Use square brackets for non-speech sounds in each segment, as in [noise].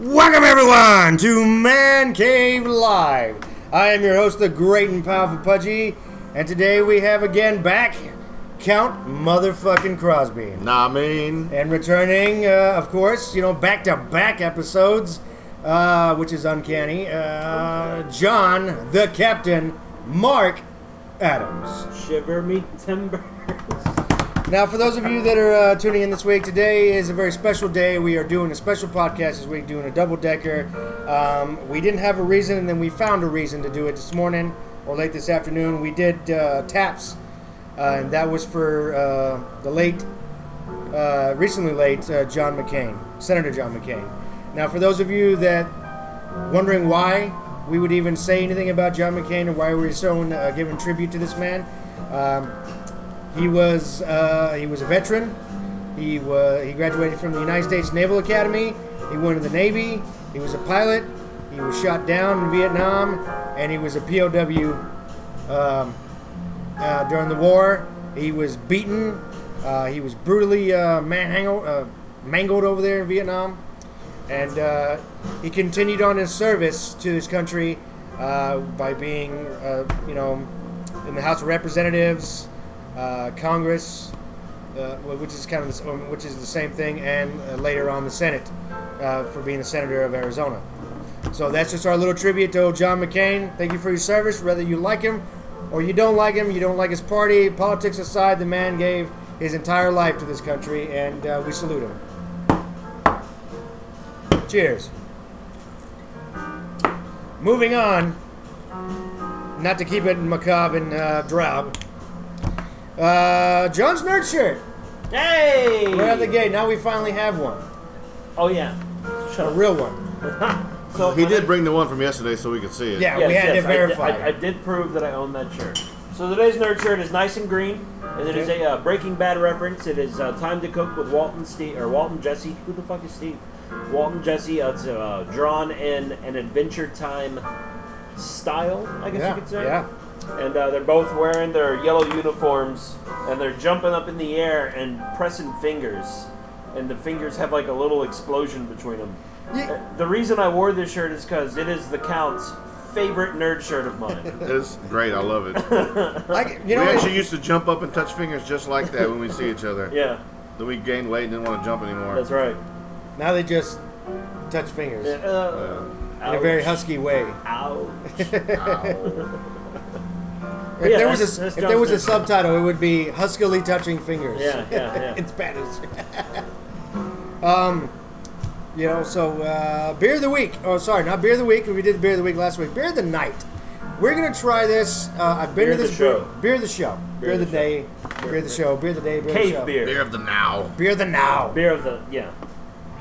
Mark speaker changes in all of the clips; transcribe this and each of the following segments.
Speaker 1: Welcome everyone to Man Cave Live. I am your host, the great and powerful Pudgy, and today we have again back Count Motherfucking Crosby,
Speaker 2: Nah, I mean,
Speaker 3: Mm-hmm.
Speaker 1: and returning, uh, of course, you know, back to back episodes, uh, which is uncanny. Uh, John, the Captain, Mark Adams.
Speaker 3: Shiver me timber.
Speaker 1: Now, for those of you that are uh, tuning in this week, today is a very special day. We are doing a special podcast this week, doing a double decker. Um, we didn't have a reason, and then we found a reason to do it this morning or late this afternoon. We did uh, taps, uh, and that was for uh, the late, uh, recently late uh, John McCain, Senator John McCain. Now, for those of you that wondering why we would even say anything about John McCain or why we're so uh, giving tribute to this man. Um, he was uh, he was a veteran. He wa he graduated from the United States Naval Academy. He went to the Navy. He was a pilot. He was shot down in Vietnam, and he was a POW um, uh, during the war. He was beaten. Uh, he was brutally uh, manhangled, uh, mangled over there in Vietnam, and uh, he continued on his service to his country uh, by being, uh, you know, in the House of Representatives, uh, Congress, uh, wh- which is kind of the, s- um, which is the same thing, and uh, later on the Senate uh, for being a senator of Arizona. So that's just our little tribute to old John McCain. Thank you for your service, whether you like him or you don't like him, you don't like his party, politics aside. The man gave his entire life to this country, and uh, we salute him. Cheers. Moving on, not to keep it macabre and uh, drab. Uh, John's nerd shirt.
Speaker 3: Hey!
Speaker 1: Right out the gate. Now we finally have one,
Speaker 3: Oh yeah. Shut
Speaker 1: a
Speaker 3: up.
Speaker 1: real one.
Speaker 3: so
Speaker 2: he did bring the one from yesterday so we could see it.
Speaker 1: Yeah. we had to
Speaker 3: I did-
Speaker 1: verify.
Speaker 3: I, I did prove that I own that shirt. So today's nerd shirt is nice and green, and it is
Speaker 1: Okay.
Speaker 3: a uh, Breaking Bad reference. It is uh, time to cook with Walton Steve or Walton Jesse. Who the fuck is Steve? Walton Jesse. Uh, it's uh, drawn in an Adventure Time style, I guess
Speaker 1: Yeah,
Speaker 3: you could say.
Speaker 1: yeah.
Speaker 3: And uh, they're both wearing their yellow uniforms, and they're jumping up in the air and pressing fingers, and the fingers have like a little explosion between them.
Speaker 1: Ye-
Speaker 3: Uh, The reason I wore this shirt is because it is the Count's favorite nerd shirt of [laughs] mine.
Speaker 2: It's great. I love it.
Speaker 3: [laughs]
Speaker 1: Like you know,
Speaker 2: we
Speaker 1: it-
Speaker 2: actually used to jump up and touch fingers just like that when we see each other.
Speaker 3: yeah,
Speaker 2: Then we gained weight and didn't want to jump anymore.
Speaker 3: that's right.
Speaker 1: now they just touch fingers
Speaker 3: Yeah, Uh,
Speaker 1: in a very husky way.
Speaker 3: Ouch. [laughs]
Speaker 2: Ow.
Speaker 1: If
Speaker 3: Yeah,
Speaker 1: there was a s-
Speaker 3: that's- that's
Speaker 1: if there was a
Speaker 3: John's nerd
Speaker 1: subtitle, it would be huskily touching fingers. [laughs]
Speaker 3: Yeah, yeah, yeah.
Speaker 1: it's bad as. [laughs] um, you know, so uh, beer of the week. Oh, sorry, not beer of the week. We did beer of the week last week. Beer of the night. We're gonna try this. Uh, I've been
Speaker 3: Beer
Speaker 1: to
Speaker 3: of
Speaker 1: this
Speaker 3: the
Speaker 1: brew-
Speaker 3: show.
Speaker 1: beer of the show, beer,
Speaker 3: Beer
Speaker 1: of
Speaker 3: of
Speaker 1: the,
Speaker 3: the show.
Speaker 1: day, beer, of the show, beer of the day, beer of the show.
Speaker 3: Cave beer.
Speaker 2: Beer of the now.
Speaker 1: beer of the now.
Speaker 3: Beer of the yeah.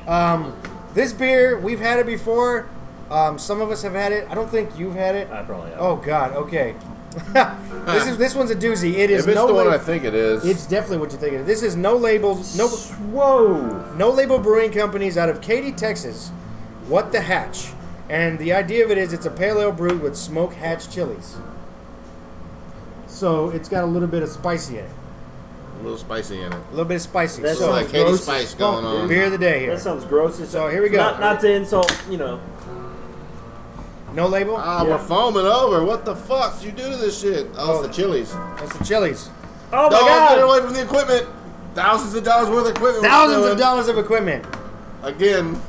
Speaker 1: Um, this beer, we've had it before. Um, some of us have had it. I don't think you've had it.
Speaker 3: I probably have.
Speaker 1: Oh God. Okay. [laughs] this is this one's a doozy. It is
Speaker 2: If it's
Speaker 1: no.
Speaker 2: the one
Speaker 1: lab-
Speaker 2: I think it is,
Speaker 1: it's definitely what you think it is. This is no labels. No
Speaker 3: Whoa.
Speaker 1: no label brewing companies out of Katy, Texas. What the hatch? And the idea of it is it's a pale ale brewed with smoke hatch chilies. So it's got a little bit of spicy in it.
Speaker 2: a little spicy in it.
Speaker 1: A little bit of spicy.
Speaker 3: That's
Speaker 1: so
Speaker 2: like Katy
Speaker 3: gross as
Speaker 2: Spice
Speaker 3: fuck,
Speaker 2: going
Speaker 3: dude.
Speaker 2: on.
Speaker 1: beer of the day here.
Speaker 3: That sounds gross. as-
Speaker 1: So here we go.
Speaker 3: Not, not to insult, you know.
Speaker 1: No label.
Speaker 2: Ah,
Speaker 3: Yeah.
Speaker 2: we're foaming over. What the fuck did you do to this shit? Oh, it's the chilies.
Speaker 1: That's the chilies.
Speaker 3: Oh my
Speaker 2: Dog, get
Speaker 3: god!
Speaker 2: away from the equipment. Thousands of dollars worth of equipment. we're
Speaker 1: Thousands of
Speaker 2: stealing.
Speaker 1: dollars of equipment.
Speaker 2: Again,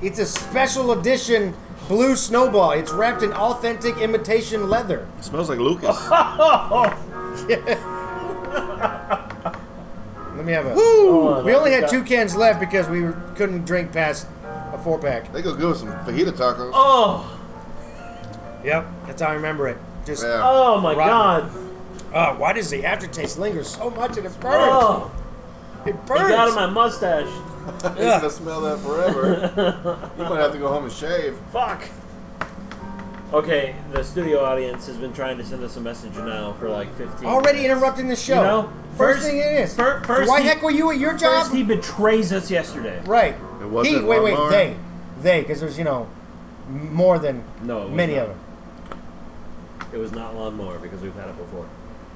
Speaker 1: It's a special edition blue snowball. It's wrapped in authentic imitation leather.
Speaker 2: it smells like
Speaker 3: [laughs]
Speaker 2: Lucas.
Speaker 1: Let me have a.
Speaker 3: Hold on,
Speaker 1: We
Speaker 3: I
Speaker 1: only had
Speaker 3: just
Speaker 1: two
Speaker 3: got-
Speaker 1: cans left because we were- couldn't drink past a four pack.
Speaker 2: they could go with some fajita tacos.
Speaker 3: Oh,
Speaker 1: Yep, that's how I remember it. Just
Speaker 2: Yeah.
Speaker 3: oh my
Speaker 1: Rotten.
Speaker 3: god!
Speaker 1: uh, why does the aftertaste linger so much and it burns?
Speaker 3: Oh,
Speaker 1: it
Speaker 3: it's
Speaker 1: burns.
Speaker 3: out of my mustache.
Speaker 2: You're gonna smell that forever. you might have to go home and shave.
Speaker 1: [laughs]
Speaker 3: Fuck. Okay, the studio audience has been trying to send us a message now for like 15.
Speaker 1: Already
Speaker 3: minutes.
Speaker 1: interrupting the show.
Speaker 3: You know,
Speaker 1: first,
Speaker 3: first-
Speaker 1: thing it is.
Speaker 3: fir- first
Speaker 1: why
Speaker 3: he-
Speaker 1: heck were you at your job?
Speaker 3: First, he betrays us yesterday.
Speaker 1: right.
Speaker 2: It was
Speaker 1: he,
Speaker 2: at
Speaker 1: wait, wait,
Speaker 2: Walmart.
Speaker 1: they, they, because there's you know more than
Speaker 3: No, it was
Speaker 1: many
Speaker 3: not.
Speaker 1: of them.
Speaker 3: It was not lawnmower because we've had it before.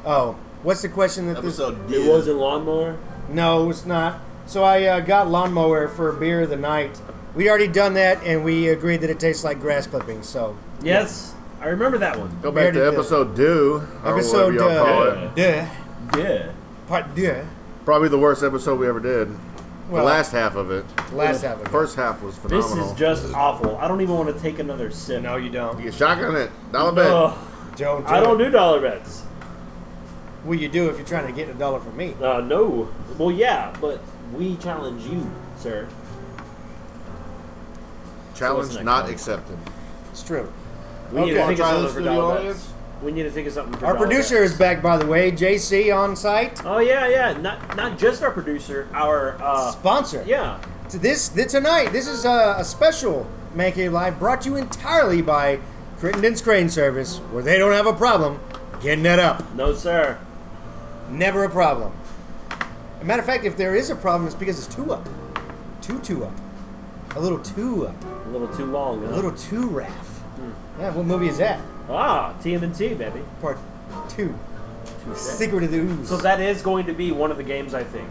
Speaker 1: Oh, what's the question that this?
Speaker 2: Episode
Speaker 3: It wasn't lawnmower.
Speaker 1: No, it's not. So I uh, got lawnmower for beer of the night. We'd already done that, and we agreed that it tastes like grass clippings. So
Speaker 3: Yes, I remember that one.
Speaker 2: Go back
Speaker 1: Meredith
Speaker 2: to
Speaker 1: Bill.
Speaker 2: episode do or
Speaker 1: episode
Speaker 2: whatever y'all call it.
Speaker 1: uh, duh,
Speaker 3: Yeah.
Speaker 1: part duh,
Speaker 2: Probably the worst episode we ever did.
Speaker 1: Well-
Speaker 2: the last half of it.
Speaker 1: last half of it.
Speaker 2: First half was
Speaker 3: This
Speaker 2: phenomenal.
Speaker 3: is just awful. I don't even want to take another sip.
Speaker 1: No, you don't.
Speaker 2: you can shotgun it. Dollar bet.
Speaker 3: Ugh,
Speaker 1: Don't. Do
Speaker 3: I don't
Speaker 1: it.
Speaker 3: do dollar bets.
Speaker 1: Well, you do if you're trying to get a dollar from me.
Speaker 3: Uh, no. Well, yeah, but we challenge you, sir.
Speaker 2: Challenge
Speaker 3: What's next,
Speaker 2: not
Speaker 3: Mike?
Speaker 2: accepted.
Speaker 1: It's true.
Speaker 3: We need
Speaker 1: Okay.
Speaker 3: to think of
Speaker 2: Try
Speaker 3: something
Speaker 2: this
Speaker 3: for
Speaker 2: to the
Speaker 3: dollar
Speaker 2: audience?
Speaker 3: bets. We need to think of something for
Speaker 1: Our
Speaker 3: dollar
Speaker 1: producer
Speaker 3: bets.
Speaker 1: is back, by the way. JC on site.
Speaker 3: Oh yeah, yeah. Not not just our producer. Our uh,
Speaker 1: Sponsor.
Speaker 3: yeah.
Speaker 1: To this, th- tonight, this is a, a special Man Cave Live brought to you entirely by Crittenden's Crane Service, where they don't have a problem getting it up.
Speaker 3: No sir.
Speaker 1: Never a problem. a matter of fact, if there is a problem, it's because it's two up. Two, two up. A little two up.
Speaker 3: A little too long. Huh?
Speaker 1: A little two raff.
Speaker 3: Hmm.
Speaker 1: Yeah, what movie is that?
Speaker 3: ah TMNT baby.
Speaker 1: Part two.
Speaker 3: Tuesday.
Speaker 1: Secret of the Ooze.
Speaker 3: So that is going to be one of the games I think.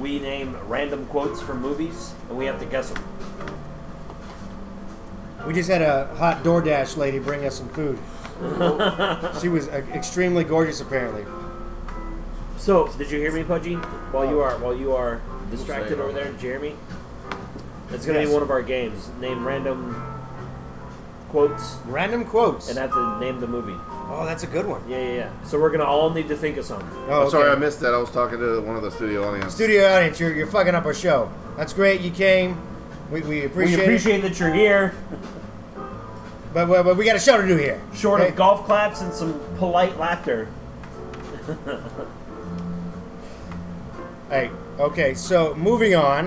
Speaker 3: We name random quotes from movies and we have to guess them.
Speaker 1: We just had a hot DoorDash lady bring us some
Speaker 3: [laughs]
Speaker 1: food. she was uh, extremely gorgeous, apparently.
Speaker 3: So did you hear me, Pudgy? While you are while you are distracted
Speaker 2: Saying
Speaker 3: over
Speaker 2: all
Speaker 3: there, Jeremy. It's gonna
Speaker 1: Yes.
Speaker 3: be one of our games. Name random quotes
Speaker 1: Random quotes.
Speaker 3: and have to name the movie.
Speaker 1: oh, that's a good one.
Speaker 3: Yeah, yeah, yeah. So we're gonna all need to think of something.
Speaker 1: Oh,
Speaker 2: I'm sorry I
Speaker 1: okay.
Speaker 2: missed that. I was talking to one of the studio audience.
Speaker 1: Studio audience, you're, you're fucking up our show. That's great. You came. We, we appreciate,
Speaker 3: we appreciate that you're here.
Speaker 1: it. But, but, but we got a show to do here.
Speaker 3: Short
Speaker 1: Okay?
Speaker 3: of golf claps and some polite laughter.
Speaker 1: Hey, okay, so moving on.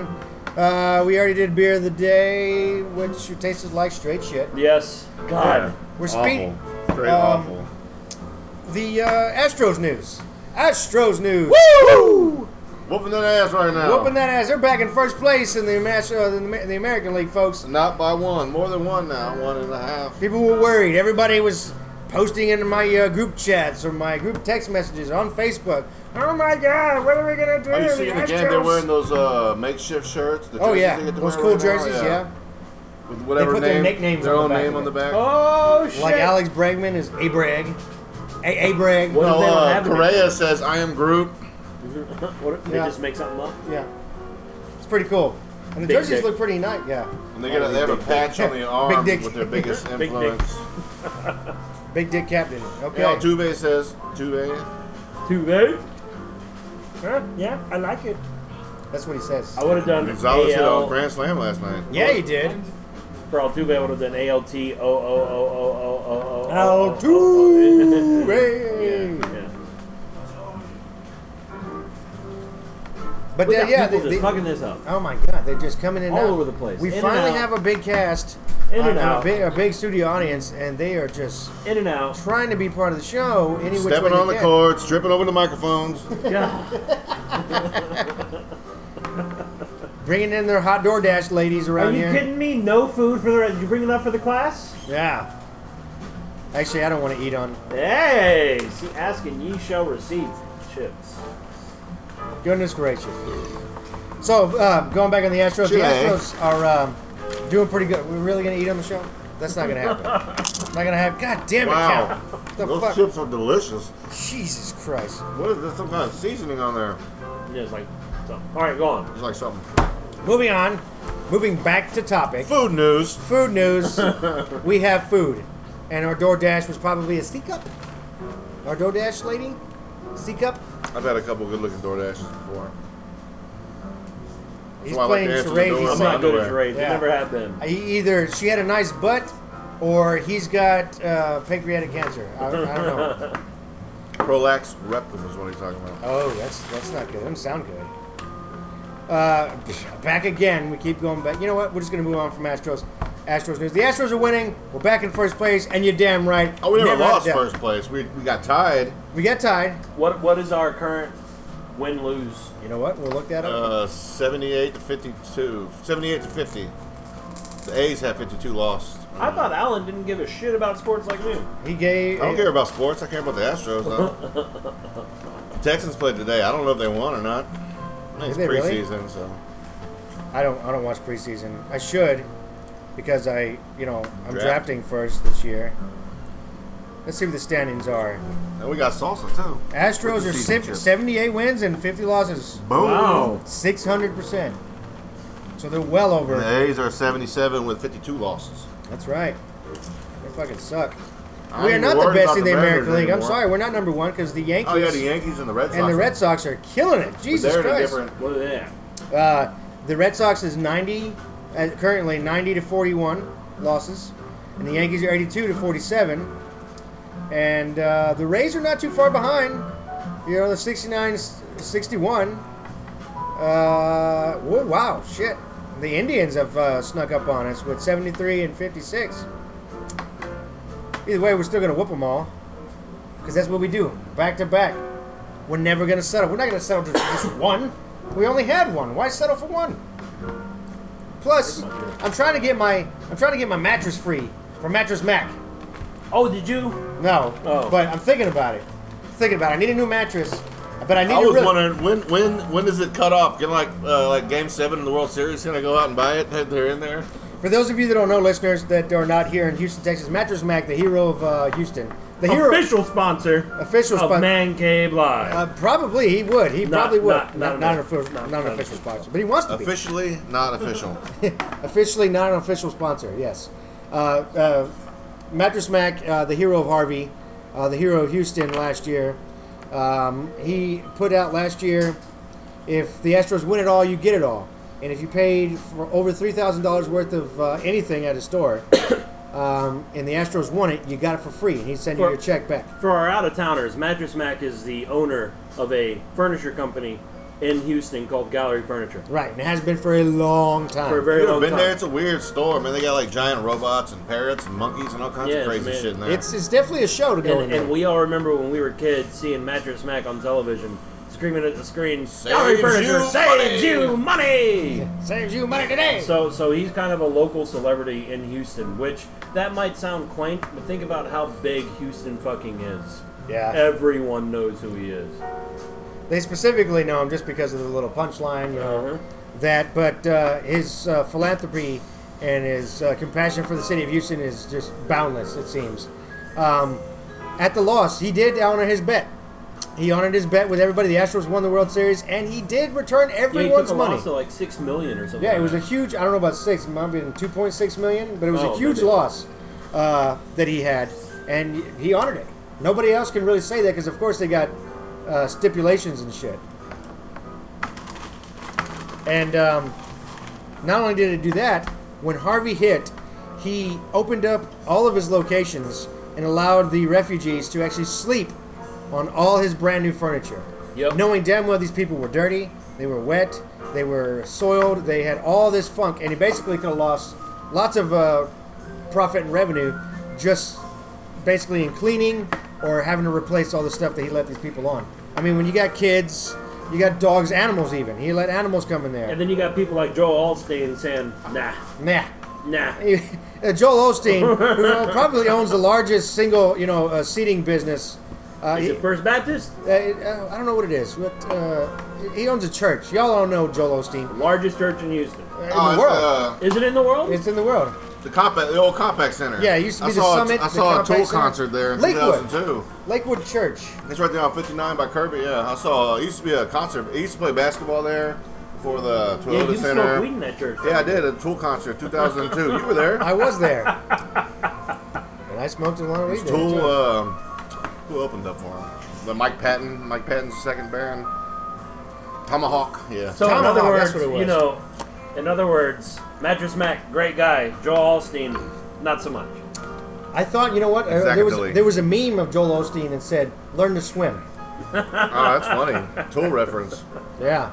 Speaker 1: Uh, we already did beer of the day, which tasted like straight shit.
Speaker 3: Yes. God.
Speaker 1: We're
Speaker 2: awful.
Speaker 1: speaking.
Speaker 2: Straight
Speaker 1: um,
Speaker 2: awful.
Speaker 1: The uh, Astros news. Astros news.
Speaker 3: Woo!
Speaker 2: Whooping that ass right now.
Speaker 1: Whooping that ass. They're back in first place in the, Mas- uh, in the in the American League, folks.
Speaker 2: Not by one. More than one now. One and a half.
Speaker 1: People were worried. Everybody was posting in my uh, group chats or my group text messages on Facebook. Oh my God, what are we gonna do?
Speaker 2: Are you seeing
Speaker 1: The
Speaker 2: again? They're
Speaker 1: Astros-
Speaker 2: wearing those uh, makeshift shirts. The
Speaker 1: Oh
Speaker 2: jerseys
Speaker 1: yeah,
Speaker 2: they get to
Speaker 1: those
Speaker 2: wear
Speaker 1: cool
Speaker 2: right now,
Speaker 1: jerseys. yeah.
Speaker 2: With whatever
Speaker 1: put their
Speaker 2: name,
Speaker 1: nicknames on
Speaker 2: their
Speaker 1: the
Speaker 2: own
Speaker 1: back
Speaker 2: name
Speaker 1: of
Speaker 2: on the
Speaker 1: it.
Speaker 2: back.
Speaker 3: Oh shit!
Speaker 1: Like Alex Bregman is a Breg, a a Breg.
Speaker 3: What if
Speaker 2: no,
Speaker 3: they don't
Speaker 2: uh,
Speaker 3: have a
Speaker 2: Correa says, "I am Groot."
Speaker 3: [laughs] What if they
Speaker 1: Yeah.
Speaker 3: just make something up?
Speaker 1: Yeah, it's pretty cool. And the
Speaker 3: Big
Speaker 1: jerseys
Speaker 3: dick.
Speaker 1: look pretty nice. Yeah,
Speaker 2: And they, get
Speaker 1: Oh,
Speaker 2: a, they have a
Speaker 1: [laughs]
Speaker 2: patch on the arm
Speaker 1: dick.
Speaker 2: with their biggest
Speaker 1: [laughs]
Speaker 3: Big dick.
Speaker 2: influence.
Speaker 1: big dick captain. Okay.
Speaker 2: Yeah, Tuve says Tuve.
Speaker 3: Too big? Huh? Yeah, I like it.
Speaker 1: That's what he says.
Speaker 3: I would have done
Speaker 2: Gonzalez hit a
Speaker 3: AL.
Speaker 2: grand slam last night.
Speaker 1: Yeah, he did.
Speaker 3: For Altuve, I would have done ALT. Oh, oh, oh, oh, oh, oh, oh, oh, oh, [laughs] oh.
Speaker 1: Altuve.
Speaker 3: Yeah.
Speaker 1: But
Speaker 3: We
Speaker 1: then,
Speaker 3: got
Speaker 1: yeah,
Speaker 3: people
Speaker 1: they,
Speaker 3: just
Speaker 1: they,
Speaker 3: fucking this up.
Speaker 1: oh my god, they're just coming in
Speaker 3: All
Speaker 1: and out.
Speaker 3: over the place.
Speaker 1: We
Speaker 3: In and
Speaker 1: finally
Speaker 3: out.
Speaker 1: have a big cast
Speaker 3: In
Speaker 1: uh,
Speaker 3: and
Speaker 1: a
Speaker 3: out.
Speaker 1: big, a big studio audience, and they are just
Speaker 3: In
Speaker 1: [laughs]
Speaker 3: and out.
Speaker 1: trying to be part of the show. Any which way
Speaker 2: Stepping
Speaker 1: they
Speaker 2: on the
Speaker 1: can.
Speaker 2: cords, tripping over
Speaker 1: [laughs]
Speaker 2: the microphones.
Speaker 3: God.
Speaker 1: bringing in their hot DoorDash ladies
Speaker 3: Are
Speaker 1: around
Speaker 3: you
Speaker 1: here.
Speaker 3: kidding me? No food for the. You bringing up for the class?
Speaker 1: Yeah. Actually, I don't want to eat on.
Speaker 3: Hey, see, ask and ye shall receive chips.
Speaker 1: Goodness gracious. So, uh, going back on the Astros,
Speaker 2: Chile.
Speaker 1: the Astros are um, doing pretty good. We're really gonna eat on the show? That's not gonna
Speaker 3: [laughs]
Speaker 1: happen. not gonna happen. God damn it,
Speaker 2: Wow.
Speaker 1: Cal. The
Speaker 2: Those
Speaker 1: fuck?
Speaker 2: chips are delicious.
Speaker 1: Jesus Christ.
Speaker 2: What is this? Some kind of seasoning on there?
Speaker 3: Yeah, it's like, so. all right, go on.
Speaker 2: It's like something.
Speaker 1: Moving on. Moving back to topic.
Speaker 2: Food news.
Speaker 1: Food
Speaker 2: [laughs]
Speaker 1: news. we have food, and our DoorDash was probably a C cup. Our DoorDash lady, C cup.
Speaker 2: I've had a couple good looking DoorDashes before.
Speaker 1: He's
Speaker 2: why I like
Speaker 1: playing
Speaker 2: to answer the
Speaker 1: charades.
Speaker 2: door.
Speaker 1: He's
Speaker 3: I'm
Speaker 2: I'm
Speaker 1: like-
Speaker 3: not good at
Speaker 2: underwear.
Speaker 3: charades.
Speaker 1: Yeah.
Speaker 3: I never have been.
Speaker 1: He either she had a nice butt, or he's got uh, pancreatic cancer. I, I don't know.
Speaker 2: Prolax Reptum is what he's talking about.
Speaker 1: Oh, that's that's not good. That doesn't sound good. Uh, back again. We keep going back. You know what? We're just gonna move on from Astros. Astros news. The Astros are winning. We're back in first place, and you're damn right.
Speaker 2: Oh, we never,
Speaker 1: had
Speaker 2: lost
Speaker 1: a doubt.
Speaker 2: first place. We, we got tied.
Speaker 1: We got tied.
Speaker 3: What What is our current win lose?
Speaker 1: You know what? We'll look that up.
Speaker 2: Uh, 78 to 52. 78 to 50. The A's have 52 lost.
Speaker 3: I thought Alan didn't give a shit about sports like me.
Speaker 1: he gave.
Speaker 2: I don't care about
Speaker 1: [laughs]
Speaker 2: sports. I care about the Astros. Though. the Texans played today. I don't know if they won or not. It's
Speaker 1: they really?
Speaker 2: preseason, so
Speaker 1: I don't I don't watch preseason. I should because I you know I'm
Speaker 2: Draft.
Speaker 1: drafting first this year. Let's see what the standings are.
Speaker 2: and we got salsa too. With
Speaker 1: Astros
Speaker 2: the
Speaker 1: are
Speaker 2: season
Speaker 1: si-
Speaker 2: chip.
Speaker 1: 78 wins and 50 losses,
Speaker 2: Boom.
Speaker 3: Wow.
Speaker 1: 600%. So they're well
Speaker 2: And
Speaker 1: over.
Speaker 2: the A's are 77 with 52 losses.
Speaker 1: That's right. They fucking suck.
Speaker 2: I
Speaker 1: We are
Speaker 2: ain't
Speaker 1: not the
Speaker 2: worried
Speaker 1: best
Speaker 2: about
Speaker 1: in the
Speaker 2: Mariners
Speaker 1: American League. I'm
Speaker 2: anymore.
Speaker 1: sorry, we're not number one because the Yankees
Speaker 2: Oh yeah, the Yankees and the Red Sox.
Speaker 1: and the Red Sox are killing it. Jesus
Speaker 2: they're in a
Speaker 1: Christ.
Speaker 2: different.
Speaker 3: Look at that.
Speaker 1: Uh, the Red Sox is 90, uh, currently 90 to 41 losses, and the Yankees are 82 to 47. And uh, the Rays are not too far behind. You know, the 69 61. Uh, whoa, wow, shit. The Indians have uh, snuck up on us with 73 and 56. Either way, we're still going to whoop them all. Because that's what we do, back to back. We're never going to settle. We're not going to settle for just one. We only had one. Why settle for one? Plus, I'm trying to get my I'm trying to get my mattress free for Mattress Mac.
Speaker 3: Oh, did you?
Speaker 1: No,
Speaker 3: Oh.
Speaker 1: but I'm thinking about it. Thinking about it. I need a new mattress, but I need
Speaker 2: I
Speaker 1: to
Speaker 2: was
Speaker 1: really-
Speaker 2: wondering when when when does it cut off? Can like uh, like Game Seven in the World Series? Can I go out and buy it? That They're in there.
Speaker 1: For those of you that don't know, listeners that are not here in Houston, Texas, Mattress Mac, the hero of uh, Houston, the hero
Speaker 3: Official sponsor.
Speaker 1: Official
Speaker 3: of
Speaker 1: spon-
Speaker 3: Man Cave Live.
Speaker 1: Uh, probably he would. He
Speaker 3: Not-
Speaker 1: probably would.
Speaker 3: not- not
Speaker 1: not an
Speaker 3: an
Speaker 1: official, not,
Speaker 3: not- not
Speaker 1: an
Speaker 3: an
Speaker 1: official sponsor, but he wants to be.
Speaker 2: Officially not official.
Speaker 1: officially not an official sponsor. Yes, uh, uh, Mattress Mac, uh, the hero of Harvey, uh, the hero of Houston last year. Um, he put out last year, if the Astros win it all, you get it all, and if you paid for over three thousand dollars worth of uh, anything at a store, [coughs] um, and the Astros won it, you got it for free, and he'd send you
Speaker 3: For-
Speaker 1: your check back.
Speaker 3: For our out of towners, Mattress Mac is the owner of a furniture company in Houston called Gallery Furniture.
Speaker 1: Right, and it has been for a long time.
Speaker 3: For a very
Speaker 2: Dude,
Speaker 3: long
Speaker 2: I've been
Speaker 3: time.
Speaker 2: there. It's a weird store, man. They got like giant robots and parrots and monkeys and all kinds
Speaker 3: Yes,
Speaker 2: of crazy
Speaker 3: man.
Speaker 2: shit in there.
Speaker 1: it's, it's definitely a show to go in
Speaker 3: and,
Speaker 1: there.
Speaker 3: and we all remember when we were kids seeing Mattress Mac on television, screaming at the screen, Gallery
Speaker 2: Saves
Speaker 3: Furniture
Speaker 2: you
Speaker 3: saves
Speaker 2: money!"
Speaker 3: you money!
Speaker 1: Saves you money today.
Speaker 3: So, so he's kind of a local celebrity in Houston, which that might sound quaint, but think about how big Houston fucking is.
Speaker 1: yeah.
Speaker 3: Everyone knows who he is.
Speaker 1: They specifically know him just because of the little punchline, you know,
Speaker 3: Uh-huh.
Speaker 1: that. But uh, his uh, philanthropy and his uh, compassion for the city of Houston is just boundless. It seems. Um, at the loss, he did honor his bet. He honored his bet with everybody. The Astros won the World Series, and he did return
Speaker 3: Yeah, he took
Speaker 1: everyone's
Speaker 3: a
Speaker 1: money.
Speaker 3: loss of like six million or something.
Speaker 1: Yeah, it was a
Speaker 3: like
Speaker 1: huge. I don't know about six. It might have been two point six million, but it was
Speaker 3: Oh,
Speaker 1: a huge
Speaker 3: maybe.
Speaker 1: loss uh, that he had, and he honored it. Nobody else can really say that because, of course, they got uh, stipulations and shit. And um, not only did it do that, when Harvey hit, he opened up all of his locations and allowed the refugees to actually sleep on all his brand new furniture.
Speaker 3: Yep.
Speaker 1: Knowing damn well these people were dirty, they were wet, they were soiled, they had all this funk, and he basically could have lost lots of uh, profit and revenue just basically in cleaning or having to replace all the stuff that he let these people on. I mean, when you got kids, you got dogs, animals even. He let animals come in there.
Speaker 3: And then you got people like Joel Alstein saying, nah,
Speaker 1: nah.
Speaker 3: nah.
Speaker 1: [laughs] Uh, Joel Osteen, who uh, probably owns the largest single, you know, uh, seating business. Uh,
Speaker 3: Is
Speaker 1: he,
Speaker 3: it First Baptist?
Speaker 1: uh, uh, I don't know what it is. What, uh, he owns a church. Y'all don't know Joel Osteen
Speaker 3: Largest church in Houston.
Speaker 1: uh, in
Speaker 2: oh,
Speaker 1: the
Speaker 2: it's,
Speaker 1: world.
Speaker 2: uh,
Speaker 3: Is it in the world?
Speaker 1: it's in the world.
Speaker 2: the compact, the old compact center.
Speaker 1: Yeah, it used to be
Speaker 2: I
Speaker 1: the
Speaker 2: saw
Speaker 1: Summit,
Speaker 2: A, I
Speaker 1: the
Speaker 2: saw a
Speaker 1: Compact
Speaker 2: Tool
Speaker 1: Center.
Speaker 2: concert there in
Speaker 1: Lakewood.
Speaker 2: 2002.
Speaker 1: Lakewood Church.
Speaker 2: It's right there on 59 by Kirby. Yeah, I saw. It used to be a concert. It used to play basketball there for the
Speaker 3: yeah,
Speaker 2: Toyota
Speaker 3: you smoked
Speaker 2: Center.
Speaker 3: weed in that church.
Speaker 2: Yeah, I did a Tool concert 2002. you were there.
Speaker 1: I was
Speaker 2: [laughs]
Speaker 1: there. and I smoked a lot of weed there,
Speaker 2: Tool.
Speaker 1: too.
Speaker 2: Um, who opened up for him? The Mike Patton. Mike Patton's second band. Tomahawk. Yeah.
Speaker 3: So in
Speaker 1: Tomahawk,
Speaker 3: other words,
Speaker 1: that's what it was.
Speaker 3: you know, in other words, Mattress Mac, great guy. Joel Alstein, not so much.
Speaker 1: I thought, you know what? Uh, there,
Speaker 2: Exactly.
Speaker 1: was, there was a meme of Joel Osteen that said, learn to swim.
Speaker 2: oh, that's funny. Tool reference.
Speaker 1: Yeah.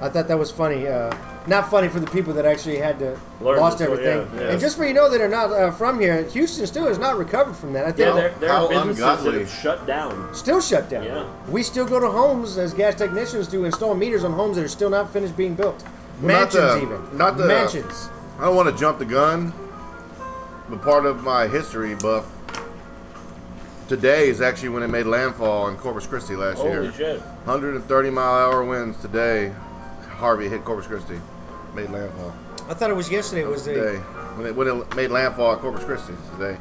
Speaker 1: I thought that was funny. Uh, not funny for the people that actually had to
Speaker 3: Learn
Speaker 1: lost
Speaker 3: to-
Speaker 1: everything.
Speaker 3: yeah, yeah.
Speaker 1: And just for you know that are not uh, from here, Houston still has not recovered from that. I
Speaker 3: Yeah,
Speaker 1: think
Speaker 3: there, there are
Speaker 2: how
Speaker 3: businesses
Speaker 2: ungodly.
Speaker 3: that have shut down.
Speaker 1: still shut down.
Speaker 3: Yeah.
Speaker 1: We still go to homes as gas technicians to install meters on homes that are still not finished being built.
Speaker 2: not
Speaker 1: Mansions
Speaker 2: the-
Speaker 1: even.
Speaker 2: not the-
Speaker 1: mansions.
Speaker 2: I don't want to jump the gun, but part of my history buff Today is actually when it made landfall in Corpus Christi last year.
Speaker 3: Holy shit.
Speaker 2: 130 mile hour winds today. Harvey hit Corpus Christi, made landfall
Speaker 1: I thought it was yesterday. Was
Speaker 2: today.
Speaker 1: the
Speaker 2: When it, when it made landfall at Corpus Christi today,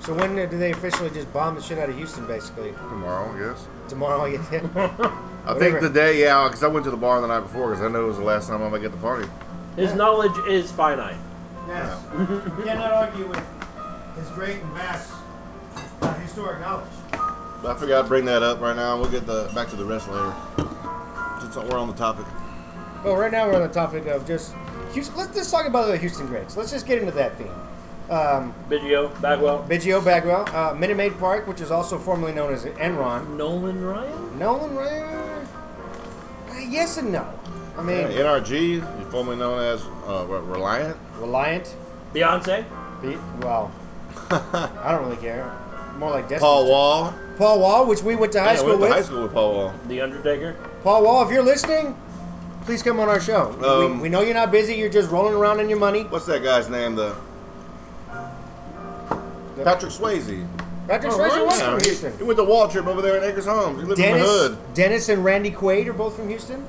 Speaker 1: so when did they officially just bomb the shit out of Houston? Basically,
Speaker 2: tomorrow, I guess.
Speaker 1: tomorrow. [laughs] Yeah.
Speaker 2: I
Speaker 1: Whatever.
Speaker 2: think today, yeah, because I went to the bar the night before because I knew it was the last time I'm gonna get the party.
Speaker 3: His knowledge is finite.
Speaker 1: Yes. you cannot argue with his great and vast uh, historic knowledge.
Speaker 2: But I forgot to bring that up right now. We'll get the back to the rest later. Since we're on the topic.
Speaker 1: Well, right now we're on the topic of just Houston. Let's just talk about the Houston Greats. Let's just get into that theme. Um,
Speaker 3: Video, Bagwell.
Speaker 1: Biggio Bagwell, uh, Minute Maid Park, which is also formerly known as Enron.
Speaker 3: Nolan Ryan?
Speaker 1: Nolan Ryan? Uh, yes and no. I mean,
Speaker 2: Yeah, NRG, you formerly known as uh, what, Reliant.
Speaker 1: Reliant.
Speaker 3: Beyonce?
Speaker 1: Be-
Speaker 2: [laughs]
Speaker 1: well, I don't really care. More like Destiny's
Speaker 2: Paul Wall.
Speaker 1: Paul Wall, which we went to high
Speaker 2: yeah, we
Speaker 1: school
Speaker 2: went to
Speaker 1: with.
Speaker 2: high school with Paul Wall.
Speaker 3: The Undertaker?
Speaker 1: Paul Wall, if you're listening, please come on our show.
Speaker 2: Um,
Speaker 1: we, we know you're not busy. You're just rolling around in your money.
Speaker 2: What's that guy's name? The Patrick Swayze.
Speaker 1: Patrick
Speaker 3: Oh,
Speaker 1: Swayze
Speaker 3: right.
Speaker 1: was
Speaker 2: Yeah,
Speaker 1: from
Speaker 2: he-
Speaker 1: Houston.
Speaker 2: He went to Wall Trip over there in Acres Homes. He lived in the
Speaker 1: Dennis,
Speaker 2: hood.
Speaker 1: Dennis and Randy Quaid are both from Houston.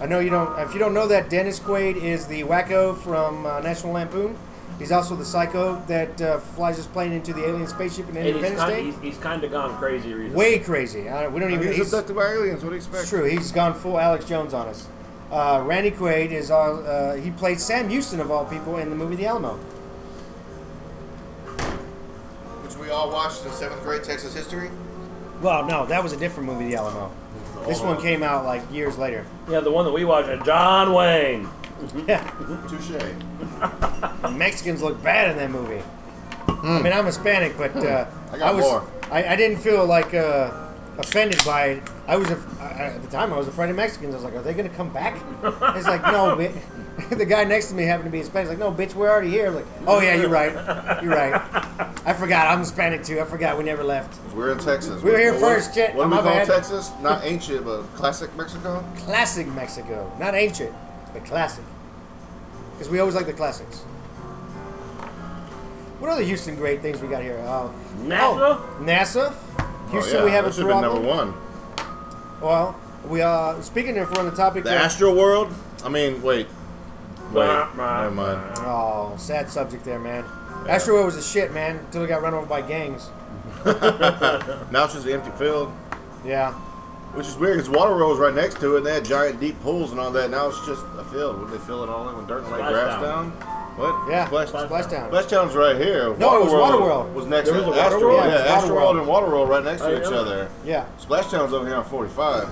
Speaker 1: I know you don't. If you don't know that, Dennis Quaid is the wacko from uh, National Lampoon. He's also the psycho that uh, flies his plane into the alien spaceship in
Speaker 3: And he's
Speaker 1: Independence
Speaker 3: kind,
Speaker 1: Day.
Speaker 3: he's, he's kind of gone crazy recently.
Speaker 1: Way crazy. I, we don't even.
Speaker 2: He was
Speaker 1: He's,
Speaker 2: abducted by aliens. What do you
Speaker 1: it's
Speaker 2: expect?
Speaker 1: true. He's gone full Alex Jones on us. Uh, Randy Quaid is all. Uh, he played Sam Houston of all people in the movie The Alamo.
Speaker 2: Which we all watched in seventh grade Texas history.
Speaker 1: Well, no, that was a different movie, The Alamo. This one came out like years later. [laughs]
Speaker 3: Yeah, the one that we watched, uh, John Wayne.
Speaker 1: Yeah,
Speaker 2: Touche.
Speaker 1: Mexicans look bad in that movie. I mean, I'm Hispanic, but uh,
Speaker 2: Hmm. I got
Speaker 1: was
Speaker 2: more.
Speaker 1: I, I didn't feel like uh, offended by it. I was af- I, I- at the time I was afraid of Mexicans. I was like, are they gonna come back? It's like
Speaker 2: [laughs]
Speaker 1: no, bitch. [laughs] the guy next to me happened to be Hispanic. He's like, no, bitch, we're already here. I'm like, oh yeah, you're right, you're right. I forgot. I'm Hispanic too. I forgot we never left.
Speaker 2: We're in Texas.
Speaker 1: We were here
Speaker 2: What-
Speaker 1: first, shit.
Speaker 2: What do we
Speaker 1: My
Speaker 2: call
Speaker 1: bad.
Speaker 2: Texas? Not ancient, but classic Mexico.
Speaker 1: Classic Mexico, not ancient, but classic. Because we always like the classics. What other Houston great things we got here? Uh,
Speaker 3: NASA?
Speaker 1: Oh, NASA. Houston,
Speaker 2: oh, yeah.
Speaker 1: we have
Speaker 2: that
Speaker 1: a
Speaker 2: should have been
Speaker 1: problem.
Speaker 2: number one.
Speaker 1: Well, we uh, speaking if we're on the topic.
Speaker 2: The
Speaker 1: of,
Speaker 2: Astro World. I mean, wait. Wait.
Speaker 3: Bah, bah,
Speaker 2: Never mind.
Speaker 1: oh, sad subject there, man. Astro World was a shit, man, until it got run over by gangs.
Speaker 2: Now it's just an empty field,
Speaker 1: Yeah.
Speaker 2: which is weird because water rolls right next to it. And they had giant deep pools and all that. Now it's just a field. Would they fill it all in with dirt and lay
Speaker 3: Splash
Speaker 2: grass down?
Speaker 3: down.
Speaker 2: What?
Speaker 1: Yeah.
Speaker 2: Splash,
Speaker 1: Splashdown.
Speaker 2: Splashdown's right here.
Speaker 1: No, it was
Speaker 2: Waterworld
Speaker 1: Waterworld.
Speaker 2: Was next
Speaker 3: There
Speaker 2: to
Speaker 3: was a
Speaker 2: Astro
Speaker 3: Waterworld?
Speaker 2: World.
Speaker 1: Yeah,
Speaker 2: Yeah,
Speaker 1: it's
Speaker 2: Astro
Speaker 1: Waterworld.
Speaker 2: World and Water World right next to
Speaker 3: Oh,
Speaker 2: each
Speaker 3: yeah.
Speaker 2: other.
Speaker 1: Yeah.
Speaker 2: Splashdown's over here on 45.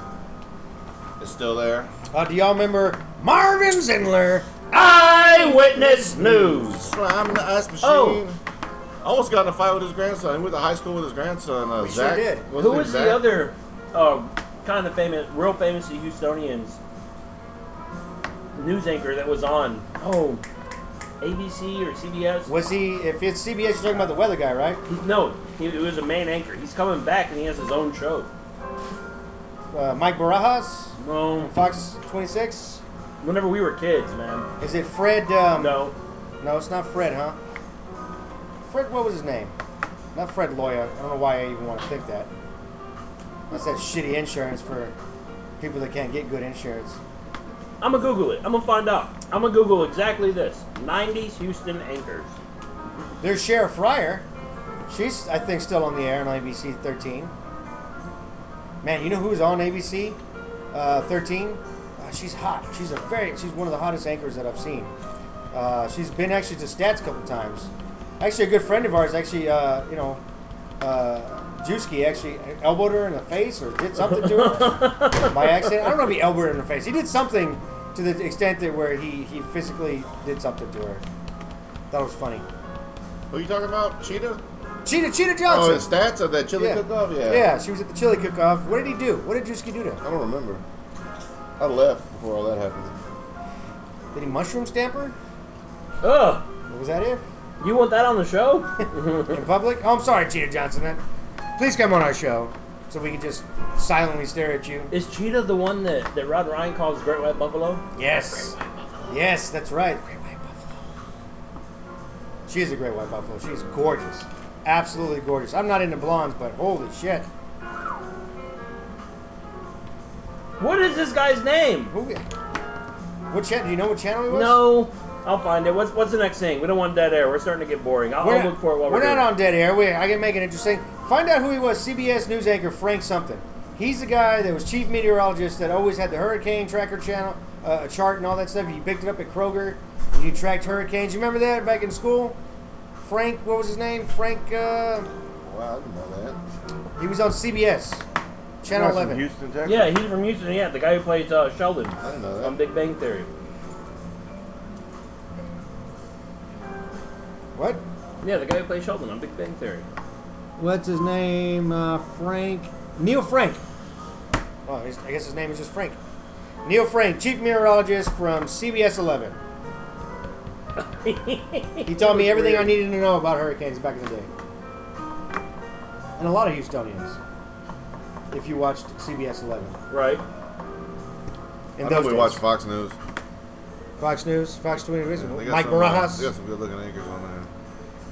Speaker 2: It's still there.
Speaker 1: Uh, do y'all remember Marvin Zindler?
Speaker 3: Eyewitness News.
Speaker 2: I'm the ice machine.
Speaker 3: Oh.
Speaker 2: I almost got in a fight with his grandson. He went to high school with his grandson. Uh,
Speaker 1: We sure
Speaker 2: Zach.
Speaker 1: did.
Speaker 2: Wasn't
Speaker 3: Who
Speaker 2: it
Speaker 3: was
Speaker 2: Zach?
Speaker 3: the other uh, kind of famous, real famous to Houstonians news anchor that was on? Oh, ABC or CBS?
Speaker 1: Was he? If it's CBS, you're talking about the weather guy, right?
Speaker 3: He- no, he, he was a main anchor. He's coming back and he has his own show.
Speaker 1: Uh, Mike Barajas,
Speaker 3: No,
Speaker 1: Fox 26.
Speaker 3: whenever we were kids, man.
Speaker 1: Is it Fred? Um,
Speaker 3: No,
Speaker 1: No, it's not Fred, huh? Fred, what was his name? Not Fred Lawyer. I don't know why I even want to think that. That's that shitty insurance for people that can't get good insurance.
Speaker 3: I'm gonna Google it. I'm gonna find out. I'm gonna Google exactly this: 90s Houston anchors.
Speaker 1: There's Sheriff Fryer. She's, I think, still on the air on ABC 13. Man, you know who's on ABC uh, 13? Uh, she's hot. She's a very, she's one of the hottest anchors that I've seen. Uh, she's been actually to stats a couple times. Actually, a good friend of ours, actually, uh, you know, uh, Juski actually elbowed her in the face or did something to her by accident. I don't know if he elbowed her in the face. He did something to the extent that where he, he physically did something to her. That was funny.
Speaker 2: Who you talking about? Cheetah?
Speaker 1: Cheetah, Cheetah
Speaker 2: Oh, the
Speaker 1: Johnson.
Speaker 2: stats of that chili
Speaker 1: yeah.
Speaker 2: cook-off? Yeah.
Speaker 1: Yeah, she was at the chili cook-off. What did he do? What did Drewski do to her?
Speaker 2: I don't remember. I left before all that happened.
Speaker 1: Did he mushroom stamp her?
Speaker 3: Ugh,
Speaker 1: Was that it?
Speaker 3: you want that on the show?
Speaker 1: In public? Oh, I'm sorry, Cheetah Johnson. Then, please come on our show so we can just silently stare at you.
Speaker 3: Is Cheetah the one that, that Rod Ryan calls Great White Buffalo?
Speaker 1: Yes. Yes, that's right. Great white buffalo. She is a great white buffalo. She's gorgeous. absolutely gorgeous. I'm not into blondes, but holy shit.
Speaker 3: What is this guy's name?
Speaker 1: Who, what channel? Do you know what channel it was?
Speaker 3: No, I'll find it. What's what's the next thing? We don't want dead air. We're starting to get boring. I'll,
Speaker 1: We're
Speaker 3: I'll
Speaker 1: not-
Speaker 3: look for it while
Speaker 1: we're,
Speaker 3: we're, doing
Speaker 1: not on dead air. We, I can make it interesting. Find out who he was. CBS news anchor Frank something. He's the guy that was chief meteorologist that always had the hurricane tracker channel, uh, chart, and all that stuff. You picked it up at Kroger. And you tracked hurricanes. You remember that back in school? Frank, what was his name? Frank. Uh,
Speaker 2: Well, I didn't know that.
Speaker 1: he was on CBS,
Speaker 2: You're
Speaker 1: Channel
Speaker 2: not from
Speaker 1: Eleven.
Speaker 2: Houston, Texas.
Speaker 3: Yeah, he's from Houston. Yeah, the guy who plays uh, Sheldon
Speaker 2: I didn't know that.
Speaker 3: on Big Bang Theory.
Speaker 1: What?
Speaker 3: Yeah, the guy who plays Sheldon on Big Bang
Speaker 1: [laughs]
Speaker 3: Theory.
Speaker 1: What's his name? Uh, Frank. Neil Frank. Well, his, I guess his name is just Frank. Neil Frank, chief meteorologist from CBS 11. he told me everything I needed to know about hurricanes back in the day. And a lot of Houstonians, if you watched CBS 11.
Speaker 3: Right.
Speaker 1: In
Speaker 2: I
Speaker 1: those
Speaker 2: know we
Speaker 1: days.
Speaker 2: watch Fox News.
Speaker 1: Fox News, Fox 20 Vision,
Speaker 2: They got
Speaker 1: Mike
Speaker 2: some- uh,
Speaker 1: Barajas.
Speaker 2: They got some good looking anchors on there.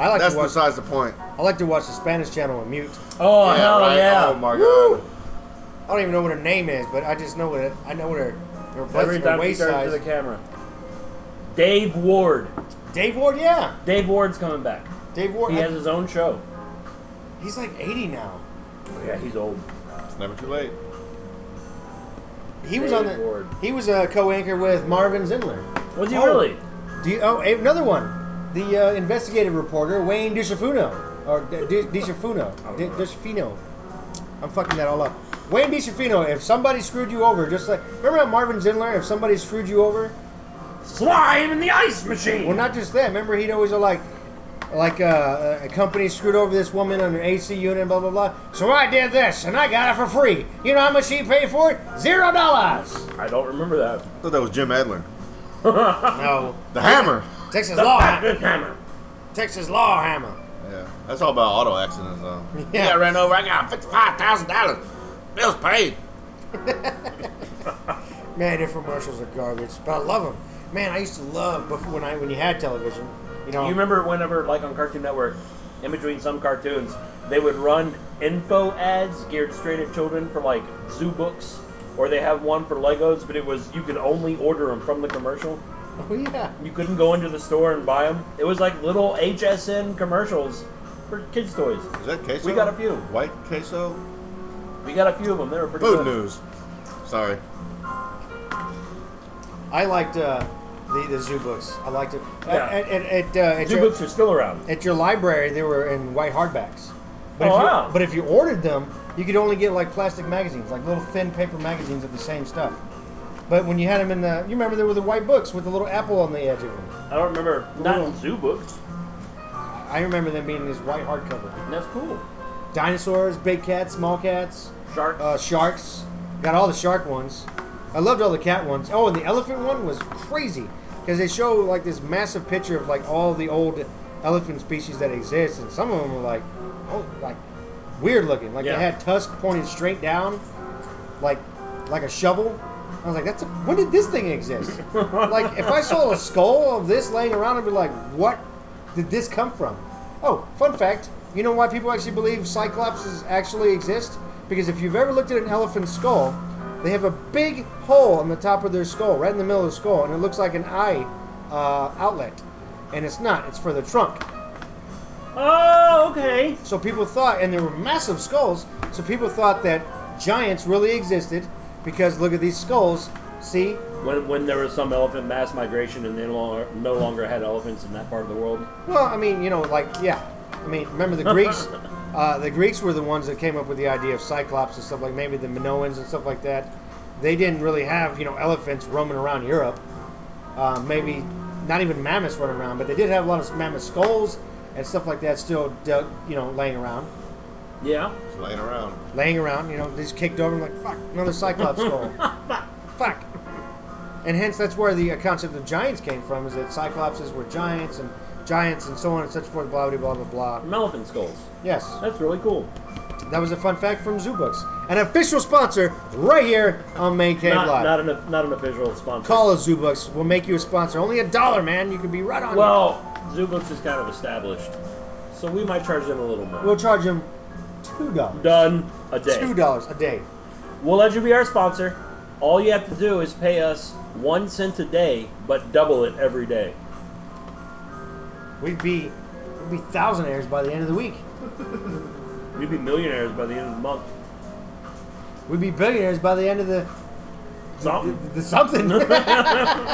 Speaker 1: I like
Speaker 2: That's
Speaker 1: to watch.
Speaker 2: besides the point.
Speaker 1: I like to watch the Spanish channel on mute.
Speaker 3: Oh
Speaker 2: yeah,
Speaker 3: hell
Speaker 2: right?
Speaker 3: yeah!
Speaker 2: Oh my
Speaker 1: Woo!
Speaker 2: god.
Speaker 1: I don't even know what her name is, but I just know what it, I know what her her, butts,
Speaker 3: Every
Speaker 1: her
Speaker 3: time he
Speaker 1: waist
Speaker 3: turns to the
Speaker 1: size.
Speaker 3: camera. Dave Ward.
Speaker 1: Dave Ward, yeah.
Speaker 3: Dave Ward's coming back.
Speaker 1: Dave Ward.
Speaker 3: He has his own show.
Speaker 1: he's like 80 now.
Speaker 3: Yeah, he's old.
Speaker 2: It's never too late.
Speaker 1: He was
Speaker 3: Dave
Speaker 1: on the.
Speaker 3: Ward.
Speaker 1: He was a co-anchor with Marvin Zindler.
Speaker 3: Was he
Speaker 1: Oh.
Speaker 3: really?
Speaker 1: Do you, oh, another one. The uh, investigative reporter Wayne DiSciafuno or D- D- DiSciafuno, D- DiSciafuno. I'm fucking that all up. Wayne DiSciafuno. If somebody screwed you over, just like remember how Marvin Zindler, if somebody screwed you over,
Speaker 3: Slime in the ice machine.
Speaker 1: Well, not just that. Remember, he'd always go like, like uh, a company screwed over this woman on an AC unit, blah blah blah. So I did this, and I got it for free. You know how much she paid for it? Zero dollars.
Speaker 3: I don't remember that.
Speaker 2: I thought that was Jim Adler.
Speaker 1: No,
Speaker 2: The Hammer.
Speaker 1: Texas
Speaker 3: The
Speaker 1: law,
Speaker 3: Baptist hammer.
Speaker 1: Texas law hammer.
Speaker 2: Yeah, that's all about auto accidents though.
Speaker 1: Yeah.
Speaker 2: I ran over. I got fifty-five thousand dollars. Bills paid.
Speaker 1: Man, their commercials are garbage, but I love them. Man, I used to love before when I when you had television. You know,
Speaker 3: You remember whenever, like on Cartoon Network, in between some cartoons, they would run info ads geared straight at children for like zoo books, or they have one for Legos, but it was you could only order them from the commercial.
Speaker 1: [laughs] Oh yeah.
Speaker 3: You couldn't go into the store and buy them. It was like little HSN commercials for kids' toys.
Speaker 2: Is that queso?
Speaker 3: We got a few.
Speaker 2: White queso.
Speaker 3: We got a few of them. They were pretty
Speaker 2: Food
Speaker 3: good.
Speaker 2: news. Sorry.
Speaker 1: I liked uh, the the zoo books. I liked it.
Speaker 3: Yeah.
Speaker 1: At, at, at, uh, at
Speaker 3: Zoo
Speaker 1: your-
Speaker 3: books are still around.
Speaker 1: at your library they were in white hardbacks. But
Speaker 3: Oh,
Speaker 1: if you,
Speaker 3: wow.
Speaker 1: But if you ordered them, you could only get like plastic magazines, like little thin paper magazines of the same stuff. But when you had them in the, you remember there were the white books with the little apple on the edge of them.
Speaker 3: I don't remember. Not
Speaker 1: Cool.
Speaker 3: zoo books.
Speaker 1: I remember them being this white hardcover.
Speaker 3: And that's cool.
Speaker 1: Dinosaurs, big cats, small cats,
Speaker 3: Shark.
Speaker 1: uh, sharks. Got all the shark ones. I loved all the cat ones. Oh, and the elephant one was crazy because they show like this massive picture of like all the old elephant species that exist, and some of them were like, oh, like weird looking. Like
Speaker 3: Yeah.
Speaker 1: they had tusk pointing straight down, like like a shovel. I was like, that's a, when did this thing exist? like if I saw a skull of this laying around, I'd be like, what did this come from? Oh, fun fact. You know why people actually believe cyclopses actually exist? Because if you've ever looked at an elephant's skull, they have a big hole on the top of their skull, right in the middle of the skull, and it looks like an eye uh, outlet. And it's not, it's for the trunk.
Speaker 3: oh, okay.
Speaker 1: So people thought, and there were massive skulls, so people thought that giants really existed because look at these skulls. See?
Speaker 3: When, when there was some elephant mass migration and they no longer, no longer had elephants in that part of the world.
Speaker 1: Well, I mean, you know, like, yeah. I mean, remember the Greeks? uh, the Greeks were the ones that came up with the idea of cyclops and stuff like maybe the Minoans and stuff like that. They didn't really have, you know, elephants roaming around Europe. Uh, maybe not even mammoths running around, but they did have a lot of mammoth skulls and stuff like that still, dug, you know, laying around.
Speaker 3: Yeah.
Speaker 2: Just laying around.
Speaker 1: laying around, you know, they just kicked over and like, fuck, another Cyclops
Speaker 3: [laughs]
Speaker 1: skull. fuck. And hence, that's where the uh, concept of giants came from, is that Cyclopses were giants and giants and so on and such forth, blah, blah, blah, blah, blah.
Speaker 3: From elephant skulls.
Speaker 1: Yes,
Speaker 3: That's really cool.
Speaker 1: that was a fun fact from Zoo Books. An official sponsor right here on Main Cave
Speaker 3: Not,
Speaker 1: Live.
Speaker 3: not, an, not an official sponsor.
Speaker 1: Call us, Zoo Books. We'll make you a sponsor. Only a dollar, man. You can be right on.
Speaker 3: Well, Zoo Books is kind of established. So we might charge them a little more.
Speaker 1: We'll charge him two dollars.
Speaker 3: Done a day.
Speaker 1: Two dollars a day.
Speaker 3: We'll let you be our sponsor. All you have to do is pay us one cent a day, but double it every day.
Speaker 1: We'd be we'd be thousandaires by the end of the week.
Speaker 3: We'd be millionaires by the end of the month.
Speaker 1: We'd be billionaires by the end of the, the,
Speaker 3: Something.
Speaker 1: the something. [laughs]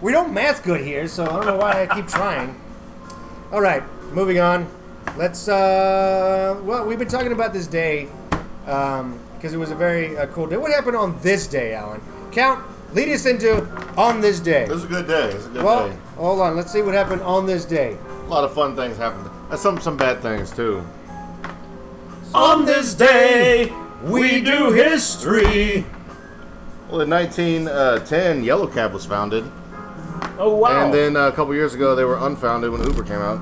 Speaker 1: we don't math good here, so I don't know why I keep trying. All right, moving on. Let's. Uh, well, we've been talking about this day because it was a very uh, cool day. What happened on this day, Alan? Count, lead us into on this day.
Speaker 2: It was a good day. It was a good
Speaker 1: Well,
Speaker 2: day.
Speaker 1: hold on. Let's see what happened on this day.
Speaker 2: A lot of fun things happened. And some some bad things too.
Speaker 1: On this day, we do
Speaker 3: history.
Speaker 2: Well, in 1910, Yellow Cab was founded,
Speaker 3: Oh wow!
Speaker 2: and then uh, a couple years ago they were unfounded when Uber came out.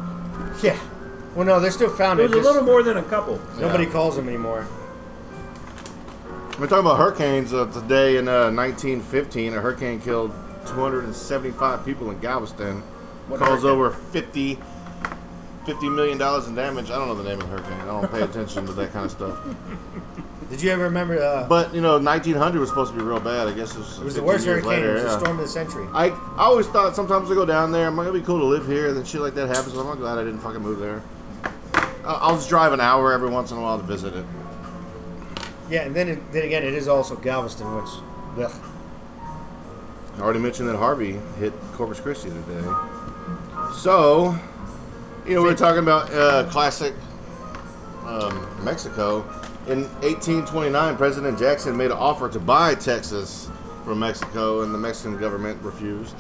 Speaker 1: Yeah. Well, no, they're still
Speaker 3: it
Speaker 1: founded.
Speaker 3: was a
Speaker 1: just
Speaker 3: little more than a couple.
Speaker 1: Nobody
Speaker 2: Yeah.
Speaker 1: calls them anymore.
Speaker 2: We're talking about hurricanes uh, today in uh, 1915. A hurricane killed 275 people in Galveston,
Speaker 3: What
Speaker 2: caused
Speaker 3: hurricane?
Speaker 2: over 50 50 million dollars in damage. I don't know the name of the hurricane. I don't pay attention to that kind of stuff.
Speaker 1: Did you ever remember? Uh,
Speaker 2: But you know, 1900 was supposed to be real bad. I guess it was,
Speaker 1: it was the worst
Speaker 2: years
Speaker 1: hurricane.
Speaker 2: later.
Speaker 1: it was
Speaker 2: yeah.
Speaker 1: the storm of the century.
Speaker 2: I, I always thought sometimes I go down there, I'm like, it'd be cool to live here, and then shit like that happens. I'm like, glad I didn't fucking move there. I- I'll just drive an hour every once in a while to visit it.
Speaker 1: Yeah, and then it, then again, it is also Galveston, which. Ugh.
Speaker 2: I already mentioned that Harvey hit Corpus Christi today. So, you know, we we're talking about uh, classic um, Mexico. In 1829, President Jackson made an offer to buy Texas from Mexico, and the Mexican government [laughs] refused.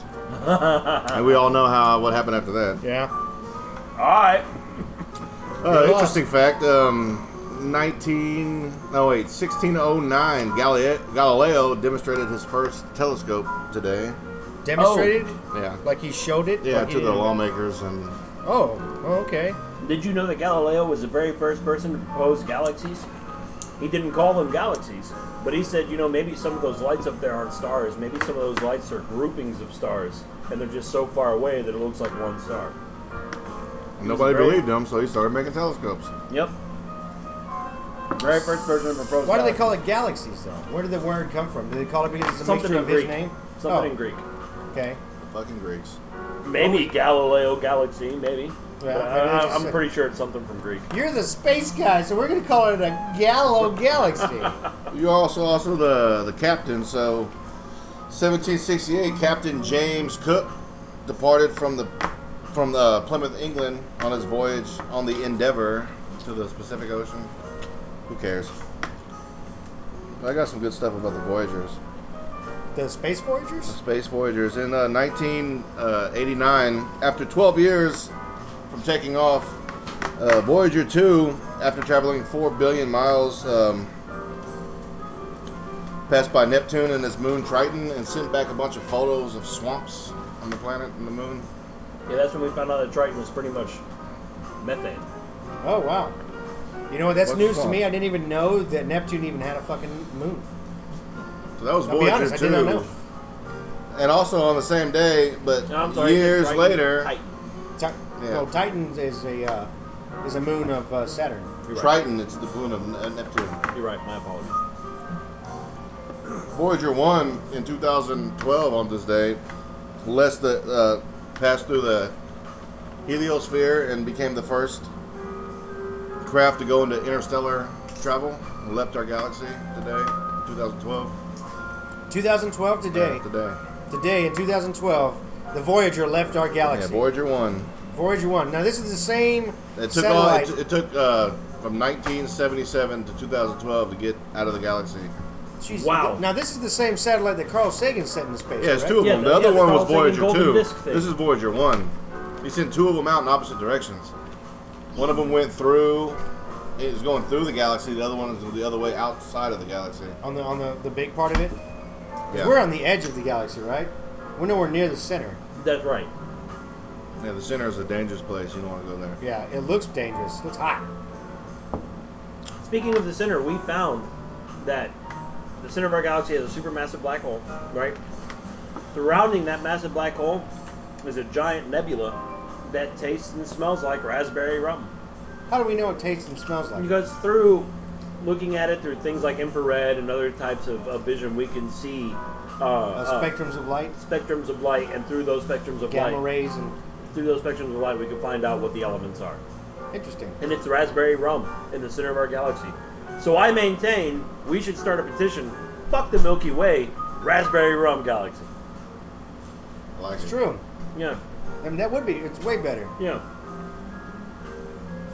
Speaker 2: and we all know how what happened after that.
Speaker 1: Yeah.
Speaker 3: All right.
Speaker 2: Uh,
Speaker 1: They
Speaker 2: interesting fact. Um, 19. No, wait. 1609. Galile- Galileo demonstrated his first telescope today.
Speaker 1: Demonstrated.
Speaker 2: Yeah.
Speaker 1: Like he showed it.
Speaker 2: Oh. Yeah,
Speaker 1: like he
Speaker 2: to the
Speaker 1: did-
Speaker 2: lawmakers and.
Speaker 1: Oh, oh, okay.
Speaker 3: Did you know that Galileo was the very first person to propose galaxies? He didn't call them galaxies, but he said, you know, maybe some of those lights up there aren't stars. Maybe some of those lights are groupings of stars, and they're just so far away that it looks like one star.
Speaker 2: Nobody
Speaker 3: very-
Speaker 2: believed him, so he started making telescopes.
Speaker 3: Yep. Very first person to propose.
Speaker 1: Why do they
Speaker 3: galaxies.
Speaker 1: call it galaxies though? Where did the word come from? Did they call it because it's a
Speaker 3: something
Speaker 1: mixture
Speaker 3: in
Speaker 1: of
Speaker 3: Greek?
Speaker 1: his name?
Speaker 3: Something
Speaker 1: oh,
Speaker 3: in Greek.
Speaker 1: Okay.
Speaker 2: Fucking Greeks.
Speaker 3: Maybe Galileo Galaxy. Maybe.
Speaker 1: Yeah,
Speaker 3: But
Speaker 1: maybe
Speaker 3: I,
Speaker 1: it's
Speaker 3: I'm
Speaker 1: just-
Speaker 3: pretty sure it's something from Greek.
Speaker 1: You're the space guy, so we're gonna call it a
Speaker 3: [laughs]
Speaker 1: Gallo galaxy.
Speaker 2: You're also also the the captain. So, 1768, Captain James Cook departed from the from the Plymouth, England, on his voyage on the Endeavor to the Pacific Ocean. Who cares? I got some good stuff about the Voyagers,
Speaker 1: the space voyagers.
Speaker 2: space Voyagers. In uh, 1989, after 12 years from taking off, uh, Voyager 2, after traveling 4 billion miles, um, passed by Neptune and its moon Triton and sent back a bunch of photos of swamps on the planet and the moon.
Speaker 3: Yeah, that's when we found out that Triton was pretty much methane.
Speaker 1: Oh wow. You know what? That's
Speaker 2: What's
Speaker 1: news
Speaker 2: the
Speaker 1: to
Speaker 2: thought?
Speaker 1: me. I didn't even know that Neptune even had a fucking moon.
Speaker 2: So that was
Speaker 1: I'll be
Speaker 2: Voyager
Speaker 1: honest, I
Speaker 2: 2.
Speaker 1: did not know.
Speaker 2: And also on the same day, but
Speaker 3: No, I'm sorry,
Speaker 2: years
Speaker 3: Triton-
Speaker 2: later,
Speaker 3: Titan.
Speaker 1: Ti- Well, Titan is a uh, is a moon of uh, Saturn.
Speaker 3: You're right.
Speaker 2: Triton, it's the moon of N- uh, Neptune.
Speaker 3: You're right. My apologies.
Speaker 2: Voyager 1 in 2012 on this day less the, uh, passed through the heliosphere and became the first craft to go into interstellar travel and left our galaxy today, 2012.
Speaker 1: 2012 today.
Speaker 2: Uh, Today.
Speaker 1: Today in 2012, the Voyager left our
Speaker 2: Yeah,
Speaker 1: galaxy.
Speaker 2: Voyager 1.
Speaker 1: Voyager one. Now this is the same
Speaker 2: It took, all,
Speaker 1: satellite.
Speaker 2: it, it took uh, from 1977 to 2012 to get out of the galaxy.
Speaker 1: Jeez,
Speaker 3: Wow.
Speaker 1: Now this is the same satellite that Carl Sagan sent into space.
Speaker 2: Yeah, it's
Speaker 1: correct?
Speaker 2: two of
Speaker 3: Yeah,
Speaker 2: them.
Speaker 3: the-
Speaker 2: The, other
Speaker 3: yeah, the
Speaker 2: one was
Speaker 3: Carl Sagan
Speaker 2: Voyager
Speaker 3: golden
Speaker 2: 2.
Speaker 3: disc thing.
Speaker 2: This is Voyager 1. He sent two of them out in opposite directions. One of them went through, it was going through the galaxy. The other one is the other way outside of the galaxy.
Speaker 1: On the on the, the big part of it.
Speaker 2: Yeah.
Speaker 1: We're on the edge of the galaxy, right? We're nowhere near the center.
Speaker 3: That's right.
Speaker 2: yeah, the center is a dangerous place. You don't want to go there.
Speaker 1: Yeah, it looks dangerous. It looks hot.
Speaker 3: Speaking of the center, we found that the center of our galaxy has a supermassive black hole, right? Surrounding that massive black hole is a giant nebula that tastes and smells like raspberry rum.
Speaker 1: How do we know it tastes and smells like?
Speaker 3: Because through looking at it through things like infrared and other types of, of vision, we can see
Speaker 1: Uh,
Speaker 3: uh, uh,
Speaker 1: spectrums of light,
Speaker 3: spectrums of light, and through those spectrums of
Speaker 1: gamma
Speaker 3: light,
Speaker 1: rays, and
Speaker 3: through those spectrums of light, we can find out what the elements are.
Speaker 1: interesting.
Speaker 3: And it's raspberry rum in the center of our galaxy. So I maintain we should start a petition. Fuck the Milky Way, raspberry rum galaxy.
Speaker 2: I like it.
Speaker 1: It's true.
Speaker 3: Yeah,
Speaker 1: I mean, that would be. It's way better.
Speaker 3: yeah.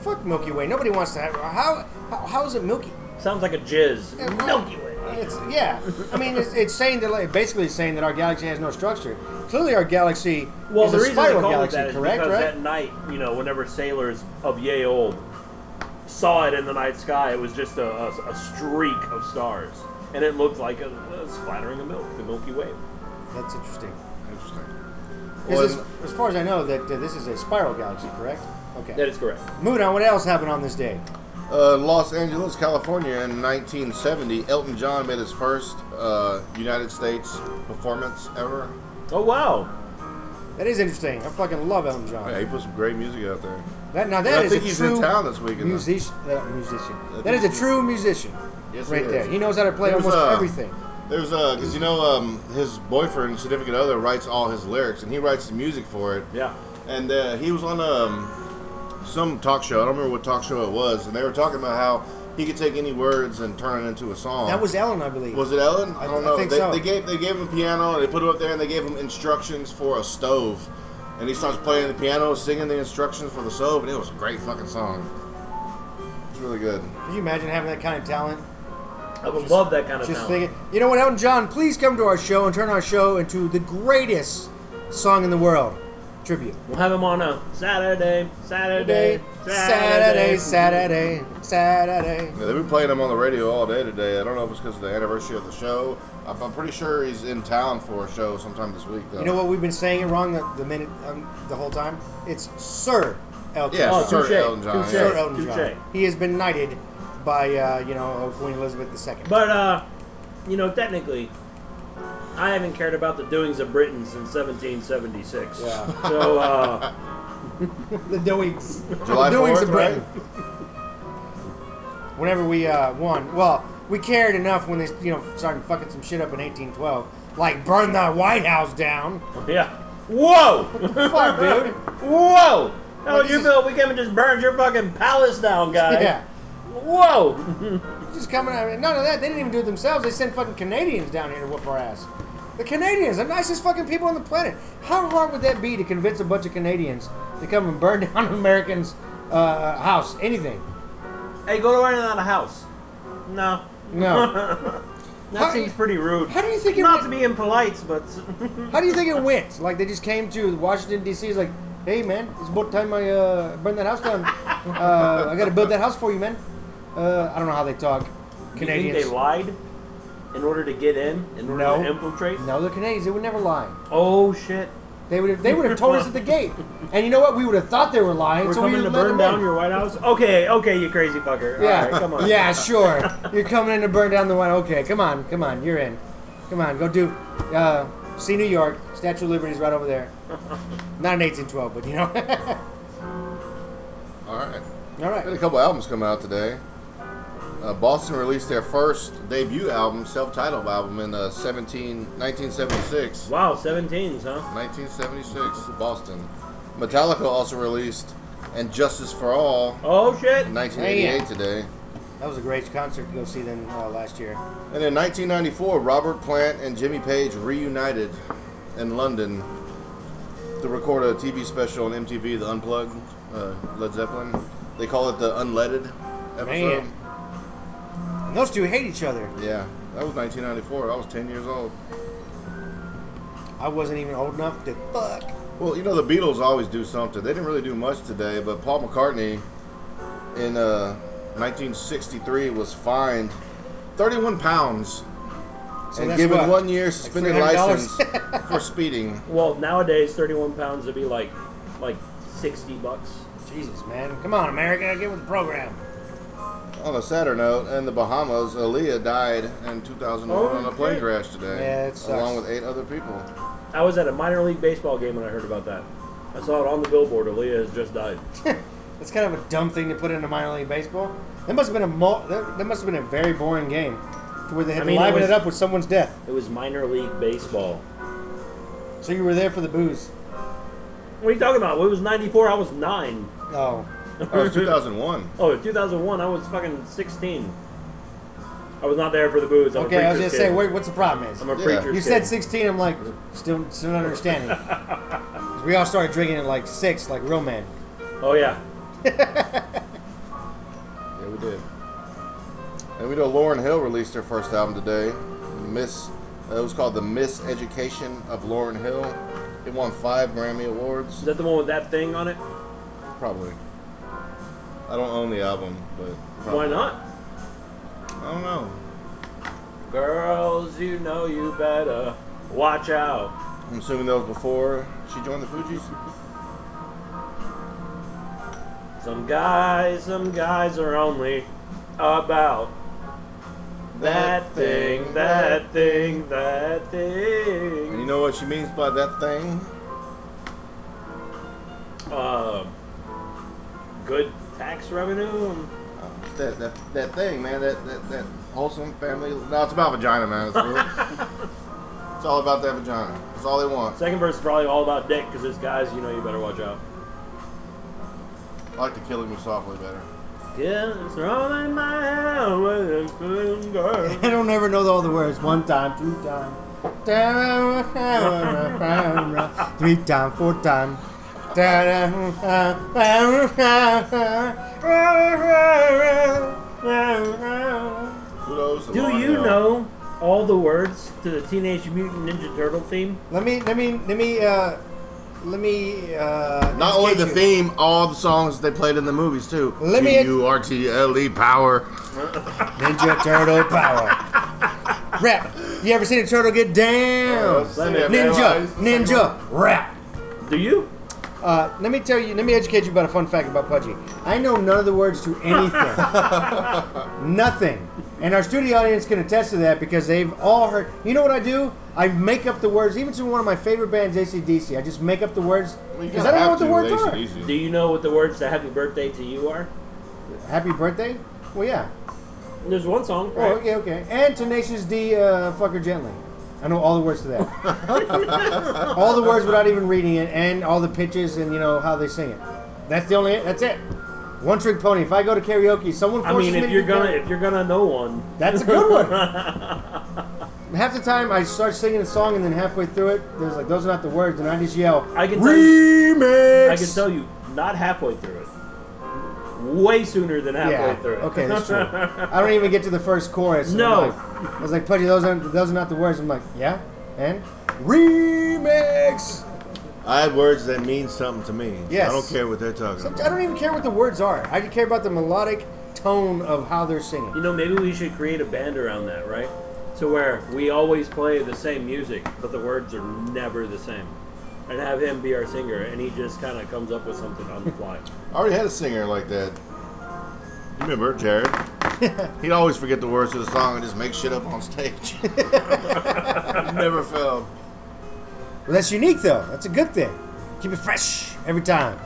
Speaker 1: Fuck Milky Way. Nobody wants to have. How how, how is it Milky?
Speaker 3: Sounds like a jizz.
Speaker 1: Yeah, well,
Speaker 3: Milky Way.
Speaker 1: It's yeah. I mean, it's, it's saying that like, basically it's saying that our galaxy has no structure. Clearly, our galaxy
Speaker 3: Well,
Speaker 1: is
Speaker 3: the
Speaker 1: a
Speaker 3: reason they
Speaker 1: spiral
Speaker 3: call it
Speaker 1: galaxy,
Speaker 3: that is
Speaker 1: correct?
Speaker 3: because
Speaker 1: Right?
Speaker 3: at night, you know, whenever sailors of yay old saw it in the night sky, it was just a, a, a streak of stars, and it looked like a, a splattering of milk, the Milky Way.
Speaker 1: That's interesting.
Speaker 2: Interesting.
Speaker 1: 'Cause
Speaker 2: Well,
Speaker 1: as, as far as I know, that uh, this is a spiral galaxy, correct? Okay.
Speaker 3: That is correct.
Speaker 1: Moving on. What else happened on this day?
Speaker 2: Uh, Los Angeles, California, in 1970, Elton John made his first uh, United States performance ever.
Speaker 3: Oh wow!
Speaker 1: That is interesting. I fucking love Elton John.
Speaker 2: Yeah, he put some great music out there.
Speaker 1: That now
Speaker 2: And
Speaker 1: that
Speaker 2: I
Speaker 1: is
Speaker 2: think
Speaker 1: a
Speaker 2: he's
Speaker 1: true
Speaker 2: in town this weekend. though.
Speaker 1: music, uh, musician.
Speaker 2: I
Speaker 1: That is
Speaker 2: think
Speaker 1: a
Speaker 2: he-
Speaker 1: true musician.
Speaker 2: Yes, he
Speaker 1: right
Speaker 2: is.
Speaker 1: there. He knows how to play
Speaker 2: He was,
Speaker 1: almost
Speaker 2: uh,
Speaker 1: everything.
Speaker 2: There's a because you know um, his boyfriend, significant other, writes all his lyrics and he writes the music for it.
Speaker 3: Yeah.
Speaker 2: And uh, he was on um, some talk show. I don't remember what talk show it was, and they were talking about how he could take any words and turn it into a song.
Speaker 1: That was Ellen, I believe.
Speaker 2: Was it Ellen? I
Speaker 1: I
Speaker 2: don't know.
Speaker 1: think
Speaker 2: they,
Speaker 1: so.
Speaker 2: they gave they gave him a piano. They put him up there and they gave him instructions for a stove, and he starts playing the piano, singing the instructions for the stove, and it was a great fucking song. It's really good.
Speaker 1: Can you imagine having that kind of talent?
Speaker 3: I would love that kind of
Speaker 1: Just
Speaker 3: sound.
Speaker 1: thinking, you know what, Elton John, please come to our show and turn our show into the greatest song in the world. Tribute.
Speaker 3: We'll have him on a Saturday, Saturday,
Speaker 1: Saturday, Saturday, Saturday, Saturday.
Speaker 2: Yeah, they've been playing him on the radio all day today. I don't know if it's because of the anniversary of the show. I'm, I'm pretty sure he's in town for a show sometime this week, though.
Speaker 1: You know what we've been saying it wrong the, the minute um, the whole time? It's Sir Elton.
Speaker 2: Yeah,
Speaker 3: Oh,
Speaker 1: John.
Speaker 2: Sir
Speaker 3: touche,
Speaker 2: Elton John,
Speaker 3: touche,
Speaker 2: yeah.
Speaker 1: Sir Elton
Speaker 3: touche.
Speaker 1: John. He has been knighted by uh, you know Queen Elizabeth II.
Speaker 3: But uh, you know, technically, I haven't cared about the doings of Britain since 1776.
Speaker 1: Yeah. [laughs]
Speaker 3: So uh,
Speaker 1: the doings,
Speaker 2: July
Speaker 1: the doings of
Speaker 2: 4th, right?
Speaker 1: Britain. Whenever we uh, won, well, we cared enough when they you know started fucking some shit up in 1812, like burn the White House down.
Speaker 3: yeah. Whoa!
Speaker 1: Fuck, dude.
Speaker 3: Whoa! No,
Speaker 1: Like,
Speaker 3: you
Speaker 1: this
Speaker 3: built. We came and just burned your fucking palace down, guy.
Speaker 1: Yeah. [laughs]
Speaker 3: Whoa!
Speaker 1: Just coming out. None of that. They didn't even do it themselves. They sent fucking Canadians down here to whoop our ass. The Canadians, the nicest fucking people on the planet. How hard would that be to convince a bunch of Canadians to come and burn [laughs] down an American's uh, house? Anything?
Speaker 3: hey, go to running on a house. No.
Speaker 1: No.
Speaker 3: That
Speaker 1: How-
Speaker 3: seems pretty rude.
Speaker 1: how do you think it
Speaker 3: Not
Speaker 1: would-
Speaker 3: to be impolite, but
Speaker 1: How do you think it went? Like they just came to Washington D.C. Is like, hey man, it's about time I uh, burn that house down. Uh, I got to build that house for you, man. Uh, I don't know how they talk.
Speaker 3: You think
Speaker 1: Canadians.
Speaker 3: they lied in order to get in, in order
Speaker 1: No.
Speaker 3: to infiltrate.
Speaker 1: No, they're Canadians. They would never lie.
Speaker 3: Oh shit!
Speaker 1: They would have. They would have told us at the gate. And you know what? We would have thought they were lying.
Speaker 3: We're
Speaker 1: so we
Speaker 3: coming to
Speaker 1: would let
Speaker 3: burn
Speaker 1: them in.
Speaker 3: down your White House. Okay, okay, you crazy fucker.
Speaker 1: Yeah,
Speaker 3: All right, come on.
Speaker 1: yeah, sure. You're coming in to burn down the one. Okay, come on, come on, you're in. Come on, go do. Uh, see New York. Statue of Liberty's right over there. Not in 1812, but you know. [laughs]
Speaker 2: All right.
Speaker 1: All
Speaker 2: Had
Speaker 1: right.
Speaker 2: a couple albums come out today. Uh, Boston released their first debut album, self-titled album, in uh, 17, 1976.
Speaker 3: Wow, 17s, huh?
Speaker 2: 1976, Boston. Metallica also released "And Justice for All"
Speaker 3: Oh shit!
Speaker 2: in 1988 today.
Speaker 1: That was a great concert to go see them uh, last year.
Speaker 2: And in 1994, Robert Plant and Jimmy Page reunited in London to record a TV special on MTV, The Unplugged, uh, Led Zeppelin. They call it the Unleaded episode.
Speaker 1: Man. And those two hate each other.
Speaker 2: Yeah, that was 1994. I was 10 years old.
Speaker 1: I wasn't even old enough to fuck.
Speaker 2: Well, you know the Beatles always do something. They didn't really do much today, but Paul McCartney in uh, 1963 was fined 31 pounds
Speaker 1: So
Speaker 2: and
Speaker 1: that's
Speaker 2: given
Speaker 1: what?
Speaker 2: one year suspended
Speaker 1: $300? [laughs]
Speaker 2: license for speeding.
Speaker 3: Well, nowadays, 31 pounds would be like, like 60 bucks.
Speaker 1: Jesus, man. Come on, America, get with the program.
Speaker 2: On a sadder note, in the Bahamas, Aaliyah died in 2001 on a
Speaker 3: Oh,
Speaker 2: plane
Speaker 3: shit.
Speaker 2: crash today,
Speaker 1: Yeah, it sucks.
Speaker 2: along with eight other people.
Speaker 3: I was at a minor league baseball game when I heard about that. I saw it on the billboard. Aaliyah has just died.
Speaker 1: That's kind of a dumb thing to put into minor league baseball. That must have been a mul- that, that must have been a very boring game, to where they had
Speaker 3: I
Speaker 1: to
Speaker 3: mean, it
Speaker 1: liven
Speaker 3: was-
Speaker 1: it up with someone's death.
Speaker 3: It was minor league baseball.
Speaker 1: So you were there for the booze.
Speaker 3: What are you talking about? It was 94. I was 9.
Speaker 1: Oh,
Speaker 2: Oh, it's 2001.
Speaker 3: Oh, in 2001, I was fucking 16. I was not there for the booze. I'm
Speaker 1: okay.
Speaker 3: a
Speaker 1: I was
Speaker 3: preacher's
Speaker 1: gonna
Speaker 3: kid.
Speaker 1: say, wait, what's the problem is?
Speaker 3: I'm a
Speaker 2: Yeah.
Speaker 3: preacher's
Speaker 1: You
Speaker 3: kid.
Speaker 1: said 16. I'm like, still, still not understanding.
Speaker 3: [laughs]
Speaker 1: 'Cause we all started drinking at like six, like real men.
Speaker 3: Oh, yeah.
Speaker 2: Yeah, we did. And we know Lauren Hill released her first album today. Miss, uh, it was called The Miseducation of Lauren Hill. It won five Grammy
Speaker 3: Is
Speaker 2: awards.
Speaker 3: that the one with that thing on it?
Speaker 2: Probably. I don't own the album, but
Speaker 3: Why
Speaker 2: probably.
Speaker 3: not?
Speaker 2: I don't know.
Speaker 3: Girls, you know you better watch out.
Speaker 2: I'm assuming that was before she joined the Fugees.
Speaker 3: Some guys, some guys are only about that thing, that thing, that
Speaker 2: And you
Speaker 3: thing.
Speaker 2: know what she means by that thing?
Speaker 3: Um, good tax revenue.
Speaker 2: Uh, it's that, that that thing, man. That that, that wholesome family. No, it's about vagina, man. It's, [laughs] really, it's all about that vagina. That's all they want.
Speaker 3: Second verse is probably all about dick because it's guys, you know you better watch out.
Speaker 2: I like the Killing Me Softly better.
Speaker 3: Yeah, it's rolling my head with a good girl.
Speaker 1: [laughs] I don't ever know all the words. One time, two time, [laughs] three time, four time. [laughs]
Speaker 2: Kudos. to
Speaker 3: Do
Speaker 2: Lauren
Speaker 3: you
Speaker 2: Hill.
Speaker 3: know all the words to the Teenage Mutant Ninja Turtle theme?
Speaker 1: Let me, let me, let me, uh, let me. Uh,
Speaker 2: Not only the
Speaker 1: educate you.
Speaker 2: theme, all the songs they played in the movies too.
Speaker 1: Let me-
Speaker 2: G-U-R-T-L-E E, power.
Speaker 1: Ninja Turtle power. Rap. You ever seen a turtle get down?
Speaker 3: Let me-
Speaker 1: Ninja, ninja, rap.
Speaker 3: Do you?
Speaker 1: Uh, let me tell you, let me educate you about a fun fact about Pudgy. I know none of the words to anything. Nothing. And our studio audience can attest to that because they've all heard. You know what I do? I make up the words, even to one of my favorite bands, ACDC. I just make up the words because I don't know what the words are.
Speaker 3: Do you know what the words to Happy Birthday to You are?
Speaker 1: Happy birthday? Well, yeah.
Speaker 3: There's one song.
Speaker 1: Oh, okay, okay. And Tenacious D, uh, Fucker Gently. I know all the words to that.
Speaker 3: [laughs]
Speaker 1: all the words without even reading it, and all the pitches, and you know how they sing it. That's the only. That's it. One Trick Pony. If I go to karaoke, someone
Speaker 3: I
Speaker 1: forces
Speaker 3: mean,
Speaker 1: me
Speaker 3: if
Speaker 1: to
Speaker 3: you're
Speaker 1: do
Speaker 3: gonna
Speaker 1: karaoke-
Speaker 3: if you're gonna know one,
Speaker 1: that's a good
Speaker 3: [laughs]
Speaker 1: one. half the time, I start singing a song, and then halfway through it, there's like those are not the words, and I just yell.
Speaker 3: I can tell you-
Speaker 1: remix.
Speaker 3: I can tell you, not halfway through it. Way sooner than halfway
Speaker 1: Yeah.
Speaker 3: through it.
Speaker 1: Okay, that's
Speaker 3: [laughs]
Speaker 1: true. I don't even get to the first chorus. and
Speaker 3: No.
Speaker 1: I'm like- I was like, Pudgy, those aren't those are not the words. I'm like, yeah, and remix.
Speaker 2: I have words that mean something to me.
Speaker 1: Yes.
Speaker 2: I don't care what they're talking
Speaker 1: Sometimes I
Speaker 2: about.
Speaker 1: don't even care what the words are. I just care about the melodic tone of how they're
Speaker 3: you
Speaker 1: singing.
Speaker 3: know, maybe we should create a band around that, right? To where we always play the same music, but the words are never the same. And have him be our singer, and he just kind of comes up with something on
Speaker 1: [laughs]
Speaker 3: the fly.
Speaker 2: I already had a singer like that. You
Speaker 1: [laughs]
Speaker 2: remember Jared? He'd always forget the words to the song and just make shit up on stage. [laughs] Never failed.
Speaker 1: Well, that's unique though. That's a good thing. Keep it fresh every time.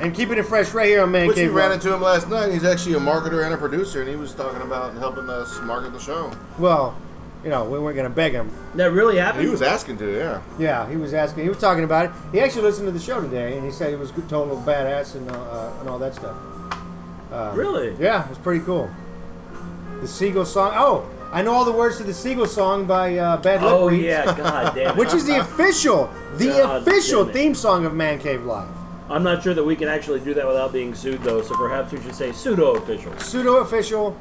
Speaker 1: And keeping it fresh right here on Man
Speaker 2: Which we
Speaker 1: Cave
Speaker 2: ran
Speaker 1: Rock.
Speaker 2: into him last night. He's actually a marketer and a producer, and he was talking about helping us market the show.
Speaker 1: Well, you know, we weren't gonna beg him.
Speaker 3: that really happened.
Speaker 2: He was asking to, yeah.
Speaker 1: Yeah, he was asking. He was talking about it. He actually listened to the show today, and he said it was good- total badass and uh, uh, and all that stuff. Um,
Speaker 3: Really?
Speaker 1: Yeah, it was pretty cool. The Seagull song. Oh, I know all the words to the Seagull song by uh, Bad Lip
Speaker 3: Oh
Speaker 1: Reeds,
Speaker 3: yeah, god damn. it.
Speaker 1: which is
Speaker 2: Uh-huh.
Speaker 1: the official, the
Speaker 2: uh,
Speaker 3: God
Speaker 1: official
Speaker 3: damn it.
Speaker 1: theme song of Man Cave Live.
Speaker 3: I'm not sure that we can actually do that without being sued, though. So perhaps we should say pseudo official.
Speaker 1: Pseudo official,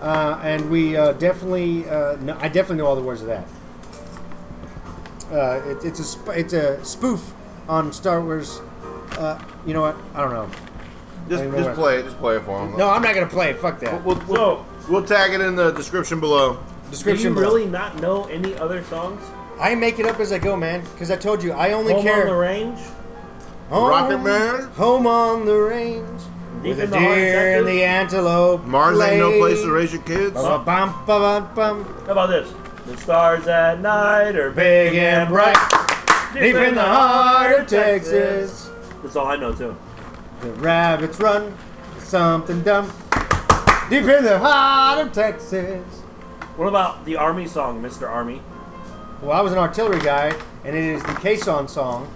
Speaker 1: uh, and we uh, definitely. Uh, no, I definitely know all the words of that. Uh, it, it's a sp- it's a spoof on Star Wars. Uh, you know what? I don't know.
Speaker 2: Just,
Speaker 1: Hey,
Speaker 2: just
Speaker 1: Roy.
Speaker 2: play it. Just play it for him.
Speaker 1: No, I'm not gonna play it. Fuck that.
Speaker 2: We'll,
Speaker 3: So,
Speaker 2: we'll tag it in the description below.
Speaker 3: do you
Speaker 1: Description. below.
Speaker 3: really not know any other songs?
Speaker 1: I make it up as I go, man. Because I told you, I only
Speaker 3: Home
Speaker 1: care.
Speaker 3: on the Range.
Speaker 1: home,
Speaker 2: Rocket Man?
Speaker 1: Home on the range. with
Speaker 3: Deep
Speaker 1: the
Speaker 3: in the heart of
Speaker 1: deer and
Speaker 3: Texas.
Speaker 1: the antelope.
Speaker 2: Mars ain't no
Speaker 1: play. Uh,
Speaker 2: place to raise your kids.
Speaker 1: Ba- bum, ba- bum, bum.
Speaker 3: How about this? The stars at night are
Speaker 1: Big and bright. Deep in the heart of Texas,
Speaker 3: That's all I know too.
Speaker 1: the rabbits run. for Something dumb. Deep in the heart of Texas.
Speaker 3: What about the Army song, Mr. Army?
Speaker 1: Well, I was an artillery guy, and it is the caisson song.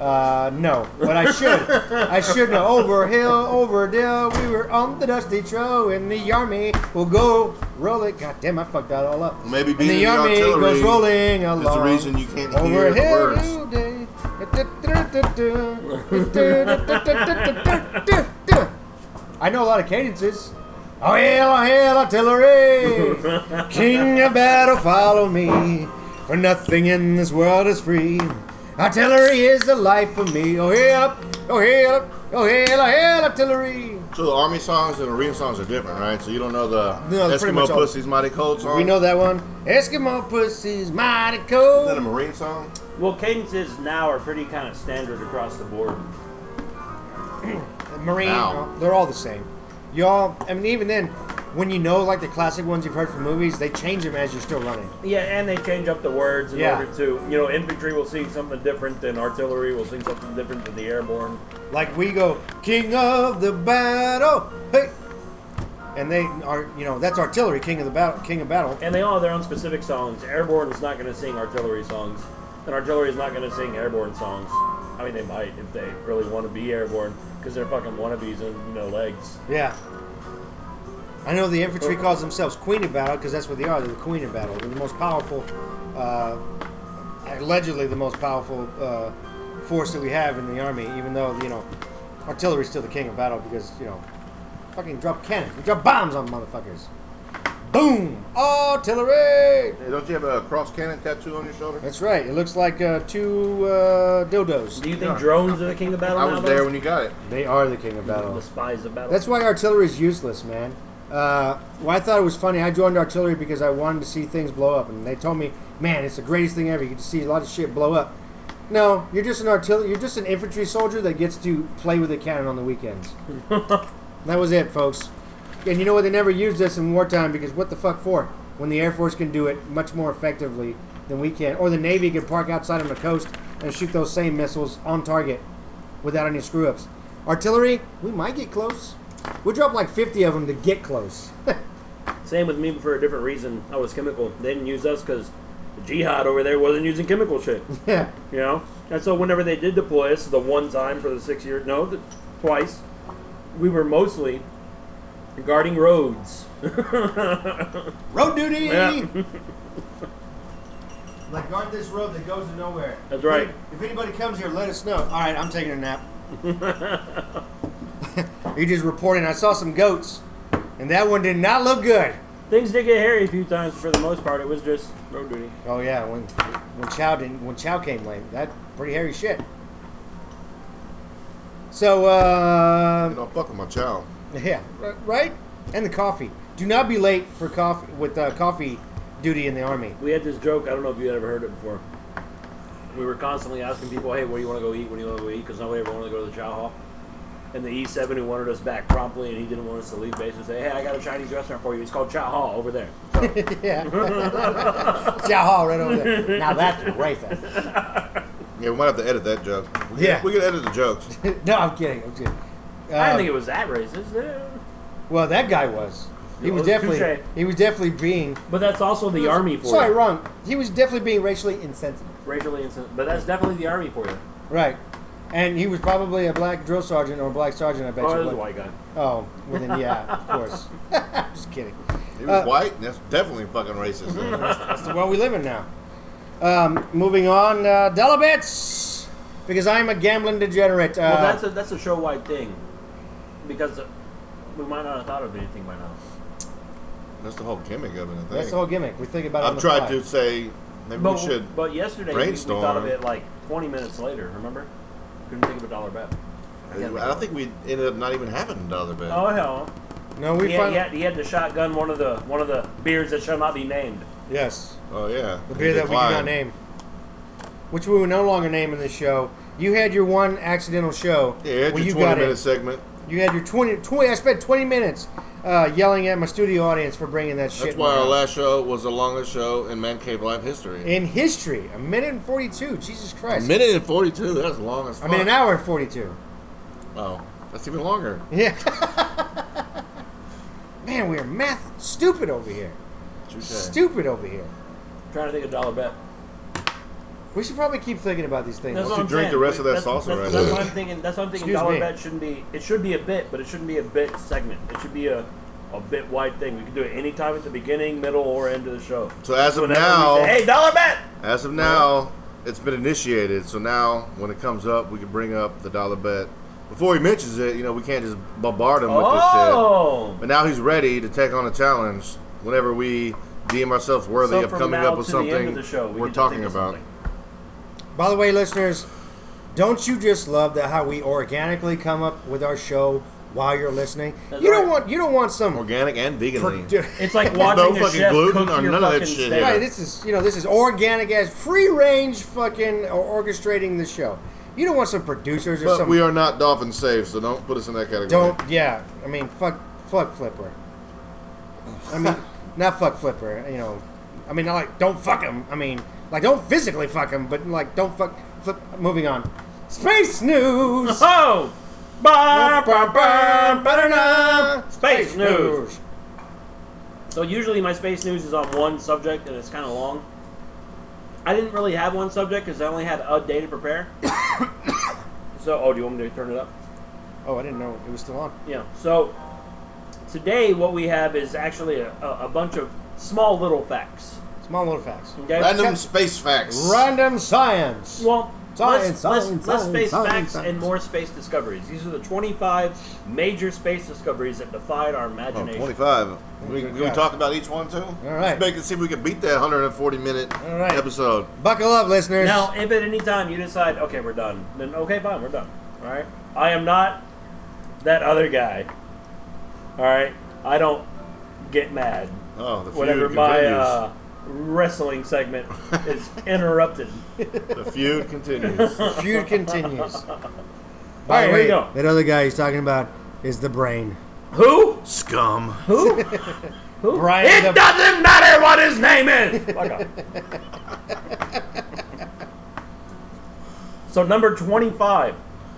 Speaker 1: Uh, no, but I should. I should know. Over hill, over dill, we were on the dusty trail in the army. We'll go roll it. God damn, I fucked that all up.
Speaker 2: Maybe
Speaker 1: And
Speaker 2: being
Speaker 1: the
Speaker 2: in
Speaker 1: army
Speaker 2: artillery
Speaker 1: goes rolling
Speaker 2: is
Speaker 1: along.
Speaker 2: the reason you can't hear
Speaker 1: over
Speaker 2: the
Speaker 1: hill
Speaker 2: words.
Speaker 1: day. [laughs] I know a lot of cadences. Oh hail, oh hail,
Speaker 2: [laughs]
Speaker 1: artillery! King of battle, follow me. For nothing in this world is free. Artillery is the life for me. Oh hail, up, oh hail, up, oh hail, oh hail, artillery!
Speaker 2: So the army songs and arena songs are different, right? So you don't know the
Speaker 1: No, they're pretty
Speaker 2: Eskimo
Speaker 1: much all-
Speaker 2: Pussy's Mighty Cold song.
Speaker 1: We know that one. Eskimo pussy's mighty
Speaker 2: Is that a
Speaker 1: cold.
Speaker 2: marine song?
Speaker 3: Well, cadences now are pretty kind of standard across the board.
Speaker 1: Marine,
Speaker 2: Now.
Speaker 1: uh, they're all the same. Y'all, I mean, even then, when you know like the classic ones you've heard from movies, they change them as you're still running.
Speaker 3: Yeah, and they change up the words in
Speaker 1: Yeah.
Speaker 3: order to, you know, infantry will sing something different than artillery will sing something different than the airborne.
Speaker 1: Like we go, King of the Battle, hey, and they are, you know, that's artillery, King of the Battle, King of Battle.
Speaker 3: And they all have their own specific songs. Airborne is not going to sing artillery songs, and artillery is not going to sing airborne songs. I mean, they might if they really want to be airborne because they're fucking wannabes and you know legs.
Speaker 1: Yeah. I know the infantry calls themselves Queen of Battle because that's what they are. They're the Queen of Battle. They're the most powerful, uh, allegedly the most powerful uh, force that we have in the army. Even though you know, artillery's still the King of Battle because you know, fucking drop cannons. We drop bombs on motherfuckers. Boom! Artillery.
Speaker 2: Hey, don't you have a cross cannon tattoo on your shoulder?
Speaker 1: That's right. It looks like uh, two uh, dildos.
Speaker 3: Do you think drones are the king of battle?
Speaker 2: I was
Speaker 3: now,
Speaker 2: there
Speaker 3: though?
Speaker 2: when you got it.
Speaker 1: They are the King of Battle.
Speaker 3: The spies of battle.
Speaker 1: That's why artillery is useless, man. Uh, well, I thought it was funny. I joined artillery because I wanted to see things blow up, and they told me, "Man, it's the greatest thing ever. You get to see a lot of shit blow up." No, you're just an artillery. You're just an infantry soldier that gets to play with a cannon on the weekends. that was it, folks. And you know what? They never used this in wartime because what the fuck for? When the Air Force can do it much more effectively than we can, or the Navy can park outside on the coast and shoot those same missiles on target without any screw ups. Artillery, we might get close. We dropped like 50 of them to get close. [laughs]
Speaker 3: Same with me, but for a different reason. I was chemical. They didn't use us because the jihad over there wasn't using chemical shit. [laughs]
Speaker 1: yeah.
Speaker 3: You know? And so whenever they did deploy us, the one time for the six year, no, the, twice, we were mostly guarding roads.
Speaker 1: Road duty! [laughs]
Speaker 3: Yeah.
Speaker 1: like, guard this road that goes to nowhere.
Speaker 3: That's right.
Speaker 1: If anybody comes here, let us know. All right, I'm taking a
Speaker 3: [laughs]
Speaker 1: nap. You're just reporting. I saw some goats, and that one did not look good.
Speaker 3: Things did get hairy a few times, but for the most part, it was just road duty.
Speaker 1: Oh yeah, when when Chow didn't when Chow came late, that pretty hairy shit. So
Speaker 2: You
Speaker 1: uh,
Speaker 2: know, fuck with my child.
Speaker 1: yeah, r- right. And the coffee. Do not be late for coffee with uh, coffee duty in the army. [laughs]
Speaker 3: We had this joke, I don't know if you had ever heard it before. We were constantly asking people, hey, where do you want to go eat? Where do you want to go eat? Because nobody ever wanted to go to the chow hall. And the E7 who wanted us back promptly and he didn't want us to leave base and say, hey, I got a Chinese restaurant for you. It's called Chow Hall over there.
Speaker 1: yeah, [laughs] Chow Hall right over there. Now that's racist.
Speaker 2: Yeah, we might have to edit that joke. We can-
Speaker 1: Yeah.
Speaker 2: we can edit
Speaker 1: [laughs]
Speaker 2: the jokes.
Speaker 1: [laughs] no, I'm kidding. I'm kidding.
Speaker 3: I
Speaker 1: Um,
Speaker 3: didn't think it was that racist. eh.
Speaker 1: well, that guy was. He was
Speaker 3: Yeah,
Speaker 1: definitely
Speaker 3: Oh, touche.
Speaker 1: he was definitely being
Speaker 3: But that's also the army for
Speaker 1: sorry
Speaker 3: you.
Speaker 1: wrong. He was definitely being racially insensitive.
Speaker 3: Racially insensitive. But that's definitely the army for you.
Speaker 1: Right. And he was probably a black drill sergeant or a black sergeant, I bet
Speaker 3: Oh,
Speaker 1: you.
Speaker 3: it was
Speaker 1: was.
Speaker 3: a white guy.
Speaker 1: Oh, well then, yeah, of course. [laughs] Just kidding.
Speaker 2: He was
Speaker 1: Uh,
Speaker 2: white. That's definitely fucking
Speaker 1: [laughs]
Speaker 2: racist. man.
Speaker 1: That's the world we live in now. Um, moving on, uh, Delabits, because I'm a gambling degenerate. Uh,
Speaker 3: Well, that's a, that's a show wide thing. Because we might not have thought of anything by now.
Speaker 2: That's the whole gimmick of it. I think.
Speaker 1: that's the whole gimmick. We think about it. on
Speaker 2: I've
Speaker 1: the
Speaker 2: tried
Speaker 1: fly.
Speaker 2: to say maybe
Speaker 3: But,
Speaker 2: we should.
Speaker 3: but yesterday we, we thought of
Speaker 2: brainstorm.
Speaker 3: it like 20 minutes later, remember? Couldn't think of a dollar bet.
Speaker 2: I don't think we ended up not even having another bet.
Speaker 3: Oh, hell.
Speaker 1: No, we
Speaker 3: He had,
Speaker 1: finally.
Speaker 3: he, had, he had to shotgun one of the one of the beers that shall not be named.
Speaker 1: Yes,
Speaker 2: Oh yeah,
Speaker 1: the beer that we do not name, which we will no longer name in this show. You had your one accidental show.
Speaker 2: Yeah, it's
Speaker 1: where
Speaker 2: a
Speaker 1: you got
Speaker 2: twenty
Speaker 1: it.
Speaker 2: minute segment.
Speaker 1: You had your 20, 20 I spent 20 minutes uh, yelling at my studio audience for bringing that shit.
Speaker 2: That's
Speaker 1: in
Speaker 2: why
Speaker 1: my
Speaker 2: our
Speaker 1: house.
Speaker 2: last show was the longest show in Man Cave Live history.
Speaker 1: in history, a minute and forty-two. Jesus
Speaker 2: A
Speaker 1: Christ!
Speaker 2: minute and 42, that's long as
Speaker 1: I
Speaker 2: fuck.
Speaker 1: mean, an hour and forty-two.
Speaker 2: Oh, that's even longer.
Speaker 1: Yeah. [laughs] Man, we're math stupid over here.
Speaker 2: Touche.
Speaker 1: Stupid over here.
Speaker 3: trying to think of dollar bet.
Speaker 1: We should probably keep thinking about these things.
Speaker 3: That's
Speaker 2: Why
Speaker 3: what
Speaker 2: don't
Speaker 3: I'm
Speaker 2: you drink
Speaker 3: saying.
Speaker 2: the rest of that
Speaker 3: That's-
Speaker 2: salsa
Speaker 3: that's-
Speaker 2: right
Speaker 3: That's
Speaker 2: there?
Speaker 3: what I'm thinking. That's what I'm thinking.
Speaker 1: Excuse
Speaker 3: dollar
Speaker 1: me.
Speaker 3: bet shouldn't be. It should be a bit, but it shouldn't be a bit segment. It should be a, a bit wide thing. We can do it anytime at the beginning, middle, or end of the show.
Speaker 2: So as of
Speaker 3: Whenever we say,
Speaker 2: now,
Speaker 3: hey, dollar bet.
Speaker 2: as of now, it's been initiated. So now, when it comes up, we can bring up the dollar bet. Before he mentions it, you know, we can't just bombard him with this
Speaker 3: Oh.
Speaker 2: shit. But now he's ready to take on a challenge whenever we deem ourselves worthy
Speaker 3: So
Speaker 2: of
Speaker 3: from
Speaker 2: coming
Speaker 3: now
Speaker 2: up with
Speaker 3: to the end of
Speaker 2: something
Speaker 3: the show, we
Speaker 2: are
Speaker 3: can just
Speaker 2: talking
Speaker 3: think of
Speaker 2: about.
Speaker 3: something.
Speaker 1: By the way, listeners, don't you just love that how we organically come up with our show while you're listening?
Speaker 3: That's
Speaker 1: you don't
Speaker 3: right.
Speaker 1: want you don't want some.
Speaker 2: Organic and veganly.
Speaker 1: [laughs] produ-
Speaker 2: [laughs]
Speaker 3: It's like watching
Speaker 2: fucking
Speaker 3: a chef
Speaker 2: gluten
Speaker 3: cook
Speaker 2: or
Speaker 3: your
Speaker 2: none of that
Speaker 3: fucking
Speaker 2: shit
Speaker 3: steak.
Speaker 2: here.
Speaker 1: Right, this is you know this is organic as free range fucking or- orchestrating the show. You don't want some producers or
Speaker 2: But
Speaker 1: some
Speaker 2: we are not dolphin safe, so don't put us in that category.
Speaker 1: don't yeah. I mean fuck fuck Flipper. I
Speaker 3: [laughs]
Speaker 1: mean not fuck Flipper. You know, I mean not like don't fuck him. I mean like don't physically fuck him, but like don't fuck. Flip, moving on. Space news.
Speaker 3: Oh. [laughs] Ba, ba, ba, ba.
Speaker 1: Ba-da-da.
Speaker 3: Space news. So usually my space news is on one subject and it's kind of long. I didn't really have one subject because I only had a day to
Speaker 2: [coughs]
Speaker 3: prepare. so, oh, do you want me to turn it up?
Speaker 1: Oh, I didn't know it was still on.
Speaker 3: Yeah. So today what we have is actually a, a, a bunch of small little facts.
Speaker 1: Small little facts.
Speaker 3: Okay.
Speaker 2: Random space facts.
Speaker 1: Random science.
Speaker 3: Well, less,
Speaker 1: Science,
Speaker 3: less,
Speaker 1: science,
Speaker 3: less
Speaker 1: science,
Speaker 3: space
Speaker 1: science,
Speaker 3: facts
Speaker 1: science.
Speaker 3: and more space discoveries. These are the 25 major space discoveries that defied our
Speaker 2: Oh,
Speaker 3: imagination.
Speaker 2: 25. We, can we
Speaker 1: God.
Speaker 2: talk about each one too? All
Speaker 1: right.
Speaker 2: Let's make it see if we can beat that 140 minute
Speaker 1: All right.
Speaker 2: episode.
Speaker 1: Buckle up, listeners.
Speaker 3: Now, if at any time you decide, okay, we're done, then okay, fine, we're done. All right. I am not that other guy. All right. I don't get mad
Speaker 2: Oh, the feud
Speaker 3: whenever
Speaker 2: continues.
Speaker 3: my uh, wrestling segment is [laughs] interrupted.
Speaker 2: the feud continues.
Speaker 3: [laughs]
Speaker 1: feud continues.
Speaker 3: All right, here we go.
Speaker 1: That other guy he's talking about is the brain.
Speaker 3: Who?
Speaker 2: Scum.
Speaker 3: [laughs] Who? Who?
Speaker 1: Brian
Speaker 3: it
Speaker 1: the-
Speaker 3: doesn't matter what his name is. Fuck off. so number twenty-five,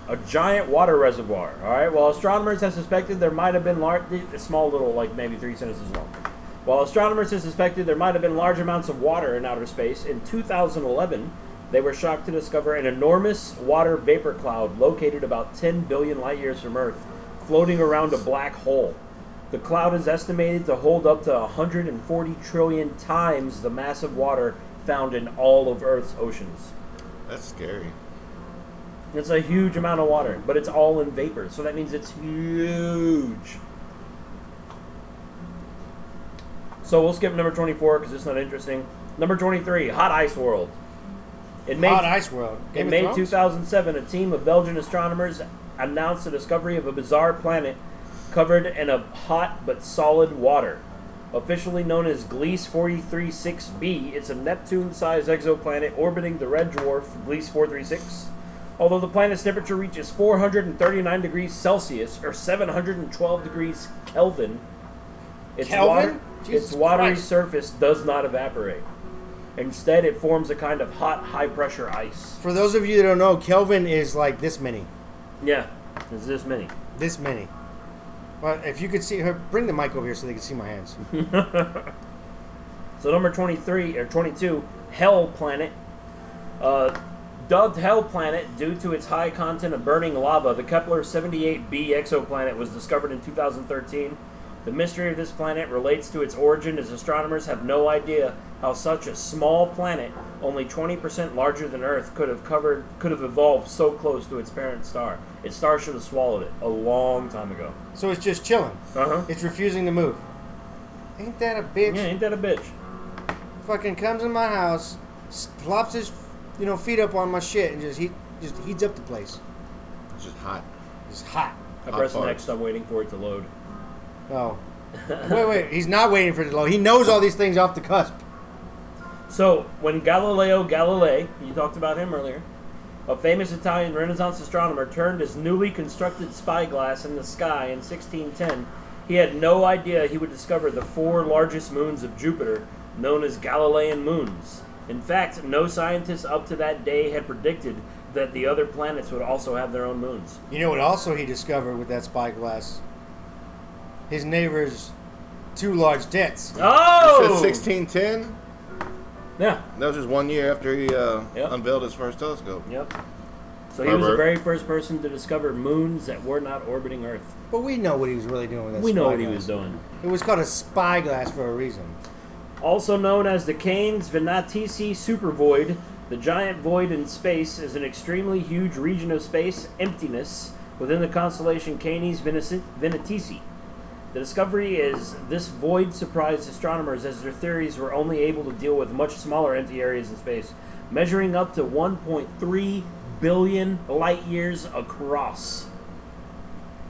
Speaker 3: a giant water reservoir. All right. While astronomers have suspected there might have been large, small little, like maybe three sentences long. While astronomers have suspected there might have been large amounts of water in outer space, in 2011, they were shocked to discover an enormous water vapor cloud located about 10 billion light years from Earth, floating around a black hole. The cloud is estimated to hold up to 140 trillion times the mass of water found in all of Earth's oceans.
Speaker 2: That's scary.
Speaker 3: It's a huge amount of water, but it's all in vapor, so that means it's huge. So we'll skip number 24 because it's not interesting. Number 23, Hot Ice World. In May,
Speaker 1: Hot Ice World. Game
Speaker 3: in May
Speaker 1: of Thrones?
Speaker 3: 2007, a team of Belgian astronomers announced the discovery of a bizarre planet covered in a hot but solid water. Officially known as Gliese 436b, it's a Neptune sized exoplanet orbiting the red dwarf Gliese 436. Although the planet's temperature reaches 439 degrees Celsius or 712 degrees Kelvin, its
Speaker 1: Kelvin?
Speaker 3: water, its
Speaker 1: Jesus
Speaker 3: watery
Speaker 1: Christ.
Speaker 3: surface does not evaporate. Instead, it forms a kind of hot, high pressure ice.
Speaker 1: For those of you that don't know, Kelvin is like this many.
Speaker 3: Yeah, there's this many.
Speaker 1: This many. Well, if you could see her, bring the mic over here so they can see my hands.
Speaker 3: So number 23 or 22, Hell Planet. Uh, dubbed Hell Planet due to its high content of burning lava, the Kepler 78b exoplanet was discovered in 2013. The mystery of this planet relates to its origin as astronomers have no idea how such a small planet, only 20% larger than Earth, could have covered could have evolved so close to its parent star. Its star should have swallowed it a long time ago.
Speaker 1: so it's just chilling.
Speaker 3: Uh-huh.
Speaker 1: It's refusing to move. Ain't that a bitch?
Speaker 3: Yeah, ain't that a bitch?
Speaker 1: fucking comes in my house, s- plops his you know feet up on my shit and just heat just heats up the place.
Speaker 2: It's just hot.
Speaker 1: It's hot.
Speaker 3: I
Speaker 2: Hot
Speaker 3: press
Speaker 2: farts.
Speaker 3: next, I'm waiting for it to load.
Speaker 1: Oh, wait, wait. He's not waiting for it to load. He knows all these things off the cusp.
Speaker 3: So, when Galileo Galilei, you talked about him earlier, a famous Italian Renaissance astronomer, turned his newly constructed spyglass in the sky in 1610, He had no idea he would discover the four largest moons of Jupiter, known as Galilean moons. In fact, no scientist up to that day had predicted that the other planets would also have their own moons.
Speaker 1: You know what? Also, he discovered with that spyglass, his neighbor's two large debts.
Speaker 2: It
Speaker 3: Oh!
Speaker 2: says 1610.
Speaker 3: Yeah.
Speaker 2: That was just one year after he uh,
Speaker 3: Yep.
Speaker 2: unveiled his first telescope.
Speaker 3: Yep. So he was the
Speaker 2: Herbert.
Speaker 3: very first person to discover moons that were not orbiting Earth.
Speaker 1: But we know what he was really doing with that.
Speaker 3: We know what he
Speaker 1: spyglass.
Speaker 3: was doing.
Speaker 1: It was called a spyglass for a reason.
Speaker 3: Also known as the Canes Venatici supervoid, the giant void in space is an extremely huge region of space emptiness within the constellation Canes Venisi- Venatici. The discovery is this void surprised astronomers as their theories were only able to deal with much smaller empty areas in space, measuring up to 1.3 billion light years across.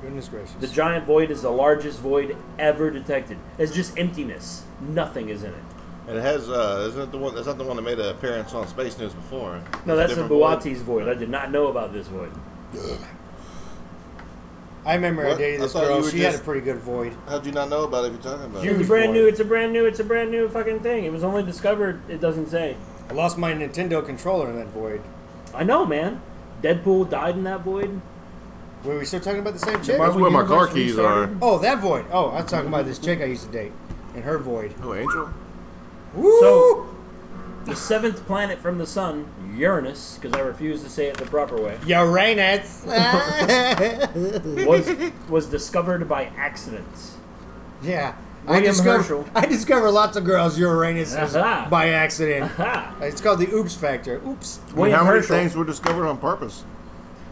Speaker 1: Goodness gracious.
Speaker 3: The giant void is the largest void ever detected. It's just emptiness. Nothing is in it.
Speaker 2: And it has uh, isn't it the one? That's not the one that made an appearance on Space News before.
Speaker 3: No,
Speaker 2: It's
Speaker 3: that's
Speaker 2: a
Speaker 3: the
Speaker 2: different one.
Speaker 3: Buati's void. I did not know about this void.
Speaker 1: I remember I
Speaker 2: What?
Speaker 1: dated
Speaker 2: I
Speaker 1: this
Speaker 2: thought you
Speaker 1: girl.
Speaker 2: were
Speaker 1: She had
Speaker 2: just-
Speaker 1: a pretty good void.
Speaker 2: How'd you not know about it? If you're talking about
Speaker 1: You-
Speaker 2: it,
Speaker 3: It's
Speaker 1: Huge
Speaker 3: a brand new.
Speaker 1: void.
Speaker 3: It's a brand new. It's a brand new fucking thing. It was only discovered. It doesn't say.
Speaker 1: I lost my Nintendo controller in that void.
Speaker 3: I know, man. Deadpool died in that void.
Speaker 1: Were we still talking about the same chick?
Speaker 2: That's
Speaker 3: Marvel
Speaker 2: where my car
Speaker 3: Universe
Speaker 2: keys are.
Speaker 3: restarted?
Speaker 1: Oh, that void. Oh, I was talking about this chick I used to date and her void.
Speaker 2: Oh, Angel.
Speaker 1: Woo!
Speaker 3: So- The seventh planet from the sun, Uranus, because I refuse to say it the proper way,
Speaker 1: Uranus. [laughs]
Speaker 2: [laughs]
Speaker 3: was was discovered by accident.
Speaker 1: yeah. I
Speaker 3: William
Speaker 1: discover,
Speaker 3: Herschel.
Speaker 1: I discover lots of girls Uranus
Speaker 3: [laughs] Aha.
Speaker 1: by accident.
Speaker 3: Ha!
Speaker 1: It's called the oops factor. Oops.
Speaker 2: I mean,
Speaker 3: William
Speaker 2: how many
Speaker 3: Herschel.
Speaker 2: things were discovered on purpose?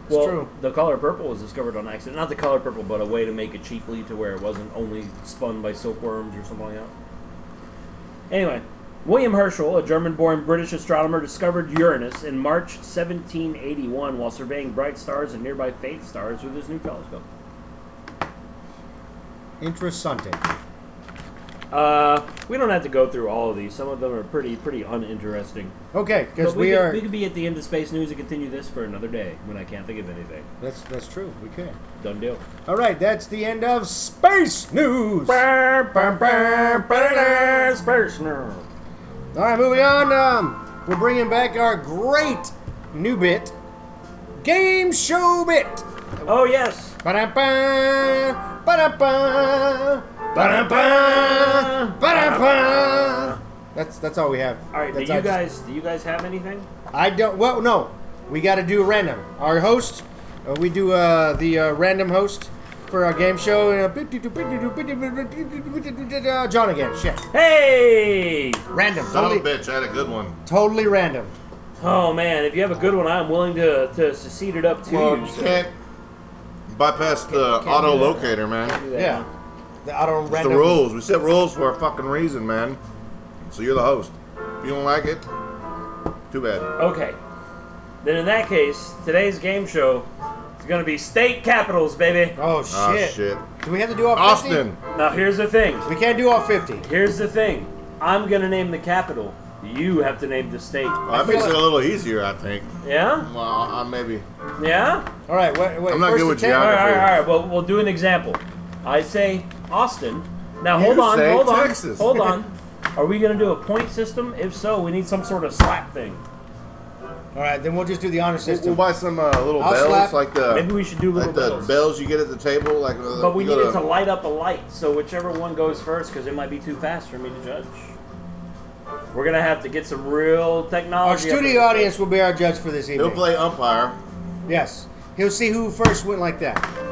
Speaker 3: well,
Speaker 1: true.
Speaker 3: the color purple was discovered on accident. Not the color purple, but a way to make it cheaply to where it wasn't only spun by silkworms or something like that. Anyway, William Herschel, a German born British astronomer, discovered Uranus in March 1781 while surveying bright stars and nearby faint stars with his new telescope.
Speaker 1: Interessante.
Speaker 3: Uh, we don't have to go through all of these. Some of them are pretty pretty uninteresting.
Speaker 1: Okay, because
Speaker 3: But
Speaker 1: we,
Speaker 3: could,
Speaker 1: are.
Speaker 3: we could be at the end of space news and continue this for another day when I can't think of anything.
Speaker 1: That's that's true. We can.
Speaker 3: Done deal.
Speaker 1: All right, that's the end of space news. All
Speaker 3: Space news.
Speaker 1: right, moving on. Um, we're bringing back our great new bit, game show bit.
Speaker 3: Oh yes.
Speaker 1: Ba-da-ba, ba-da-ba, ba-da-ba, ba-da-ba. That's that's all we have.
Speaker 3: All right. Do
Speaker 1: That's-
Speaker 3: you
Speaker 1: I just-
Speaker 3: guys do you guys have anything?
Speaker 1: I don't. Well, no. We got to do random. Our host, uh, we do uh, the uh, random host for our game show. Uh, and, Uh, John again. Shit.
Speaker 3: Hey.
Speaker 1: Random.
Speaker 2: Son of a
Speaker 1: Totally,
Speaker 2: bitch, I had a good one.
Speaker 1: totally random.
Speaker 3: Oh man, if you have a good one, I'm willing to to secede it up to
Speaker 2: Well,
Speaker 3: you.
Speaker 2: you
Speaker 3: so-
Speaker 2: can't bypass the
Speaker 3: can't
Speaker 2: auto
Speaker 3: do that.
Speaker 2: locator, man.
Speaker 3: Do that.
Speaker 1: Yeah. The auto
Speaker 2: It's the
Speaker 1: random.
Speaker 2: rules. We set rules for a fucking reason, man. So you're the host. If you don't like it, too bad.
Speaker 3: Okay. Then in that case, today's game show is going to be state capitals, baby.
Speaker 1: Oh
Speaker 2: Ah,
Speaker 1: shit.
Speaker 2: shit.
Speaker 1: Do we have to do all 50?
Speaker 2: Austin.
Speaker 3: Now here's the thing.
Speaker 1: We can't do all 50.
Speaker 3: Here's the thing. I'm going to name the capital. You have to name the state.
Speaker 2: Well, that
Speaker 1: feel
Speaker 2: makes it
Speaker 1: like-
Speaker 2: a little easier, I think.
Speaker 3: Yeah?
Speaker 2: Well, I, I maybe.
Speaker 3: Yeah?
Speaker 1: All right. Wait. wait
Speaker 2: I'm not
Speaker 1: first
Speaker 2: good with
Speaker 1: attempt.
Speaker 3: All
Speaker 2: geography.
Speaker 3: right, all right, all right. Well, we'll do an example. I say Austin. Now
Speaker 2: You
Speaker 3: hold on,
Speaker 2: say
Speaker 3: hold on,
Speaker 2: Texas.
Speaker 1: [laughs]
Speaker 3: hold on. Are we going to do a point system? If so, we need some sort of slap thing.
Speaker 1: All right. Then we'll just do the honor
Speaker 2: We'll, we'll
Speaker 1: system.
Speaker 2: buy some uh, little
Speaker 1: I'll
Speaker 2: bells,
Speaker 1: slap-
Speaker 2: like the
Speaker 3: Maybe we should do little
Speaker 2: like the
Speaker 3: bells.
Speaker 2: bells you get at the table, like. uh,
Speaker 3: But we
Speaker 2: you
Speaker 3: need
Speaker 2: go
Speaker 3: it to light up a light, so whichever one goes first, because it might be too fast for me to judge. We're gonna have to get some real
Speaker 1: Our
Speaker 3: technology. up in
Speaker 1: studio
Speaker 3: this
Speaker 1: audience will be our judge for this
Speaker 2: He'll
Speaker 1: evening.
Speaker 2: play umpire.
Speaker 1: yes. He'll see who first went like that.
Speaker 3: thing.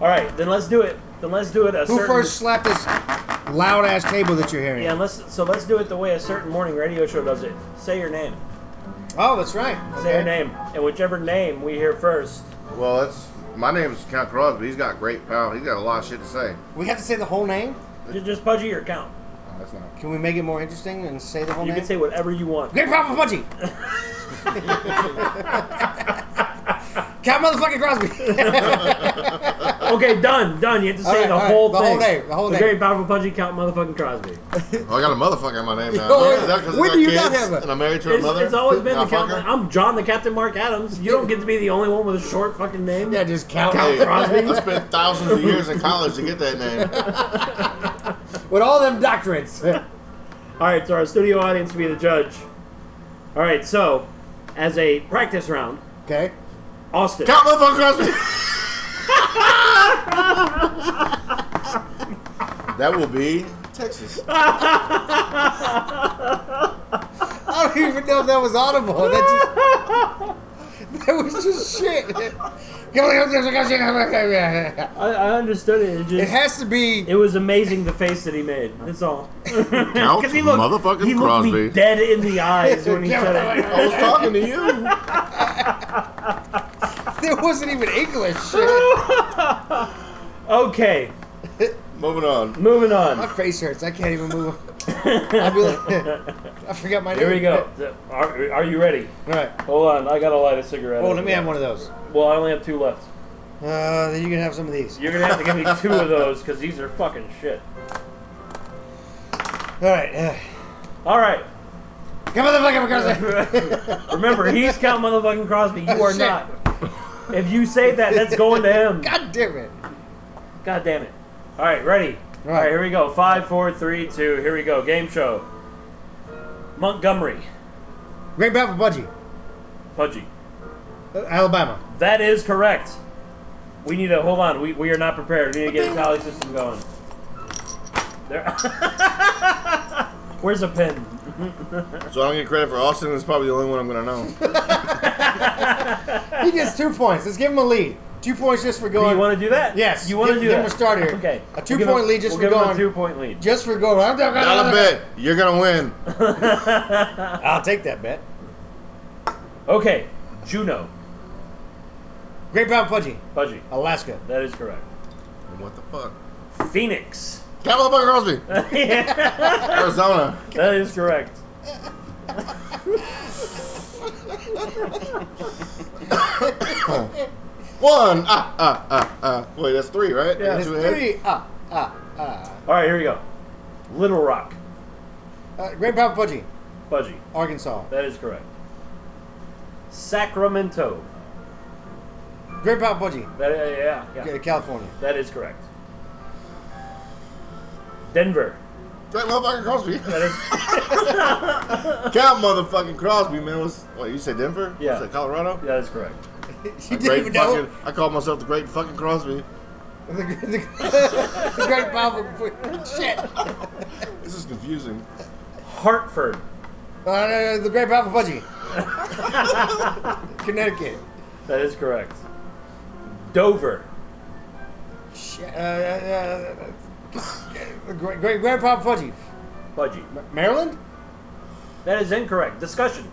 Speaker 3: All right, then let's do it. Then let's do it a
Speaker 1: Who
Speaker 3: certain.
Speaker 1: first slapped this loud ass table that you're hearing?
Speaker 3: Yeah, let's. So let's do it the way a certain morning radio show does it. Say your name.
Speaker 1: Oh, that's right.
Speaker 3: Say your
Speaker 1: Okay.
Speaker 3: name, and whichever name we hear first.
Speaker 2: Well, that's my name's Count Crosby. He's got great power. He's got a lot of shit to say.
Speaker 1: We have to say the whole name.
Speaker 3: ju- Just pudgy your count.
Speaker 2: No, that's not.
Speaker 1: Can we make it more interesting and say the whole
Speaker 3: You
Speaker 1: name?
Speaker 3: can say whatever you want.
Speaker 1: Great Papa [laughs] Pudgy. Cat motherfucking Crosby.
Speaker 3: Okay, done, done. You have to say
Speaker 1: Alright,
Speaker 3: the
Speaker 1: alright,
Speaker 3: whole
Speaker 1: the
Speaker 3: thing.
Speaker 1: whole day, the whole day.
Speaker 3: very powerful punching count, motherfucking Crosby.
Speaker 2: Oh, I got a motherfucker in my name now.
Speaker 1: Oh,
Speaker 2: Is that 'cause
Speaker 1: [laughs]
Speaker 2: I
Speaker 1: when
Speaker 2: got
Speaker 1: do you not
Speaker 2: kids
Speaker 1: have a-
Speaker 2: And I'm married to a
Speaker 3: It's,
Speaker 2: mother.
Speaker 3: it's always been
Speaker 2: Now,
Speaker 3: the count.
Speaker 2: fucker?
Speaker 3: I'm John, the Captain Mark Adams. You don't get to be the only one with a short fucking name.
Speaker 1: Yeah, just count.
Speaker 2: Hey,
Speaker 3: Crosby.
Speaker 2: I spent thousands of years in college to get
Speaker 1: [laughs]
Speaker 2: that name.
Speaker 1: With all them doctorates.
Speaker 3: All right, so our studio audience will be the judge. All right, so as a practice round,
Speaker 1: [laughs] okay.
Speaker 3: Austin.
Speaker 2: Count motherfucker Crosby. that will be
Speaker 1: [laughs]
Speaker 2: Texas.
Speaker 1: I don't even know if that was audible. That just that was just shit. It
Speaker 3: I, I understood it. It, just, it,
Speaker 1: has to be.
Speaker 3: was amazing the face that he made. That's all. [laughs]
Speaker 2: Count
Speaker 3: Because he looked,
Speaker 2: motherfucking
Speaker 3: he looked me
Speaker 2: Crosby.
Speaker 3: dead in the eyes
Speaker 1: [laughs]
Speaker 3: when he said it.
Speaker 2: I was talking to you.
Speaker 1: There wasn't even English.
Speaker 3: Okay,
Speaker 2: Moving on.
Speaker 3: moving
Speaker 1: My
Speaker 3: on.
Speaker 1: face hurts. I can't even move. I'll be like, [laughs] I forgot my name.
Speaker 3: Here we go. Are, are you ready?
Speaker 1: All right.
Speaker 3: Hold on, I gotta light a cigarette.
Speaker 1: Oh, let me have one of those.
Speaker 3: Well, I only have two left.
Speaker 1: Uh, then you can have some of these.
Speaker 3: You're gonna have to give me two of those because these are fucking shit.
Speaker 1: All right. Uh,
Speaker 3: All right.
Speaker 1: come on, the fuck
Speaker 3: [laughs]
Speaker 1: up, Crosby.
Speaker 3: Remember, he's Count Motherfucking Crosby.
Speaker 1: [laughs]
Speaker 3: You are
Speaker 1: Shit.
Speaker 3: not. If you say that, that's going to him. God,
Speaker 1: God damn it.
Speaker 3: damn it. All right, ready. All right, here we go. Five, four, three, two. Here we go. Game show. Montgomery,
Speaker 1: Great battle for Budgie.
Speaker 3: Pudgy.
Speaker 1: Uh, Alabama.
Speaker 3: That is correct. We need to hold on. We, we are not prepared. We need to get a tally system going. There. [laughs] Where's a pen?
Speaker 2: So I don't get credit for Austin. It's probably the only one I'm going to know.
Speaker 1: He gets two points. Let's give him a lead. Two points just for
Speaker 3: Do
Speaker 1: going.
Speaker 3: you want to do that?
Speaker 1: Yes.
Speaker 3: You want to
Speaker 1: Give-
Speaker 3: do
Speaker 1: give
Speaker 3: that?
Speaker 1: him a start here.
Speaker 3: Okay.
Speaker 1: A two
Speaker 3: give
Speaker 1: point
Speaker 3: him-
Speaker 1: lead just
Speaker 3: we'll
Speaker 1: for
Speaker 3: give him
Speaker 1: going.
Speaker 3: a two point lead.
Speaker 1: just for going. I'm [laughs]
Speaker 2: Dollar bet. You're going to win.
Speaker 1: I'll take that bet.
Speaker 3: Okay. Juno,
Speaker 1: Great Brown Pudgy,
Speaker 3: Pudgy.
Speaker 1: Alaska.
Speaker 3: That is correct.
Speaker 2: What the fuck?
Speaker 3: Phoenix. [laughs]
Speaker 2: Count motherfucker Crosby.
Speaker 3: that
Speaker 2: Arizona.
Speaker 3: is correct.
Speaker 2: One. Ah, ah, ah, ah. Wait, that's three, right?
Speaker 1: It's
Speaker 2: Two ahead?
Speaker 1: three. Ah, ah, ah.
Speaker 3: All right, here we go. Little Rock,
Speaker 1: Uh, Great Brown Pudgy,
Speaker 3: Pudgy.
Speaker 1: Arkansas.
Speaker 3: That is correct. Sacramento.
Speaker 1: Great Brown Pudgy,
Speaker 3: That yeah yeah.
Speaker 1: uh, California. [laughs]
Speaker 3: That is correct. Denver.
Speaker 2: That motherfucking Crosby.
Speaker 3: That is
Speaker 2: Count motherfucking Crosby, man. Was what you said Denver?
Speaker 3: Yeah.
Speaker 2: You said Colorado?
Speaker 3: that is correct.
Speaker 1: You
Speaker 2: The great
Speaker 1: didn't even know.
Speaker 2: fucking, I call myself the great fucking Crosby.
Speaker 1: The, the, [laughs] the Great Brown Pudgy. Shit. Uh,
Speaker 2: This is confusing.
Speaker 3: Hartford.
Speaker 1: no, no, the Great Brown Pudgy. [laughs] Connecticut.
Speaker 3: That is correct. Dover.
Speaker 1: Shit. Uh, uh, uh, uh, great, great Grandpa Pudgy.
Speaker 3: Budgie.
Speaker 1: Maryland?
Speaker 3: That is incorrect. Discussion.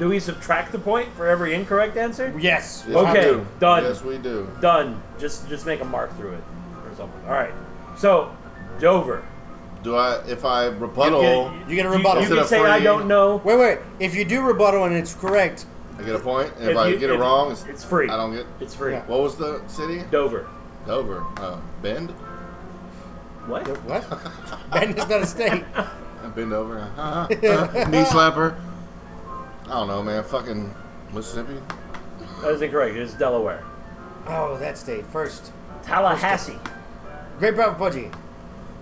Speaker 3: Do we subtract the point for every incorrect answer?
Speaker 1: Yes.
Speaker 2: Yes, we
Speaker 3: Okay,
Speaker 2: do.
Speaker 3: done.
Speaker 2: Yes, we do.
Speaker 3: Done. Just just make a mark through it or something. All right. So Dover.
Speaker 2: Do I? If I rebuttal,
Speaker 1: You get a rebuttal.
Speaker 3: You,
Speaker 2: Instead
Speaker 3: can
Speaker 2: of
Speaker 3: say I
Speaker 2: free-
Speaker 3: don't know.
Speaker 1: Wait, wait. If you do rebuttal and it's correct,
Speaker 2: I get a point. And if,
Speaker 3: If
Speaker 2: I
Speaker 3: you-
Speaker 2: get it
Speaker 3: if-
Speaker 2: wrong, it's,
Speaker 3: It's free.
Speaker 2: I don't get.
Speaker 3: It's free.
Speaker 1: Yeah.
Speaker 2: What was the city?
Speaker 3: Dover.
Speaker 2: Dover. Uh, Bend.
Speaker 3: What?
Speaker 1: [laughs] what? Bend is not a state.
Speaker 2: I bend over. [laughs] Uh, uh, knee slapper. I don't know, man. Fucking Mississippi.
Speaker 3: That is incorrect. It is Delaware.
Speaker 1: Oh, that state first.
Speaker 3: Tallahassee.
Speaker 1: Great Brown Pudgy.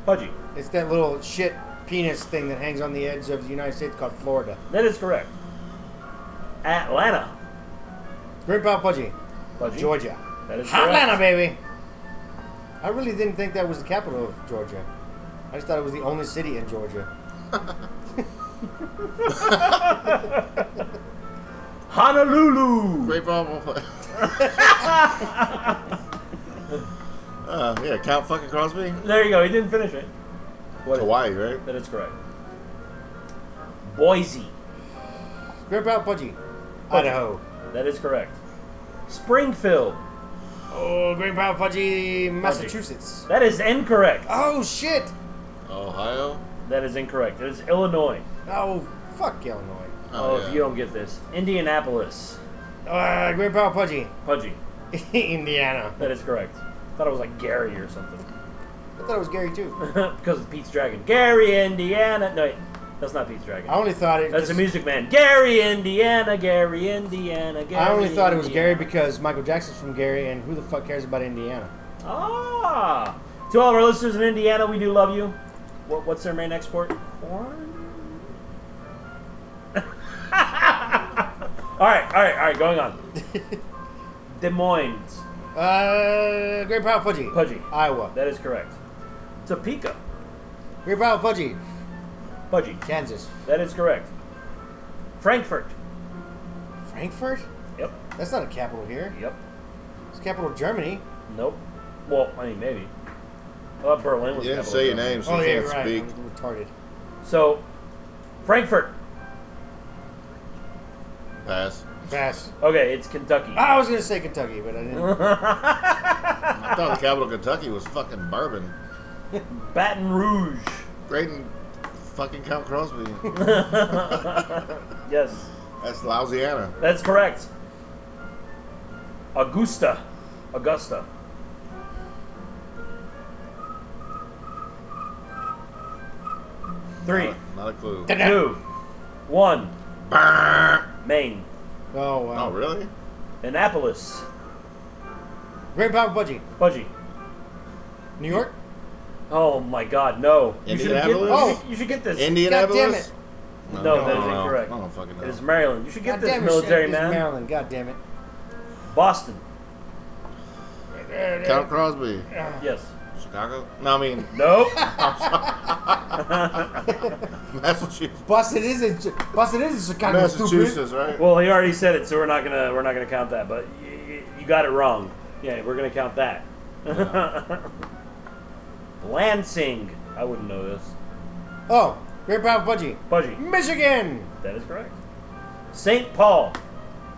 Speaker 3: Pudgy.
Speaker 1: It's that little shit penis thing that hangs on the edge of the United States called Florida.
Speaker 3: That is correct. Atlanta.
Speaker 1: Great Brown Pudgy,
Speaker 3: Pudgy.
Speaker 1: Georgia.
Speaker 3: That is correct.
Speaker 1: Atlanta, baby. I really didn't think that was the capital of Georgia. I just thought it was the only city in Georgia.
Speaker 3: Honolulu.
Speaker 2: Great [laughs] ball. uh, yeah, Count fucking Crosby.
Speaker 3: There you go. He didn't finish it. What? is-
Speaker 2: Hawaii, right?
Speaker 3: That is correct. Boise.
Speaker 1: Great Brown Pudgy, Idaho.
Speaker 3: That is correct. Springfield.
Speaker 1: Oh, Great Brown Pudgy, Massachusetts.
Speaker 3: That is incorrect.
Speaker 1: Oh shit.
Speaker 2: Ohio.
Speaker 3: That is incorrect. It is Illinois.
Speaker 1: Oh fuck Illinois.
Speaker 2: Oh,
Speaker 3: Oh,
Speaker 2: yeah.
Speaker 3: if you don't get this. Indianapolis.
Speaker 1: Uh, Great Brown Pudgy,
Speaker 3: Pudgy.
Speaker 1: [laughs] Indiana.
Speaker 3: That is correct. thought it was like Gary or something. [laughs]
Speaker 1: I thought it was Gary too.
Speaker 3: because of Pete's Dragon. Gary, Indiana. No, wait, that's not Pete's Dragon.
Speaker 1: I only thought it.
Speaker 3: That's the
Speaker 1: just-
Speaker 3: Music Man. Gary, Indiana. Gary, Indiana. Gary.
Speaker 1: I only thought it was Gary
Speaker 3: Indiana.
Speaker 1: because Michael Jackson's from Gary, and who the fuck cares about [laughs] Indiana?
Speaker 3: Ah! To all of our listeners in Indiana, we do love you. What, what's their main export? Corn? [laughs] all right, all right, all right, going on. Des Moines,
Speaker 1: Uh, Great Power Pudgy.
Speaker 3: Pudgy.
Speaker 1: Iowa.
Speaker 3: that is correct. Topeka,
Speaker 1: Great Power Pudgy.
Speaker 3: Pudgy,
Speaker 1: Kansas.
Speaker 3: that is correct. Frankfurt,
Speaker 1: Frankfurt?
Speaker 3: yep,
Speaker 1: That's not a capital here.
Speaker 3: yep,
Speaker 1: It's capital of Germany.
Speaker 3: nope. Well, I mean, maybe. I thought Berlin was
Speaker 2: You didn't
Speaker 3: capital.
Speaker 2: say your name, so
Speaker 1: oh
Speaker 2: you
Speaker 1: yeah,
Speaker 2: can't
Speaker 1: right.
Speaker 2: speak.
Speaker 1: I'm retarded.
Speaker 3: So, Frankfurt.
Speaker 2: Pass.
Speaker 1: Pass.
Speaker 3: Okay, it's Kentucky.
Speaker 1: I was gonna say Kentucky, but I
Speaker 3: Uh-huh.
Speaker 1: didn't.
Speaker 2: Ah! I thought the capital of Kentucky was fucking Bourbon.
Speaker 3: [laughs] Baton Rouge.
Speaker 2: Great and fucking Count
Speaker 3: [laughs]
Speaker 2: Crosby.
Speaker 3: Yes,
Speaker 2: That's Louisiana.
Speaker 3: that's correct. Augusta. Augusta. Three,
Speaker 2: Not a clue.
Speaker 3: two, one. Maine.
Speaker 1: Oh wow.
Speaker 2: Oh, really?
Speaker 3: Annapolis.
Speaker 1: Great Power Pudgy.
Speaker 3: Budgie.
Speaker 1: New York.
Speaker 3: Oh my god, no. You should, get,
Speaker 2: Indianapolis?
Speaker 3: you should- you should get this.
Speaker 2: Indianapolis?
Speaker 3: No, that is
Speaker 2: no.
Speaker 3: incorrect.
Speaker 2: I don't fucking know.
Speaker 3: It is Maryland. You should get
Speaker 1: God
Speaker 3: this,
Speaker 1: damn it,
Speaker 3: military
Speaker 1: shit, it's
Speaker 3: man.
Speaker 1: Maryland. God damn it.
Speaker 3: Boston.
Speaker 2: Count Crosby.
Speaker 3: Yes.
Speaker 2: Chicago? No, I mean, [laughs]
Speaker 1: [laughs]
Speaker 3: Nope. [laughs]
Speaker 2: Massachusetts.
Speaker 1: Boston is in Chi- Boston is in Chicago. Stupid.
Speaker 2: Massachusetts, right?
Speaker 3: Well, he already said it, so we're not gonna we're not gonna count that. But y- y- you got it wrong. Yeah, we're gonna count that. [laughs] Lansing. I wouldn't know this.
Speaker 1: Oh, Great Power Pudgy.
Speaker 3: Pudgy.
Speaker 1: Michigan.
Speaker 3: That is correct. St. Paul.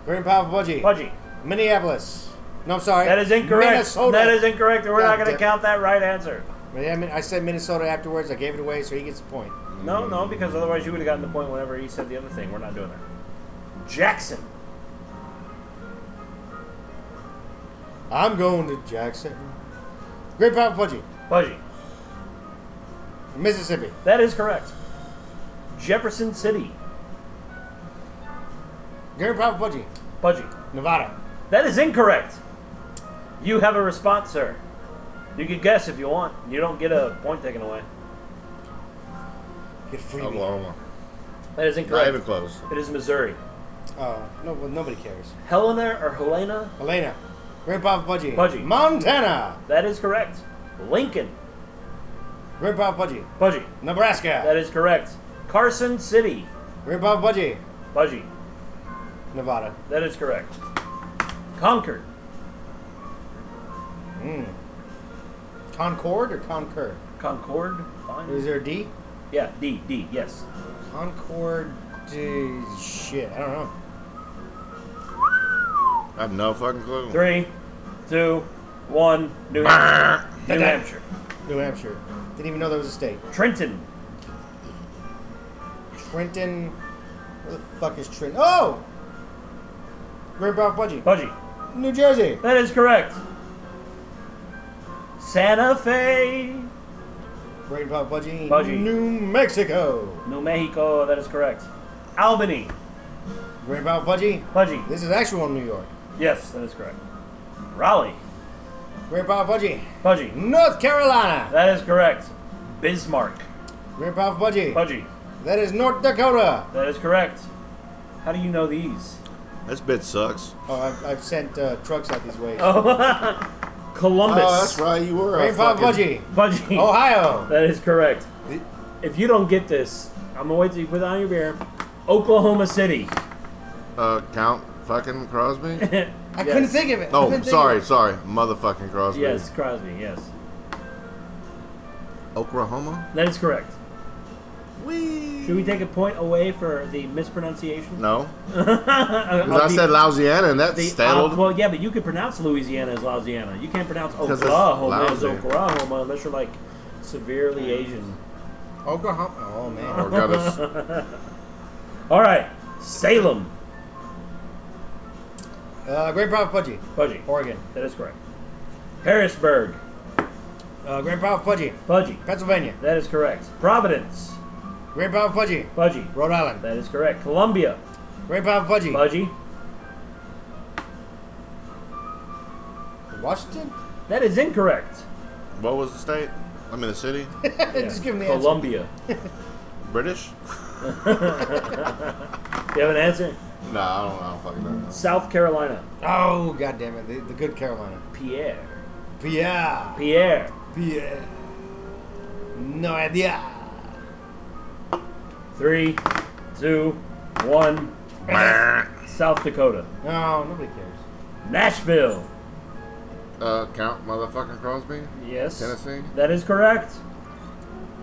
Speaker 1: Great Power Pudgy.
Speaker 3: Pudgy.
Speaker 1: Minneapolis. No, I'm sorry.
Speaker 3: That is incorrect.
Speaker 1: Minnesota.
Speaker 3: That is incorrect, and we're not
Speaker 1: God damn.
Speaker 3: gonna count that right answer.
Speaker 1: Yeah, I, mean, I said Minnesota afterwards. I gave it away, so he gets a point.
Speaker 3: No, no, because otherwise you would have gotten the point whenever he said the other thing. We're not doing that. Jackson.
Speaker 1: I'm going to Jackson. Great Power Pudgy.
Speaker 3: Pudgy.
Speaker 1: Mississippi.
Speaker 3: That is correct. Jefferson City.
Speaker 1: Great Power Pudgy.
Speaker 3: Pudgy.
Speaker 1: Nevada.
Speaker 3: That is incorrect. You have a response, sir. You can guess if you want. You don't get a point taken away.
Speaker 1: Get a freebie.
Speaker 2: Oklahoma.
Speaker 3: That is
Speaker 2: Not
Speaker 3: incorrect.
Speaker 2: even close.
Speaker 3: It is Missouri.
Speaker 1: Oh, no, well, nobody cares.
Speaker 3: Helena or Helena?
Speaker 1: Elena. Great Power Pudgy.
Speaker 3: Pudgy.
Speaker 1: Montana.
Speaker 3: That is correct. Lincoln.
Speaker 1: Great Power Pudgy.
Speaker 3: Budgie. That
Speaker 1: Nebraska.
Speaker 3: is correct. Carson City.
Speaker 1: Great Power Pudgy.
Speaker 3: Budgie.
Speaker 1: Nevada.
Speaker 3: That is correct. Concord.
Speaker 1: Concord or Concur?
Speaker 3: Concord? Fine.
Speaker 1: Is there a D?
Speaker 3: Yeah, D, D, yes.
Speaker 1: Concord. uh, shit, I don't know.
Speaker 2: I have no fucking clue.
Speaker 3: Three, two, one, New Hampshire. New
Speaker 1: Da-da.
Speaker 3: Hampshire.
Speaker 1: New Hampshire. Didn't even know there was a state.
Speaker 3: Trenton.
Speaker 1: Trenton. Where the fuck is Trenton? Oh! Great Power Pudgy.
Speaker 3: Budgie.
Speaker 1: New Jersey.
Speaker 3: That is correct. Santa Fe,
Speaker 1: Great Power Pudgy.
Speaker 3: Pudgy.
Speaker 1: New Mexico.
Speaker 3: New Mexico. That is correct. Albany,
Speaker 1: Great Power Pudgy.
Speaker 3: Pudgy.
Speaker 1: This is actual New York.
Speaker 3: Yes, that is correct. Raleigh,
Speaker 1: Great Power Pudgy.
Speaker 3: Pudgy.
Speaker 1: North Carolina.
Speaker 3: That is correct. Bismarck,
Speaker 1: Great Power Pudgy.
Speaker 3: Pudgy.
Speaker 1: That is North Dakota.
Speaker 3: That is correct. How do you know these?
Speaker 2: This bit sucks.
Speaker 1: Oh, I've, I've sent uh, trucks out these ways.
Speaker 3: Oh, [laughs] Columbus,
Speaker 2: Oh, that's right. You were
Speaker 1: Great
Speaker 2: a
Speaker 1: Power
Speaker 2: fucking...
Speaker 1: Pudgy.
Speaker 3: Pudgy.
Speaker 1: Oh, Ohio.
Speaker 3: [laughs] That is correct. If you don't get this, I'm gonna wait till you put it on your beer. Oklahoma City. [laughs]
Speaker 2: Uh, Count fucking Crosby?
Speaker 1: [laughs] I couldn't think of it. I couldn't
Speaker 2: Oh,
Speaker 1: think
Speaker 2: sorry,
Speaker 1: of
Speaker 2: sorry. Motherfucking Crosby.
Speaker 3: Yes, Crosby. Yes,
Speaker 2: Oklahoma?
Speaker 3: that is correct.
Speaker 2: Wee.
Speaker 3: Should we take a point away for the [laughs] mispronunciation?
Speaker 2: No.
Speaker 3: Because
Speaker 2: Because I said Louisiana and that's stangled.
Speaker 3: uh, well, yeah, but you can pronounce Louisiana as Louisiana. You can't pronounce
Speaker 2: 'Cause it's
Speaker 3: Oklahoma as
Speaker 2: lousy.
Speaker 3: Oklahoma unless you're like severely Asian.
Speaker 1: it. Oklahoma. Oh man.
Speaker 2: Or got
Speaker 3: [laughs]
Speaker 2: us.
Speaker 3: All right, Salem,
Speaker 1: Uh, Great Power Pudgy.
Speaker 3: Pudgy.
Speaker 1: Oregon.
Speaker 3: That is correct. Harrisburg,
Speaker 1: Uh, Great Power Pudgy,
Speaker 3: Pudgy.
Speaker 1: Pennsylvania.
Speaker 3: That is correct. Providence,
Speaker 1: Great Power Pudgy,
Speaker 3: Pudgy.
Speaker 1: Rhode Island.
Speaker 3: That is correct. Columbia,
Speaker 1: Great Power Pudgy,
Speaker 3: Pudgy.
Speaker 1: Washington. [laughs]
Speaker 3: That is incorrect.
Speaker 2: What was the state? I mean,
Speaker 1: [laughs]
Speaker 2: the city?
Speaker 1: Just give 'em the answer.
Speaker 3: Columbia. [laughs]
Speaker 2: British?
Speaker 3: You have an answer?
Speaker 2: Nah, I don't, I don't fucking know.
Speaker 3: South Carolina,
Speaker 1: Oh God damn it! The, the good Carolina.
Speaker 3: Pierre.
Speaker 1: Pierre.
Speaker 3: Pierre.
Speaker 1: Pierre. No idea.
Speaker 3: Three, two, one.
Speaker 1: [laughs]
Speaker 3: South Dakota,
Speaker 1: No, nobody cares.
Speaker 3: Nashville.
Speaker 2: Uh, count motherfucking Crosby?
Speaker 3: Yes.
Speaker 2: Tennessee?
Speaker 3: That is correct.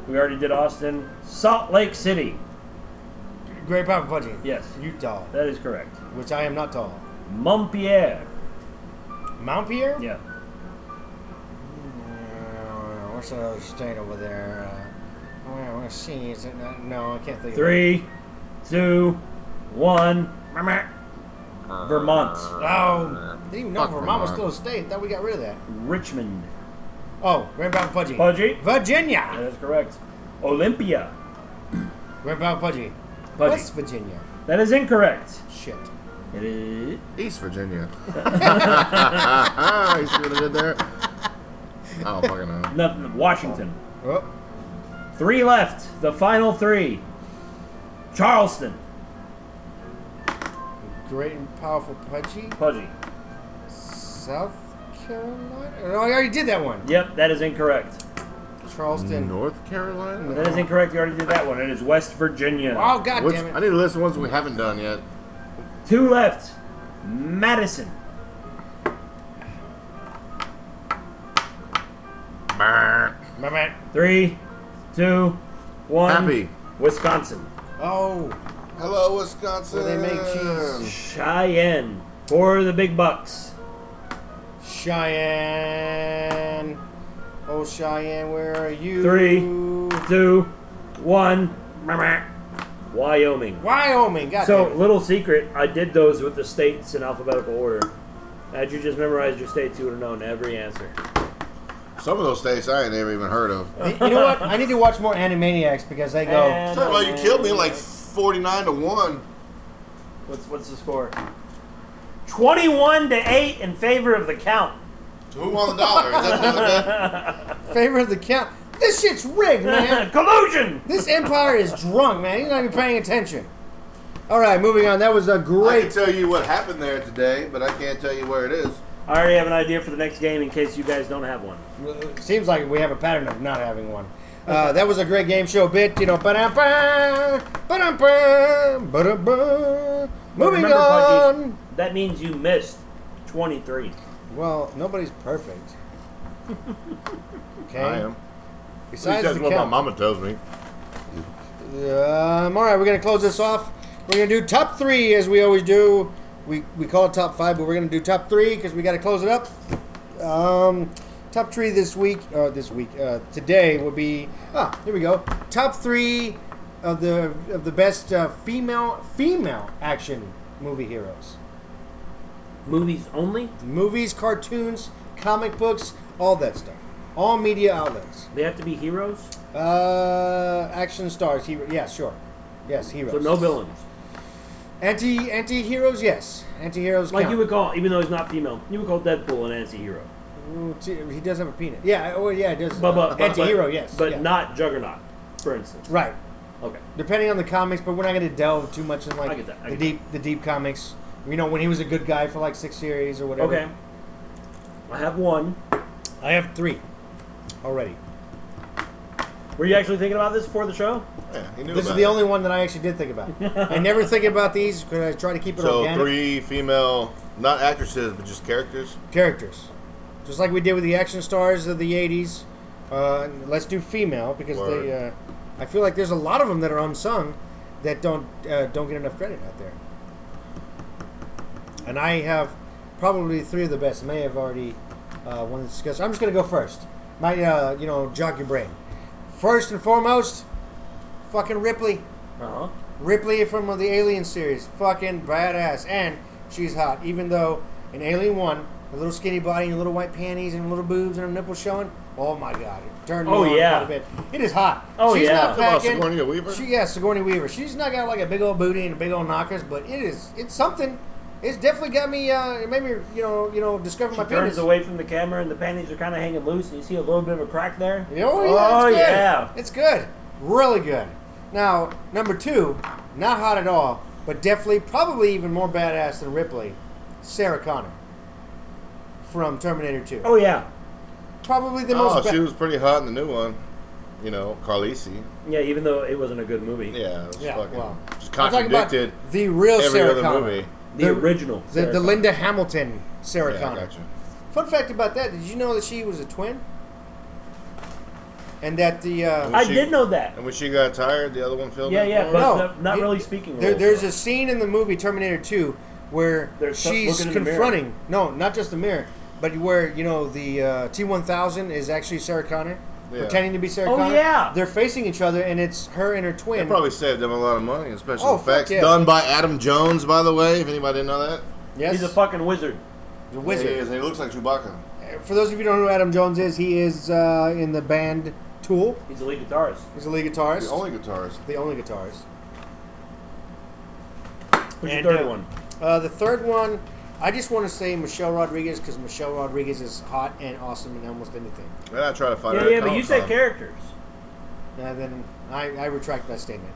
Speaker 3: We already did Austin. Salt Lake City.
Speaker 1: Great Power Pudgy.
Speaker 3: Yes.
Speaker 1: Utah,
Speaker 3: That is correct.
Speaker 1: which I am not tall.
Speaker 3: Montpellier.
Speaker 1: Mount Pierre.
Speaker 3: Yeah.
Speaker 1: Uh, what's the other state over there? Uh, well, let's see. Is it not, no, I can't think.
Speaker 3: Three, two, one. Vermont.
Speaker 1: Of it. Oh, didn't even know
Speaker 2: Fuck
Speaker 1: Vermont was still a
Speaker 2: Vermont.
Speaker 1: state. thought we got rid of that.
Speaker 3: Richmond.
Speaker 1: Oh, Grand Power Pudgy.
Speaker 3: Pudgy. That
Speaker 1: Virginia.
Speaker 3: is correct. Olympia.
Speaker 1: Grand Power Pudgy.
Speaker 3: Pudgy.
Speaker 1: West Virginia.
Speaker 3: That is incorrect.
Speaker 1: Shit.
Speaker 3: It is.
Speaker 2: East
Speaker 1: [laughs]
Speaker 2: Virginia. [laughs] you see what I did there? I don't fucking know.
Speaker 3: Nothing. Washington.
Speaker 1: Oh,
Speaker 3: Three left. The final three. Charleston.
Speaker 1: great and powerful Pudgy.
Speaker 3: Pudgy.
Speaker 1: South Carolina. No, I already did that one.
Speaker 3: Yep, that is incorrect.
Speaker 1: Charleston.
Speaker 2: North Carolina?
Speaker 3: That is incorrect. You already did that one. It is West Virginia.
Speaker 1: Oh God
Speaker 2: Which,
Speaker 1: damn
Speaker 2: I
Speaker 1: it!
Speaker 2: need to list the ones we haven't done yet.
Speaker 3: Two left. Madison.
Speaker 1: My man.
Speaker 3: Three, two, one.
Speaker 2: Happy.
Speaker 3: Wisconsin.
Speaker 1: Oh,
Speaker 2: Hello, Wisconsin.
Speaker 1: Where they make cheese.
Speaker 3: Cheyenne. For the big bucks.
Speaker 1: Cheyenne. Oh Cheyenne, where are you?
Speaker 3: Three. Two, one. Wyoming.
Speaker 1: Wyoming. God
Speaker 3: So,
Speaker 1: damn it.
Speaker 3: little secret, I did those with the states in alphabetical order. Had you just memorized your states, you would have known every answer.
Speaker 2: Some of those states I ain't never even heard of.
Speaker 1: You know what? I need to watch more Animaniacs because they go.
Speaker 3: [laughs] And-
Speaker 2: Talking about you killed me like 49 to 1.
Speaker 3: What's what's the score? Twenty-one to eight in favor of
Speaker 1: [laughs]
Speaker 3: the count.
Speaker 2: Who won the dollar? Is that another bet?
Speaker 1: favor of the count. This shit's rigged,
Speaker 3: [laughs]
Speaker 1: man.
Speaker 3: Collusion.
Speaker 1: this empire is drunk, man. He's not even paying attention. All right, moving on. That was a
Speaker 2: I can
Speaker 1: great.
Speaker 2: tell you what happened there today, but I can't tell you where it is.
Speaker 3: I already have an idea for the next game in case you guys don't have one.
Speaker 1: Seems like we have a pattern of not having one. Uh, that was a great game show bit, you know. Ba-dum, ba, ba-dum, ba, ba-dum, ba. Moving
Speaker 3: Remember, Pudgy,
Speaker 1: on.
Speaker 3: that means you missed twenty-three.
Speaker 1: Well, nobody's perfect. Okay.
Speaker 2: I am.
Speaker 1: Besides
Speaker 2: That's
Speaker 1: the
Speaker 2: what my
Speaker 1: count.
Speaker 2: mama tells me.
Speaker 1: Um, all right, we're gonna close this off. We're gonna do top three as we always do. We we call it top five, but we're gonna do top three because we gotta close it up. Um, top three this week or this week uh, today will be ah here we go. Top three of the of the best uh, female female action movie heroes.
Speaker 3: Movies only.
Speaker 1: Movies, cartoons, comic books, all that stuff. All media outlets.
Speaker 3: They have to be heroes,
Speaker 1: Uh, action stars. Hero. Yeah, sure. Yes, heroes.
Speaker 3: so no villains.
Speaker 1: Anti anti heroes, yes. Anti heroes.
Speaker 3: Like
Speaker 1: count.
Speaker 3: you would call, even though he's not female, you would call Deadpool an anti-hero.
Speaker 1: Mm, t- he does have a penis. Yeah. Oh, yeah. It does.
Speaker 3: But, but, but
Speaker 1: anti-hero,
Speaker 3: but-
Speaker 1: yes.
Speaker 3: But
Speaker 1: yeah.
Speaker 3: not Juggernaut, for instance.
Speaker 1: right.
Speaker 3: Okay.
Speaker 1: Depending on the comics, but we're not going to delve too much in like
Speaker 3: I get that, I
Speaker 1: the
Speaker 3: get
Speaker 1: deep the deep comics. You know, when he was a good guy for like six series or whatever.
Speaker 3: Okay. I have one.
Speaker 1: I have three already.
Speaker 3: Were you actually thinking about this before the show?
Speaker 2: Yeah, he knew
Speaker 1: This is
Speaker 2: about
Speaker 1: the
Speaker 2: it.
Speaker 1: only one that I actually did think about. I never think about these because I try to keep it
Speaker 2: So
Speaker 1: organic.
Speaker 2: three female, not actresses, but just characters.
Speaker 1: characters. Just like we did with the action stars of the 80s. Uh, let's do female because they. Uh,
Speaker 2: Word.
Speaker 1: I feel like there's a lot of them that are unsung that don't uh, don't get enough credit out there. And I have probably three of the best. May have already uh, one to discuss. I'm just gonna go first. My uh, you know jog your brain. First and foremost, fucking Ripley. Uh-huh.
Speaker 3: Uh huh.
Speaker 1: Ripley from the Alien series, fucking badass, and she's hot. Even though in Alien One, a little skinny body and little white panties and little boobs and her nipples showing. Oh my god, it turned me
Speaker 3: Oh,
Speaker 1: on
Speaker 3: yeah.
Speaker 1: quite a bit. It is hot.
Speaker 3: Oh,
Speaker 1: She's
Speaker 3: yeah.
Speaker 1: not
Speaker 3: Come on,
Speaker 1: packing.
Speaker 2: Sigourney Weaver?
Speaker 1: She, yeah, Sigourney Weaver. She's not got like a big old booty and a big old knockers, but it is it's something. It's definitely got me. Uh, it made me, you know, you know, discover my
Speaker 3: turns
Speaker 1: penis.
Speaker 3: away from the camera and the panties are kind of hanging loose and you see a little bit of a crack there.
Speaker 1: Oh yeah, it's good.
Speaker 3: yeah.
Speaker 1: It's good. Really good. Now, number two, not hot at all, but definitely probably even more badass than Ripley, Sarah Connor from Terminator 2.
Speaker 3: Oh yeah.
Speaker 1: Probably the
Speaker 2: Oh,
Speaker 1: most ba-
Speaker 2: she was pretty hot in the new one. You know, Carlisi.
Speaker 3: Yeah, even though it wasn't a good movie.
Speaker 2: Yeah, it was
Speaker 1: Yeah,
Speaker 2: fucking
Speaker 1: well.
Speaker 2: just
Speaker 1: I'm talking about
Speaker 2: contradicted
Speaker 1: the real
Speaker 2: every
Speaker 1: Sarah
Speaker 2: other
Speaker 1: Connor.
Speaker 2: movie.
Speaker 3: The,
Speaker 1: The-
Speaker 3: original.
Speaker 1: The,
Speaker 3: Sarah
Speaker 1: the
Speaker 3: Connor.
Speaker 1: Linda Hamilton Sarah
Speaker 2: Yeah, I
Speaker 1: Connor.
Speaker 2: gotcha.
Speaker 1: Fun fact about that, did you know that she was a twin? And that the uh,
Speaker 3: I
Speaker 2: She-
Speaker 3: did know that.
Speaker 2: And when she got tired, the other one filled
Speaker 3: Yeah,
Speaker 2: in
Speaker 3: yeah,
Speaker 2: for
Speaker 3: but
Speaker 1: No,
Speaker 2: her?
Speaker 3: the- not
Speaker 1: it-
Speaker 3: really speaking.
Speaker 2: Oh,
Speaker 1: There,
Speaker 3: roles,
Speaker 1: there's
Speaker 3: though.
Speaker 1: a scene in the movie Terminator 2 where
Speaker 3: There's some-
Speaker 1: she's
Speaker 3: looking in the mirror.
Speaker 1: confronting. No, not just the mirror, but where you know the uh, T1000 is actually Sarah Connor,
Speaker 2: Yeah.
Speaker 1: pretending to be Sarah
Speaker 3: Oh,
Speaker 1: Connor.
Speaker 3: yeah.
Speaker 1: they're facing each other, and it's her and her
Speaker 2: They
Speaker 1: twin.
Speaker 2: probably saved them a lot of money in special
Speaker 1: Oh, fuck
Speaker 2: effects.
Speaker 1: yeah.
Speaker 2: Done by Adam Jones, by the way, if anybody didn't know that.
Speaker 1: yes,
Speaker 3: He's a fucking wizard.
Speaker 1: the
Speaker 2: Yeah, he
Speaker 1: wizard.
Speaker 2: is, and he looks like Chewbacca.
Speaker 1: For those of you who don't know who Adam Jones is, he is uh, in the band Tool.
Speaker 3: He's a lead guitarist.
Speaker 1: He's a lead guitarist.
Speaker 2: The only guitarist.
Speaker 1: the only guitarist.
Speaker 3: Who's
Speaker 1: And,
Speaker 3: the third
Speaker 1: uh,
Speaker 3: one?
Speaker 1: Uh, the third one, I just want to say Michelle Rodriguez because Michelle Rodriguez is hot and awesome in almost anything.
Speaker 2: And I try to find
Speaker 3: Yeah,
Speaker 2: her. at
Speaker 3: yeah, but you
Speaker 2: Comic-Con.
Speaker 3: said characters.
Speaker 1: Now then, I, I retract that statement